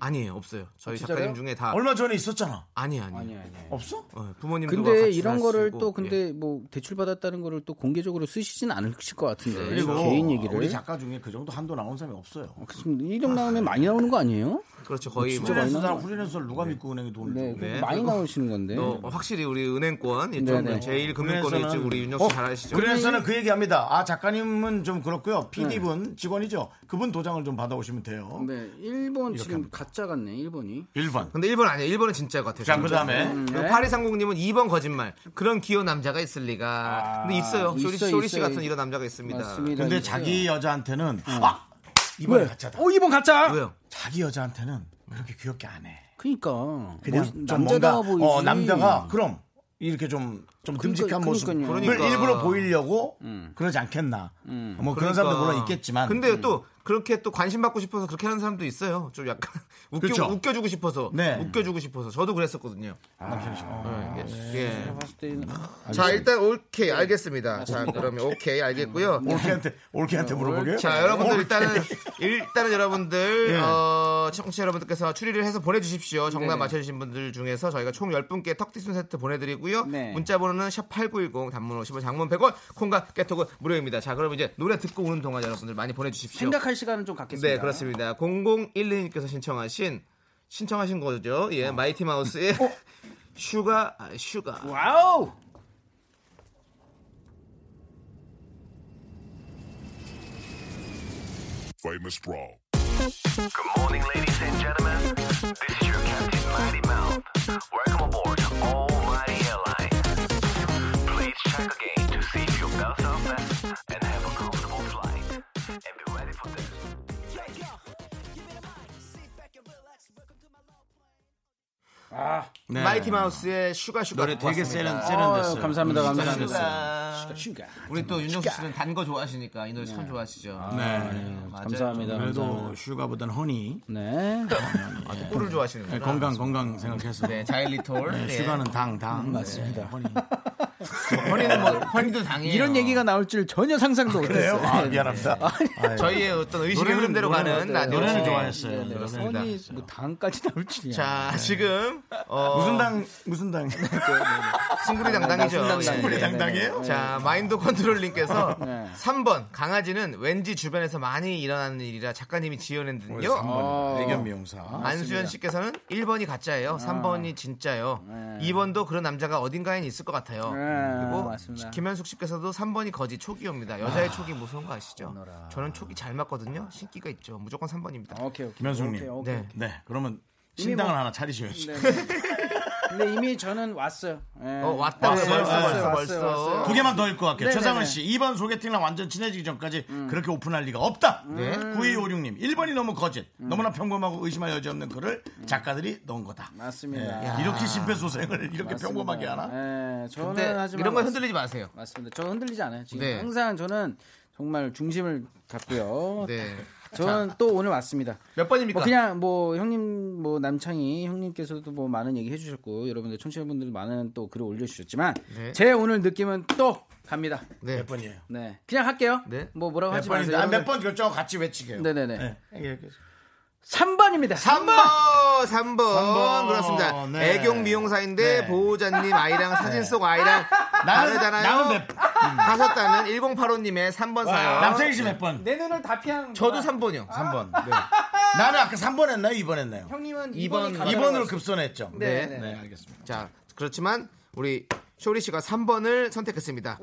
Speaker 3: 아니에요, 없어요. 저희 작가님 중에 다
Speaker 1: 얼마 전에 있었잖아.
Speaker 3: 아니 아니.
Speaker 7: 아니
Speaker 3: 아니.
Speaker 7: 아니.
Speaker 1: 없어?
Speaker 3: 부모님도
Speaker 7: 근데 이런 거를 또
Speaker 3: 예.
Speaker 7: 근데 뭐 대출 받았다는 거를 또 공개적으로 쓰시진 않으실 것 같은데
Speaker 3: 네,
Speaker 7: 개인 얘기를
Speaker 1: 네, 우리 작가 중에 그 정도 한도 나온 사람이 없어요.
Speaker 7: 그렇습니다. 이정 나오면 많이 나오는 거 아니에요?
Speaker 3: 그렇죠. 거의 뭐
Speaker 7: 많이
Speaker 1: 후리랜서 사람 후리랜서를 누가 믿고 은행에 돈을
Speaker 7: 네,
Speaker 1: 주고
Speaker 3: 네.
Speaker 7: 많이 나오시는 건데.
Speaker 3: 또 확실히 우리 은행권
Speaker 7: 네. 어?
Speaker 3: 이쪽은 제일 금융권이 이쪽 우리 윤정수 잘 아시죠?
Speaker 1: 어,
Speaker 3: 네.
Speaker 1: 그래서는 그 얘기합니다. 아 작가님은 좀 그렇고요. PD분 직원이죠. 그분 도장을 좀 받아오시면 돼요.
Speaker 7: 네, 일본 지금 가짜 같네. 일본이.
Speaker 1: 1번.
Speaker 3: 근데 1번 아니에요. 1번은 진짜 같아요.
Speaker 1: 자 그다음에
Speaker 7: 네.
Speaker 3: 파리상공님은 2번 거짓말. 그런 귀여운 남자가 있을
Speaker 1: 아,
Speaker 3: 리가. 근데 있어요.
Speaker 7: 있어,
Speaker 3: 쇼리 씨, 쇼리 씨
Speaker 7: 있어요.
Speaker 3: 같은 이런 남자가 있습니다.
Speaker 7: 맞습니다.
Speaker 1: 근데
Speaker 7: 그러니까 있어요.
Speaker 1: 자기 여자한테는 아 이번에 가짜다.
Speaker 7: 어, 일본 가짜.
Speaker 3: 왜요?
Speaker 1: 자기 여자한테는 그렇게 귀엽게 안 해.
Speaker 7: 그니까
Speaker 1: 그냥
Speaker 7: 멋있-
Speaker 1: 좀 뭔가,
Speaker 7: 남자다워 보이지. 그러니까,
Speaker 1: 어, 남자가 그럼 이렇게 좀 좀 듬직한 모습을
Speaker 7: 그러니까요.
Speaker 3: 그러니까.
Speaker 1: 일부러 보이려고 그러지 않겠나. 뭐 그런 사람도 물론 있겠지만.
Speaker 3: 그러니까.
Speaker 1: 음.
Speaker 3: 근데 또 그렇게 또 관심 받고 싶어서 그렇게 하는 사람도 있어요. 좀 약간 웃겨,
Speaker 1: 그쵸?
Speaker 3: 웃겨주고 싶어서.
Speaker 1: 네. 아,
Speaker 3: 웃겨주고 싶어서. 저도 그랬었거든요. 네, 예. 예.
Speaker 7: 봤을 때는
Speaker 3: 자, 일단 오케이. 알겠습니다. 자, 그러면 네. 오케이. 알겠고요.
Speaker 1: 올케한테 올케한테 물어보게요.
Speaker 3: 자, 여러분들 일단은 일단은 여러분들 어, 청취자 여러분들께서 추리를 해서 보내 주십시오. 정답 맞춰 주신 분들 중에서 저희가 총 10분께 턱티순 세트 보내 드리고요.
Speaker 7: 네.
Speaker 3: 문자 번호는 샵8910 단문 50원 장문 100원 콩과 깨톡은 무료입니다. 자, 그럼 이제 노래 듣고 오는 동안 여러분들 많이 보내 주십시오.
Speaker 7: 생각할 시간은 좀 갖겠습니다.
Speaker 3: 네, 그렇습니다. 0012님께서 신청하신 신청하신 거죠. 예, 마이티 마우스의 슈가 아, 슈가
Speaker 7: 와우.
Speaker 3: 마이티 마우스의 슈가 슈가
Speaker 1: 노래 네. 되게 세련
Speaker 7: 아유,
Speaker 1: 세련됐어요.
Speaker 7: 감사합니다. 감사합니다.
Speaker 3: 슈가
Speaker 7: 슈가.
Speaker 3: 우리 또 윤정수 씨는 단 거 좋아하시니까 이 노래 참 좋아하시죠.
Speaker 1: 네.
Speaker 3: 맞아요.
Speaker 7: 감사합니다.
Speaker 1: 그래도 슈가보다는 허니
Speaker 7: 감사합니다. 네.
Speaker 3: 좀 꿀을 좋아하시는
Speaker 1: 네,
Speaker 3: 분.
Speaker 1: 건강 건강 생각해서
Speaker 3: 네, 자일리톨.
Speaker 1: 네, 슈가는
Speaker 7: 음,
Speaker 1: 당당 맞습니다. 허니
Speaker 3: 허니는
Speaker 1: 네.
Speaker 3: 뭐 허니도 당이에요.
Speaker 7: 이런 얘기가 나올 줄 전혀 상상도
Speaker 1: 그래요?
Speaker 7: 못했어요. 네.
Speaker 1: 아, 미안합니다. 아유.
Speaker 3: 저희의 어떤 의식의
Speaker 1: 노래는-
Speaker 3: 흐름대로
Speaker 1: 노래는-
Speaker 3: 가는 라디오.
Speaker 1: 노래를
Speaker 3: 네.
Speaker 1: 좋아했어요.
Speaker 3: 네,
Speaker 1: 노래를.
Speaker 3: 그렇습니다.
Speaker 7: 아니, 뭐 당까지 나올 줄이야.
Speaker 3: 자, 지금 어,
Speaker 1: 무슨 당 네, 무슨 그 당?
Speaker 3: 승부리 당당이죠.
Speaker 7: 나 승부리 당당.
Speaker 3: 예.
Speaker 1: 우리 당당이에요? 네.
Speaker 3: 자, 마인드 컨트롤님께서
Speaker 7: 네.
Speaker 3: 3번 강아지는 왠지 주변에서 많이 일어나는 일이라 작가님이 지어낸 듯요.
Speaker 7: 아.
Speaker 1: 한번 애견 미용사.
Speaker 3: 안수현 씨께서는 1번이 가짜예요. 3번이 진짜요. 2번도 그런 남자가 어딘가에 있을 것 같아요.
Speaker 7: 네,
Speaker 3: 그리고
Speaker 7: 맞습니다. 아,
Speaker 3: 김현숙 씨께서도 3번이 거지 초기입니다. 여자의 초기 무서운 거 아시죠? 저는 초기 잘 맞거든요. 신기가 있죠. 무조건 3번입니다.
Speaker 7: 오케이, 오케이.
Speaker 1: 김현숙님.
Speaker 7: 어, 오케이, 뭐 네, 오케이.
Speaker 3: 네.
Speaker 1: 네, 그러면 신당을 하나 차리셔야지.
Speaker 7: 근데 이미 저는 왔어요. 예.
Speaker 3: 어, 왔다
Speaker 1: 왔어요?
Speaker 3: 벌써
Speaker 1: 왔어요,
Speaker 3: 벌써
Speaker 7: 왔어요,
Speaker 3: 벌써.
Speaker 7: 왔어요.
Speaker 1: 두 개만 더 읽고 갈게요.
Speaker 7: 네네네. 음.
Speaker 1: 최상은 씨, 2번 소개팅랑 완전 친해지기 전까지 그렇게 오픈할 리가 없다.
Speaker 7: 네.
Speaker 1: 9256님, 1번이 너무 거짓.
Speaker 7: 음.
Speaker 1: 너무나 평범하고 의심할 여지 없는 글을 작가들이 넣은 거다.
Speaker 7: 맞습니다.
Speaker 1: 예, 이렇게 심폐소생을 이렇게 평범하게 하나?
Speaker 7: 예, 저는
Speaker 3: 근데
Speaker 7: 하지만
Speaker 3: 네, 이런 거
Speaker 7: 왔-
Speaker 3: 흔들리지 마세요.
Speaker 7: 맞습니다. 저 흔들리지 않아요. 지금
Speaker 3: 네.
Speaker 7: 항상 저는 정말 중심을 갖고요.
Speaker 3: 네.
Speaker 7: 저는 또 오늘 왔습니다.
Speaker 3: 몇 번입니까?
Speaker 1: 그러니까.
Speaker 7: 뭐 그냥 뭐 형님 뭐 남창희 형님께서도 뭐 많은 얘기 해주셨고 여러분들 청취자분들 많은 또 글을 올려주셨지만
Speaker 3: 네.
Speaker 7: 제 오늘 느낌은 또 갑니다.
Speaker 3: 네.
Speaker 1: 몇 번이에요?
Speaker 7: 네, 그냥 할게요.
Speaker 3: 네.
Speaker 7: 뭐 뭐라고
Speaker 1: 몇
Speaker 7: 하지 마세요.
Speaker 1: 번인데, 아, 몇번 결정하고 같이 외치게요.
Speaker 7: 네네네.
Speaker 1: 네.
Speaker 3: 예,
Speaker 1: 이렇게.
Speaker 7: 3번입니다.
Speaker 3: 3번, 3번,
Speaker 1: 번.
Speaker 3: 그렇습니다.
Speaker 1: 네.
Speaker 3: 애경 미용사인데
Speaker 1: 네.
Speaker 3: 보호자님 아이랑
Speaker 7: 네.
Speaker 3: 사진 속 아이랑
Speaker 1: 나는-
Speaker 3: 다르잖아요. 음.
Speaker 1: 나는 몇-
Speaker 3: 하셨다는 1085님의 3번 사연. 음.
Speaker 1: 남창희 씨 몇 번?
Speaker 7: 내 눈을 다 피하는
Speaker 3: 저도 3번이요.
Speaker 1: 3번. 네. 나는 아까 3번 했나요? 2번 했나요?
Speaker 7: 형님은
Speaker 3: 이번-
Speaker 7: 2번
Speaker 1: 2번으로 급선했죠.
Speaker 3: 네.
Speaker 1: 네, 알겠습니다.
Speaker 3: 자, 그렇지만 우리 쇼리 씨가 3번을 선택했습니다.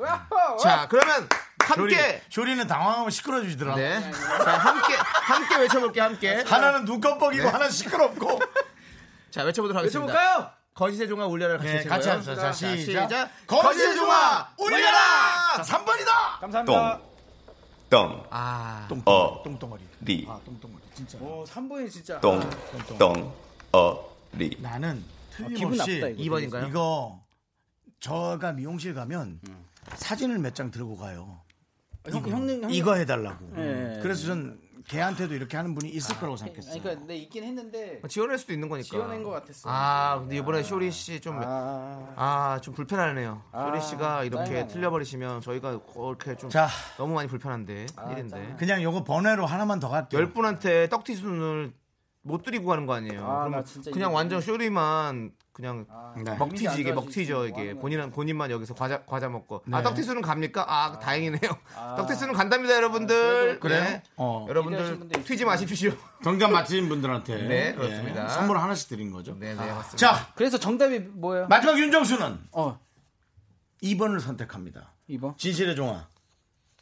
Speaker 3: 자, 그러면 함께
Speaker 1: 쇼리, 는 당황하면 시끄러지더라.
Speaker 3: 네. 자, 함께 함께 외쳐 볼게요. 함께.
Speaker 1: 하나는 눈 깜빡이고 하나는 시끄럽고.
Speaker 3: 자, 외쳐 보도록 하겠습니다.
Speaker 7: 볼까요?
Speaker 3: 거짓의 종아 올려라 같이
Speaker 1: 네,
Speaker 3: 해볼까요?
Speaker 1: 같이 합시다. 자, 시작.
Speaker 3: 거짓의 종아 올려라.
Speaker 1: 자, 3번이다!
Speaker 7: 감사합니다.
Speaker 10: 똥,
Speaker 3: 아,
Speaker 10: 어,
Speaker 1: 똥덩어리.
Speaker 10: 리,
Speaker 1: 어,
Speaker 7: 오, 3번이 진짜.
Speaker 10: 똥, 똥, 어, 리.
Speaker 1: 나는
Speaker 7: 기분
Speaker 1: 틀림없이
Speaker 7: 나쁘다,
Speaker 1: 이거.
Speaker 7: 이거.
Speaker 3: 2번인가요?
Speaker 1: 저가 미용실 가면 사진을 몇 장 들고 가요.
Speaker 7: 형, 형님, 형님.
Speaker 1: 이거 해달라고.
Speaker 7: 예, 예.
Speaker 1: 그래서 전 걔한테도 이렇게 하는 분이 있을 거라고 생각했어요.
Speaker 7: 그러니까 내 있긴 했는데
Speaker 3: 뭐 지어낼 수도 있는 거니까.
Speaker 7: 지어낸 것 같았어.
Speaker 3: 아, 근데 이번에 쇼리 씨 좀,
Speaker 7: 아,
Speaker 3: 아, 좀 불편하네요. 쇼리 씨가 이렇게
Speaker 7: 짜증나네.
Speaker 3: 틀려버리시면 저희가 그렇게 좀
Speaker 1: 자.
Speaker 3: 너무 많이 불편한데.
Speaker 7: 아,
Speaker 3: 일인데.
Speaker 1: 그냥 요거 번외로 하나만 더 갈게요.
Speaker 3: 열 분한테 떡티순을 못 드리고 가는 거 아니에요.
Speaker 7: 아,
Speaker 3: 그러면
Speaker 7: 나 진짜
Speaker 3: 그냥
Speaker 7: 이거-
Speaker 3: 완전 쇼리만 그냥
Speaker 1: 네.
Speaker 3: 먹튀지 이게
Speaker 7: 이미지 안
Speaker 3: 먹튀죠
Speaker 7: 좋아지지.
Speaker 3: 이게
Speaker 7: 뭐
Speaker 3: 본인 본인만 여기서 과자 과자 먹고 아 떡티순은 갑니까 아, 다행이네요 떡티순은 간답니다 여러분들
Speaker 1: 그래요?
Speaker 3: 네.
Speaker 1: 어.
Speaker 7: 기대하신
Speaker 3: 여러분들
Speaker 7: 분들
Speaker 3: 튀지 마십시오
Speaker 1: 정답 맞히신 분들한테
Speaker 3: 네, 그렇습니다.
Speaker 1: 예, 선물 하나씩 드린 거죠.
Speaker 3: 네네 맞습니다
Speaker 1: 자,
Speaker 7: 그래서 정답이 뭐예요?
Speaker 1: 마지막 윤정수는
Speaker 7: 어,
Speaker 1: 2번을 선택합니다.
Speaker 7: 2번.
Speaker 1: 진실의 종아.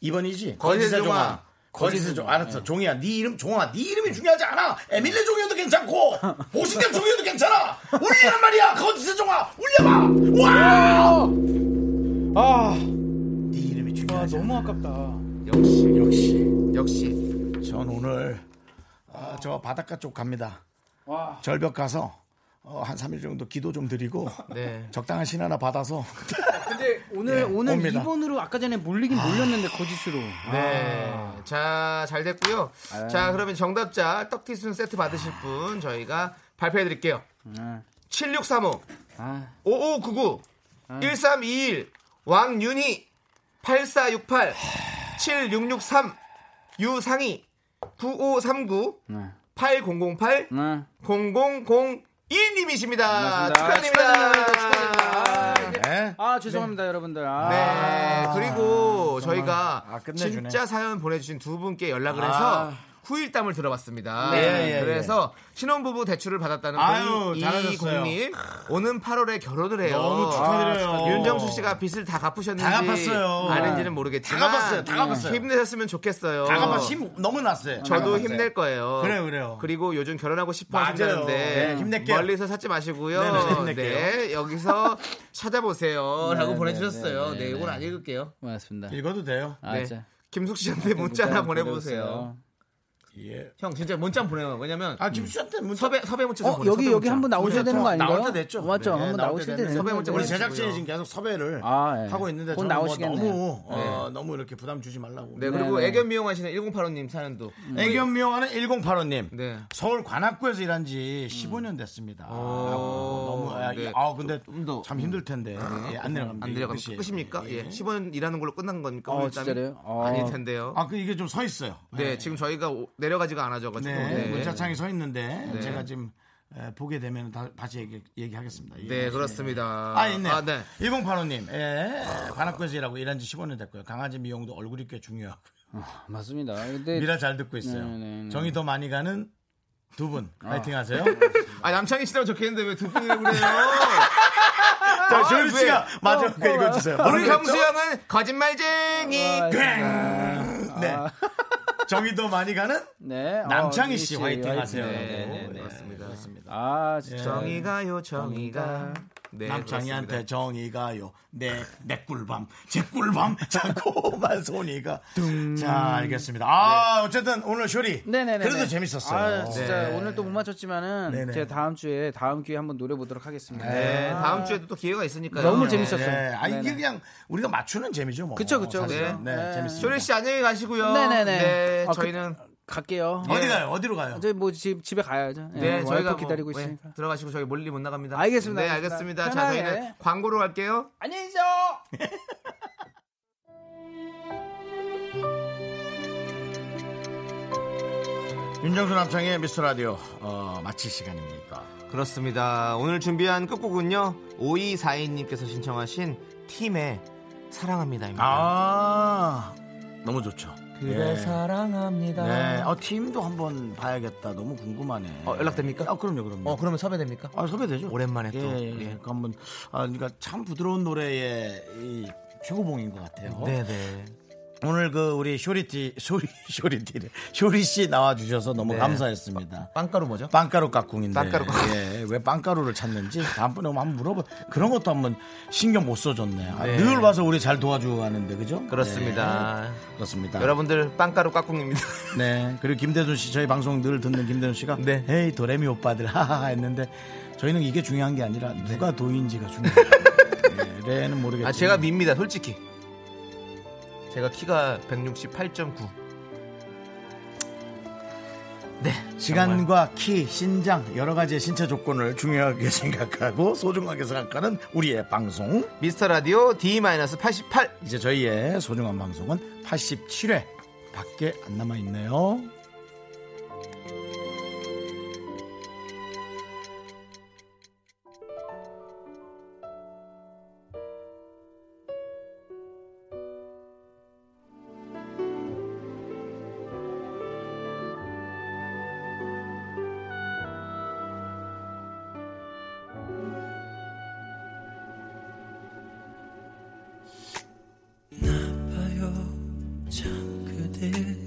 Speaker 1: 2번이지?
Speaker 3: 거짓의 종아.
Speaker 1: 거짓의 종아. 알았어. 종이야. 네 이름 종아. 네 이름이 중요하지 않아. 에밀레 종이어도 괜찮고 오신각 종이어도 괜찮아. 울리란 말이야. 거짓의 종아. 울려봐. 와!
Speaker 7: 아,
Speaker 1: 네 이름이
Speaker 7: 아,
Speaker 1: 중요하지.
Speaker 7: 너무 아깝다.
Speaker 3: 역시
Speaker 1: 역시.
Speaker 3: 역시
Speaker 1: 전 오늘 아, 저 바닷가 쪽 갑니다.
Speaker 7: 와.
Speaker 1: 절벽 가서 어, 한 3일 정도 기도 좀 드리고
Speaker 3: 네 어.
Speaker 1: 적당한 신 하나 받아서
Speaker 7: 근데 오늘
Speaker 1: 예,
Speaker 7: 오늘
Speaker 1: 옵니다.
Speaker 7: 2번으로 아까 전에 몰리긴 몰렸는데 거짓으로.
Speaker 3: 네. 자, 잘 됐고요. 자, 그러면 정답자 떡티순 세트 받으실 분 저희가 발표해 드릴게요.
Speaker 7: 네.
Speaker 3: 7635
Speaker 7: 아,
Speaker 3: 5599 아. 1321 왕윤희 8468 7663 유상희 9539
Speaker 7: 네.
Speaker 3: 8008
Speaker 7: 아.
Speaker 3: 0002님이십니다.
Speaker 7: 맞습니다.
Speaker 3: 축하드립니다.
Speaker 7: 축하드립니다. 축하드립니다.
Speaker 1: 네.
Speaker 7: 아 죄송합니다 여러분들. 아.
Speaker 3: 네. 그리고 저희가
Speaker 1: 아, 끝내주네.
Speaker 3: 진짜 사연 보내주신 두 분께 연락을
Speaker 1: 아.
Speaker 3: 해서 후일담을 들어봤습니다.
Speaker 1: 네, 예, 예.
Speaker 3: 그래서 신혼부부 대출을 받았다는
Speaker 1: 아유, 잘하셨어요.
Speaker 3: 이공님 오는 8월에 결혼을 해요.
Speaker 1: 너무 축하드려요.
Speaker 3: 아, 윤정수 씨가 빚을 다 갚으셨는지
Speaker 1: 다 갚았어요.
Speaker 3: 아는지는 모르겠지만 음,
Speaker 1: 다 갚았어요. 다 갚았어요.
Speaker 3: 힘내셨으면 좋겠어요.
Speaker 1: 다가봐힘 너무 났어요.
Speaker 3: 저도
Speaker 1: 다가봤어요.
Speaker 3: 힘낼 거예요.
Speaker 1: 그래요, 그래요.
Speaker 3: 그리고 요즘 결혼하고 싶어
Speaker 1: 맞아요.
Speaker 3: 하신다는데
Speaker 1: 네, 힘낼게요.
Speaker 3: 멀리서 찾지 마시고요.
Speaker 1: 네, 네, 힘낼게요.
Speaker 3: 네, 여기서 찾아보세요라고 보내주셨어요. 네, 이건 안 읽을게요.
Speaker 7: 고맙습니다.
Speaker 1: 읽어도 돼요.
Speaker 7: 아,
Speaker 3: 네.
Speaker 7: 진짜.
Speaker 3: 김숙 씨한테 문자 하나 보내보세요.
Speaker 1: 예.
Speaker 3: 형 진짜 문자 한번 보내요. 왜냐면
Speaker 1: 아 김수한테 문서
Speaker 3: 음. 섭외 섭외 문자 좀
Speaker 7: 어
Speaker 3: 보내요.
Speaker 7: 여기
Speaker 3: 섭외
Speaker 7: 여기
Speaker 3: 문자.
Speaker 7: 한번 나오셔야 되는 거 아닌가요?
Speaker 1: 나올 때 됐죠.
Speaker 7: 맞죠.
Speaker 1: 네,
Speaker 7: 한번
Speaker 1: 나올
Speaker 7: 나오실
Speaker 1: 때
Speaker 7: 때
Speaker 1: 됐는데
Speaker 7: 되는
Speaker 3: 섭외 문자
Speaker 7: 거죠.
Speaker 1: 우리
Speaker 3: 보내주시고요.
Speaker 1: 제작진이 지금 계속 섭외를
Speaker 7: 아, 예.
Speaker 1: 하고 있는데
Speaker 7: 곧
Speaker 1: 저는 뭐
Speaker 7: 나오시겠네요.
Speaker 1: 너무 어, 너무 이렇게 부담 주지 말라고.
Speaker 3: 네 그리고
Speaker 7: 네네.
Speaker 3: 애견 미용하시는 1085님 사연도.
Speaker 1: 애견 미용하는 1085님.
Speaker 3: 네.
Speaker 1: 서울 관악구에서 일한 지 15년 됐습니다.
Speaker 3: 음. 오,
Speaker 1: 너무 아,
Speaker 3: 네.
Speaker 1: 아 근데
Speaker 3: 좀더 음.
Speaker 1: 참 힘들 텐데 예, 안 내려갑니다.
Speaker 3: 안 내려가면
Speaker 1: 이게
Speaker 3: 끝입니까?
Speaker 1: 예.
Speaker 3: 예. 10원 일하는 걸로 끝난 겁니까?
Speaker 7: 어,
Speaker 3: 오늘 땀이?
Speaker 7: 진짜래요? 어.
Speaker 3: 아닐 텐데요.
Speaker 1: 아그 이게 좀 서 있어요.
Speaker 3: 네,
Speaker 1: 예.
Speaker 3: 지금 저희가 오- 내려가지가 않아져가지고.
Speaker 1: 네,
Speaker 3: 네.
Speaker 1: 문자창이 서 있는데 제가 지금 에, 보게 되면 다, 다시 얘기, 얘기하겠습니다. 예,
Speaker 3: 네,
Speaker 1: 예.
Speaker 3: 그렇습니다.
Speaker 1: 아 있네.
Speaker 3: 아, 네.
Speaker 1: 1085님, 예, 관악구에서 일하고 일한 지 15년 됐고요. 강아지 미용도 얼굴이 꽤 중요하고
Speaker 7: 아, 맞습니다. 근데
Speaker 1: 미라 잘 듣고 있어요.
Speaker 7: 네, 네, 네.
Speaker 1: 정이 더 많이 가는 두 분, 파이팅하세요.
Speaker 3: 아 남창희 씨라고 적혀있는데 왜 두 분이라고 그래요?
Speaker 1: 자,
Speaker 3: 아,
Speaker 1: 조리
Speaker 3: 왜?
Speaker 1: 씨가 마지막 거 읽어주세요.
Speaker 3: 우리 정수 형은 거짓말쟁이.
Speaker 7: 아,
Speaker 1: 네. 정이 더 많이 가는
Speaker 7: 네. 아. 어,
Speaker 1: 남창희
Speaker 7: 이
Speaker 1: 씨 화이팅하세요.
Speaker 7: 화이팅.
Speaker 3: 네,
Speaker 1: 네,
Speaker 3: 네, 네,
Speaker 1: 네,
Speaker 3: 맞습니다. 맞습니다.
Speaker 7: 아, 진짜.
Speaker 3: 정의가요, 정의가. 네,
Speaker 1: 남창희한테 정이가요. 네, 내 꿀밤, 제 꿀밤, 자꾸만 손이가. 자, 알겠습니다. 아, 어쨌든 오늘 쇼리.
Speaker 7: 네. 네네네.
Speaker 1: 그래도 재밌었어요.
Speaker 7: 아, 진짜
Speaker 3: 네.
Speaker 7: 오늘 또 못 맞췄지만은
Speaker 1: 네네.
Speaker 7: 제가 다음 주에 다음 기회에 한번 노래 보도록 하겠습니다.
Speaker 3: 그렇습니다. 네, 다음 주에도 또 기회가 있으니까요.
Speaker 7: 아. 너무
Speaker 3: 네.
Speaker 7: 재밌었어요.
Speaker 1: 네. 아, 이게
Speaker 7: 네네.
Speaker 1: 그냥 우리가 맞추는 재미죠, 뭐.
Speaker 7: 그쵸, 그쵸,
Speaker 1: 사실은.
Speaker 3: 그쵸.
Speaker 1: 네,
Speaker 7: 네.
Speaker 1: 재밌습니다.
Speaker 3: 조리 씨 안녕히 가시고요.
Speaker 7: 네네네.
Speaker 3: 네,
Speaker 7: 아, 그-
Speaker 3: 저희는
Speaker 7: 갈게요.
Speaker 1: 어디 가요? 어디로 가요?
Speaker 7: 저희 뭐 집, 집에 가야죠. 예,
Speaker 3: 네,
Speaker 7: 와이프
Speaker 3: 저희가 뭐,
Speaker 7: 기다리고
Speaker 3: 네,
Speaker 7: 있으니까.
Speaker 3: 들어가시고 저희 멀리 못 나갑니다.
Speaker 7: 알겠습니다,
Speaker 3: 네,
Speaker 7: 알겠습니다.
Speaker 3: 알겠습니다. 자,
Speaker 7: 편하게.
Speaker 3: 저희는 광고로 갈게요.
Speaker 7: 안녕히 계세요.
Speaker 1: 윤정수 남창의 미스터 라디오, 어, 마칠 시간입니다.
Speaker 3: 그렇습니다. 오늘 준비한 끝곡은요. 5242님께서 신청하신 팀의 사랑합니다입니다.
Speaker 1: 아, 너무 좋죠. 예.
Speaker 3: 그대 사랑합니다.
Speaker 1: 네, 어, 팀도 한번 봐야겠다. 너무 궁금하네.
Speaker 3: 어, 연락됩니까?
Speaker 1: 아, 그럼요, 그럼요.
Speaker 3: 어, 그러면 섭외됩니까?
Speaker 1: 아, 섭외되죠.
Speaker 3: 오랜만에 또.
Speaker 1: 예, 예, 예. 그 한번,
Speaker 3: 어? 네.
Speaker 1: 아, 그러니까 참 부드러운 노래의 이 최고봉인 것 같아요.
Speaker 3: 네네.
Speaker 1: 오늘 그 우리 쇼리티 쇼리 쇼리티 쇼리 씨 나와 주셔서 너무
Speaker 3: 네.
Speaker 1: 감사했습니다.
Speaker 3: 빵가루 뭐죠?
Speaker 1: 빵가루 깍꿍인데
Speaker 3: 빵가루 깍꿍.
Speaker 1: 예, 왜 빵가루를 찾는지 다음번에 오면 한번 물어봐 그런 것도 한번 신경 못 써줬네 아, 늘 와서 우리 잘 도와주고 가는데 그죠?
Speaker 3: 그렇습니다.
Speaker 1: 예, 그렇습니다
Speaker 3: 여러분들 빵가루 깍꿍입니다.
Speaker 1: 네 그리고 김대준 씨 저희 방송 늘 듣는 김대준 씨가
Speaker 3: 네.
Speaker 1: 에이 도레미 오빠들 하하하 했는데 저희는 이게 중요한 게 아니라 누가 도인지가 중요해요 예, 레는 모르겠지만
Speaker 3: 네. 아 제가 밉니다 솔직히. 제가 키가 168.9. 네 정말.
Speaker 1: 시간과 키, 신장 여러 가지의 신체 조건을 중요하게 생각하고 소중하게 생각하는 우리의 방송
Speaker 3: 미스터 라디오 D-88
Speaker 1: 이제 저희의 소중한 방송은 87회 밖에 안 남아 있네요.
Speaker 5: 참 그대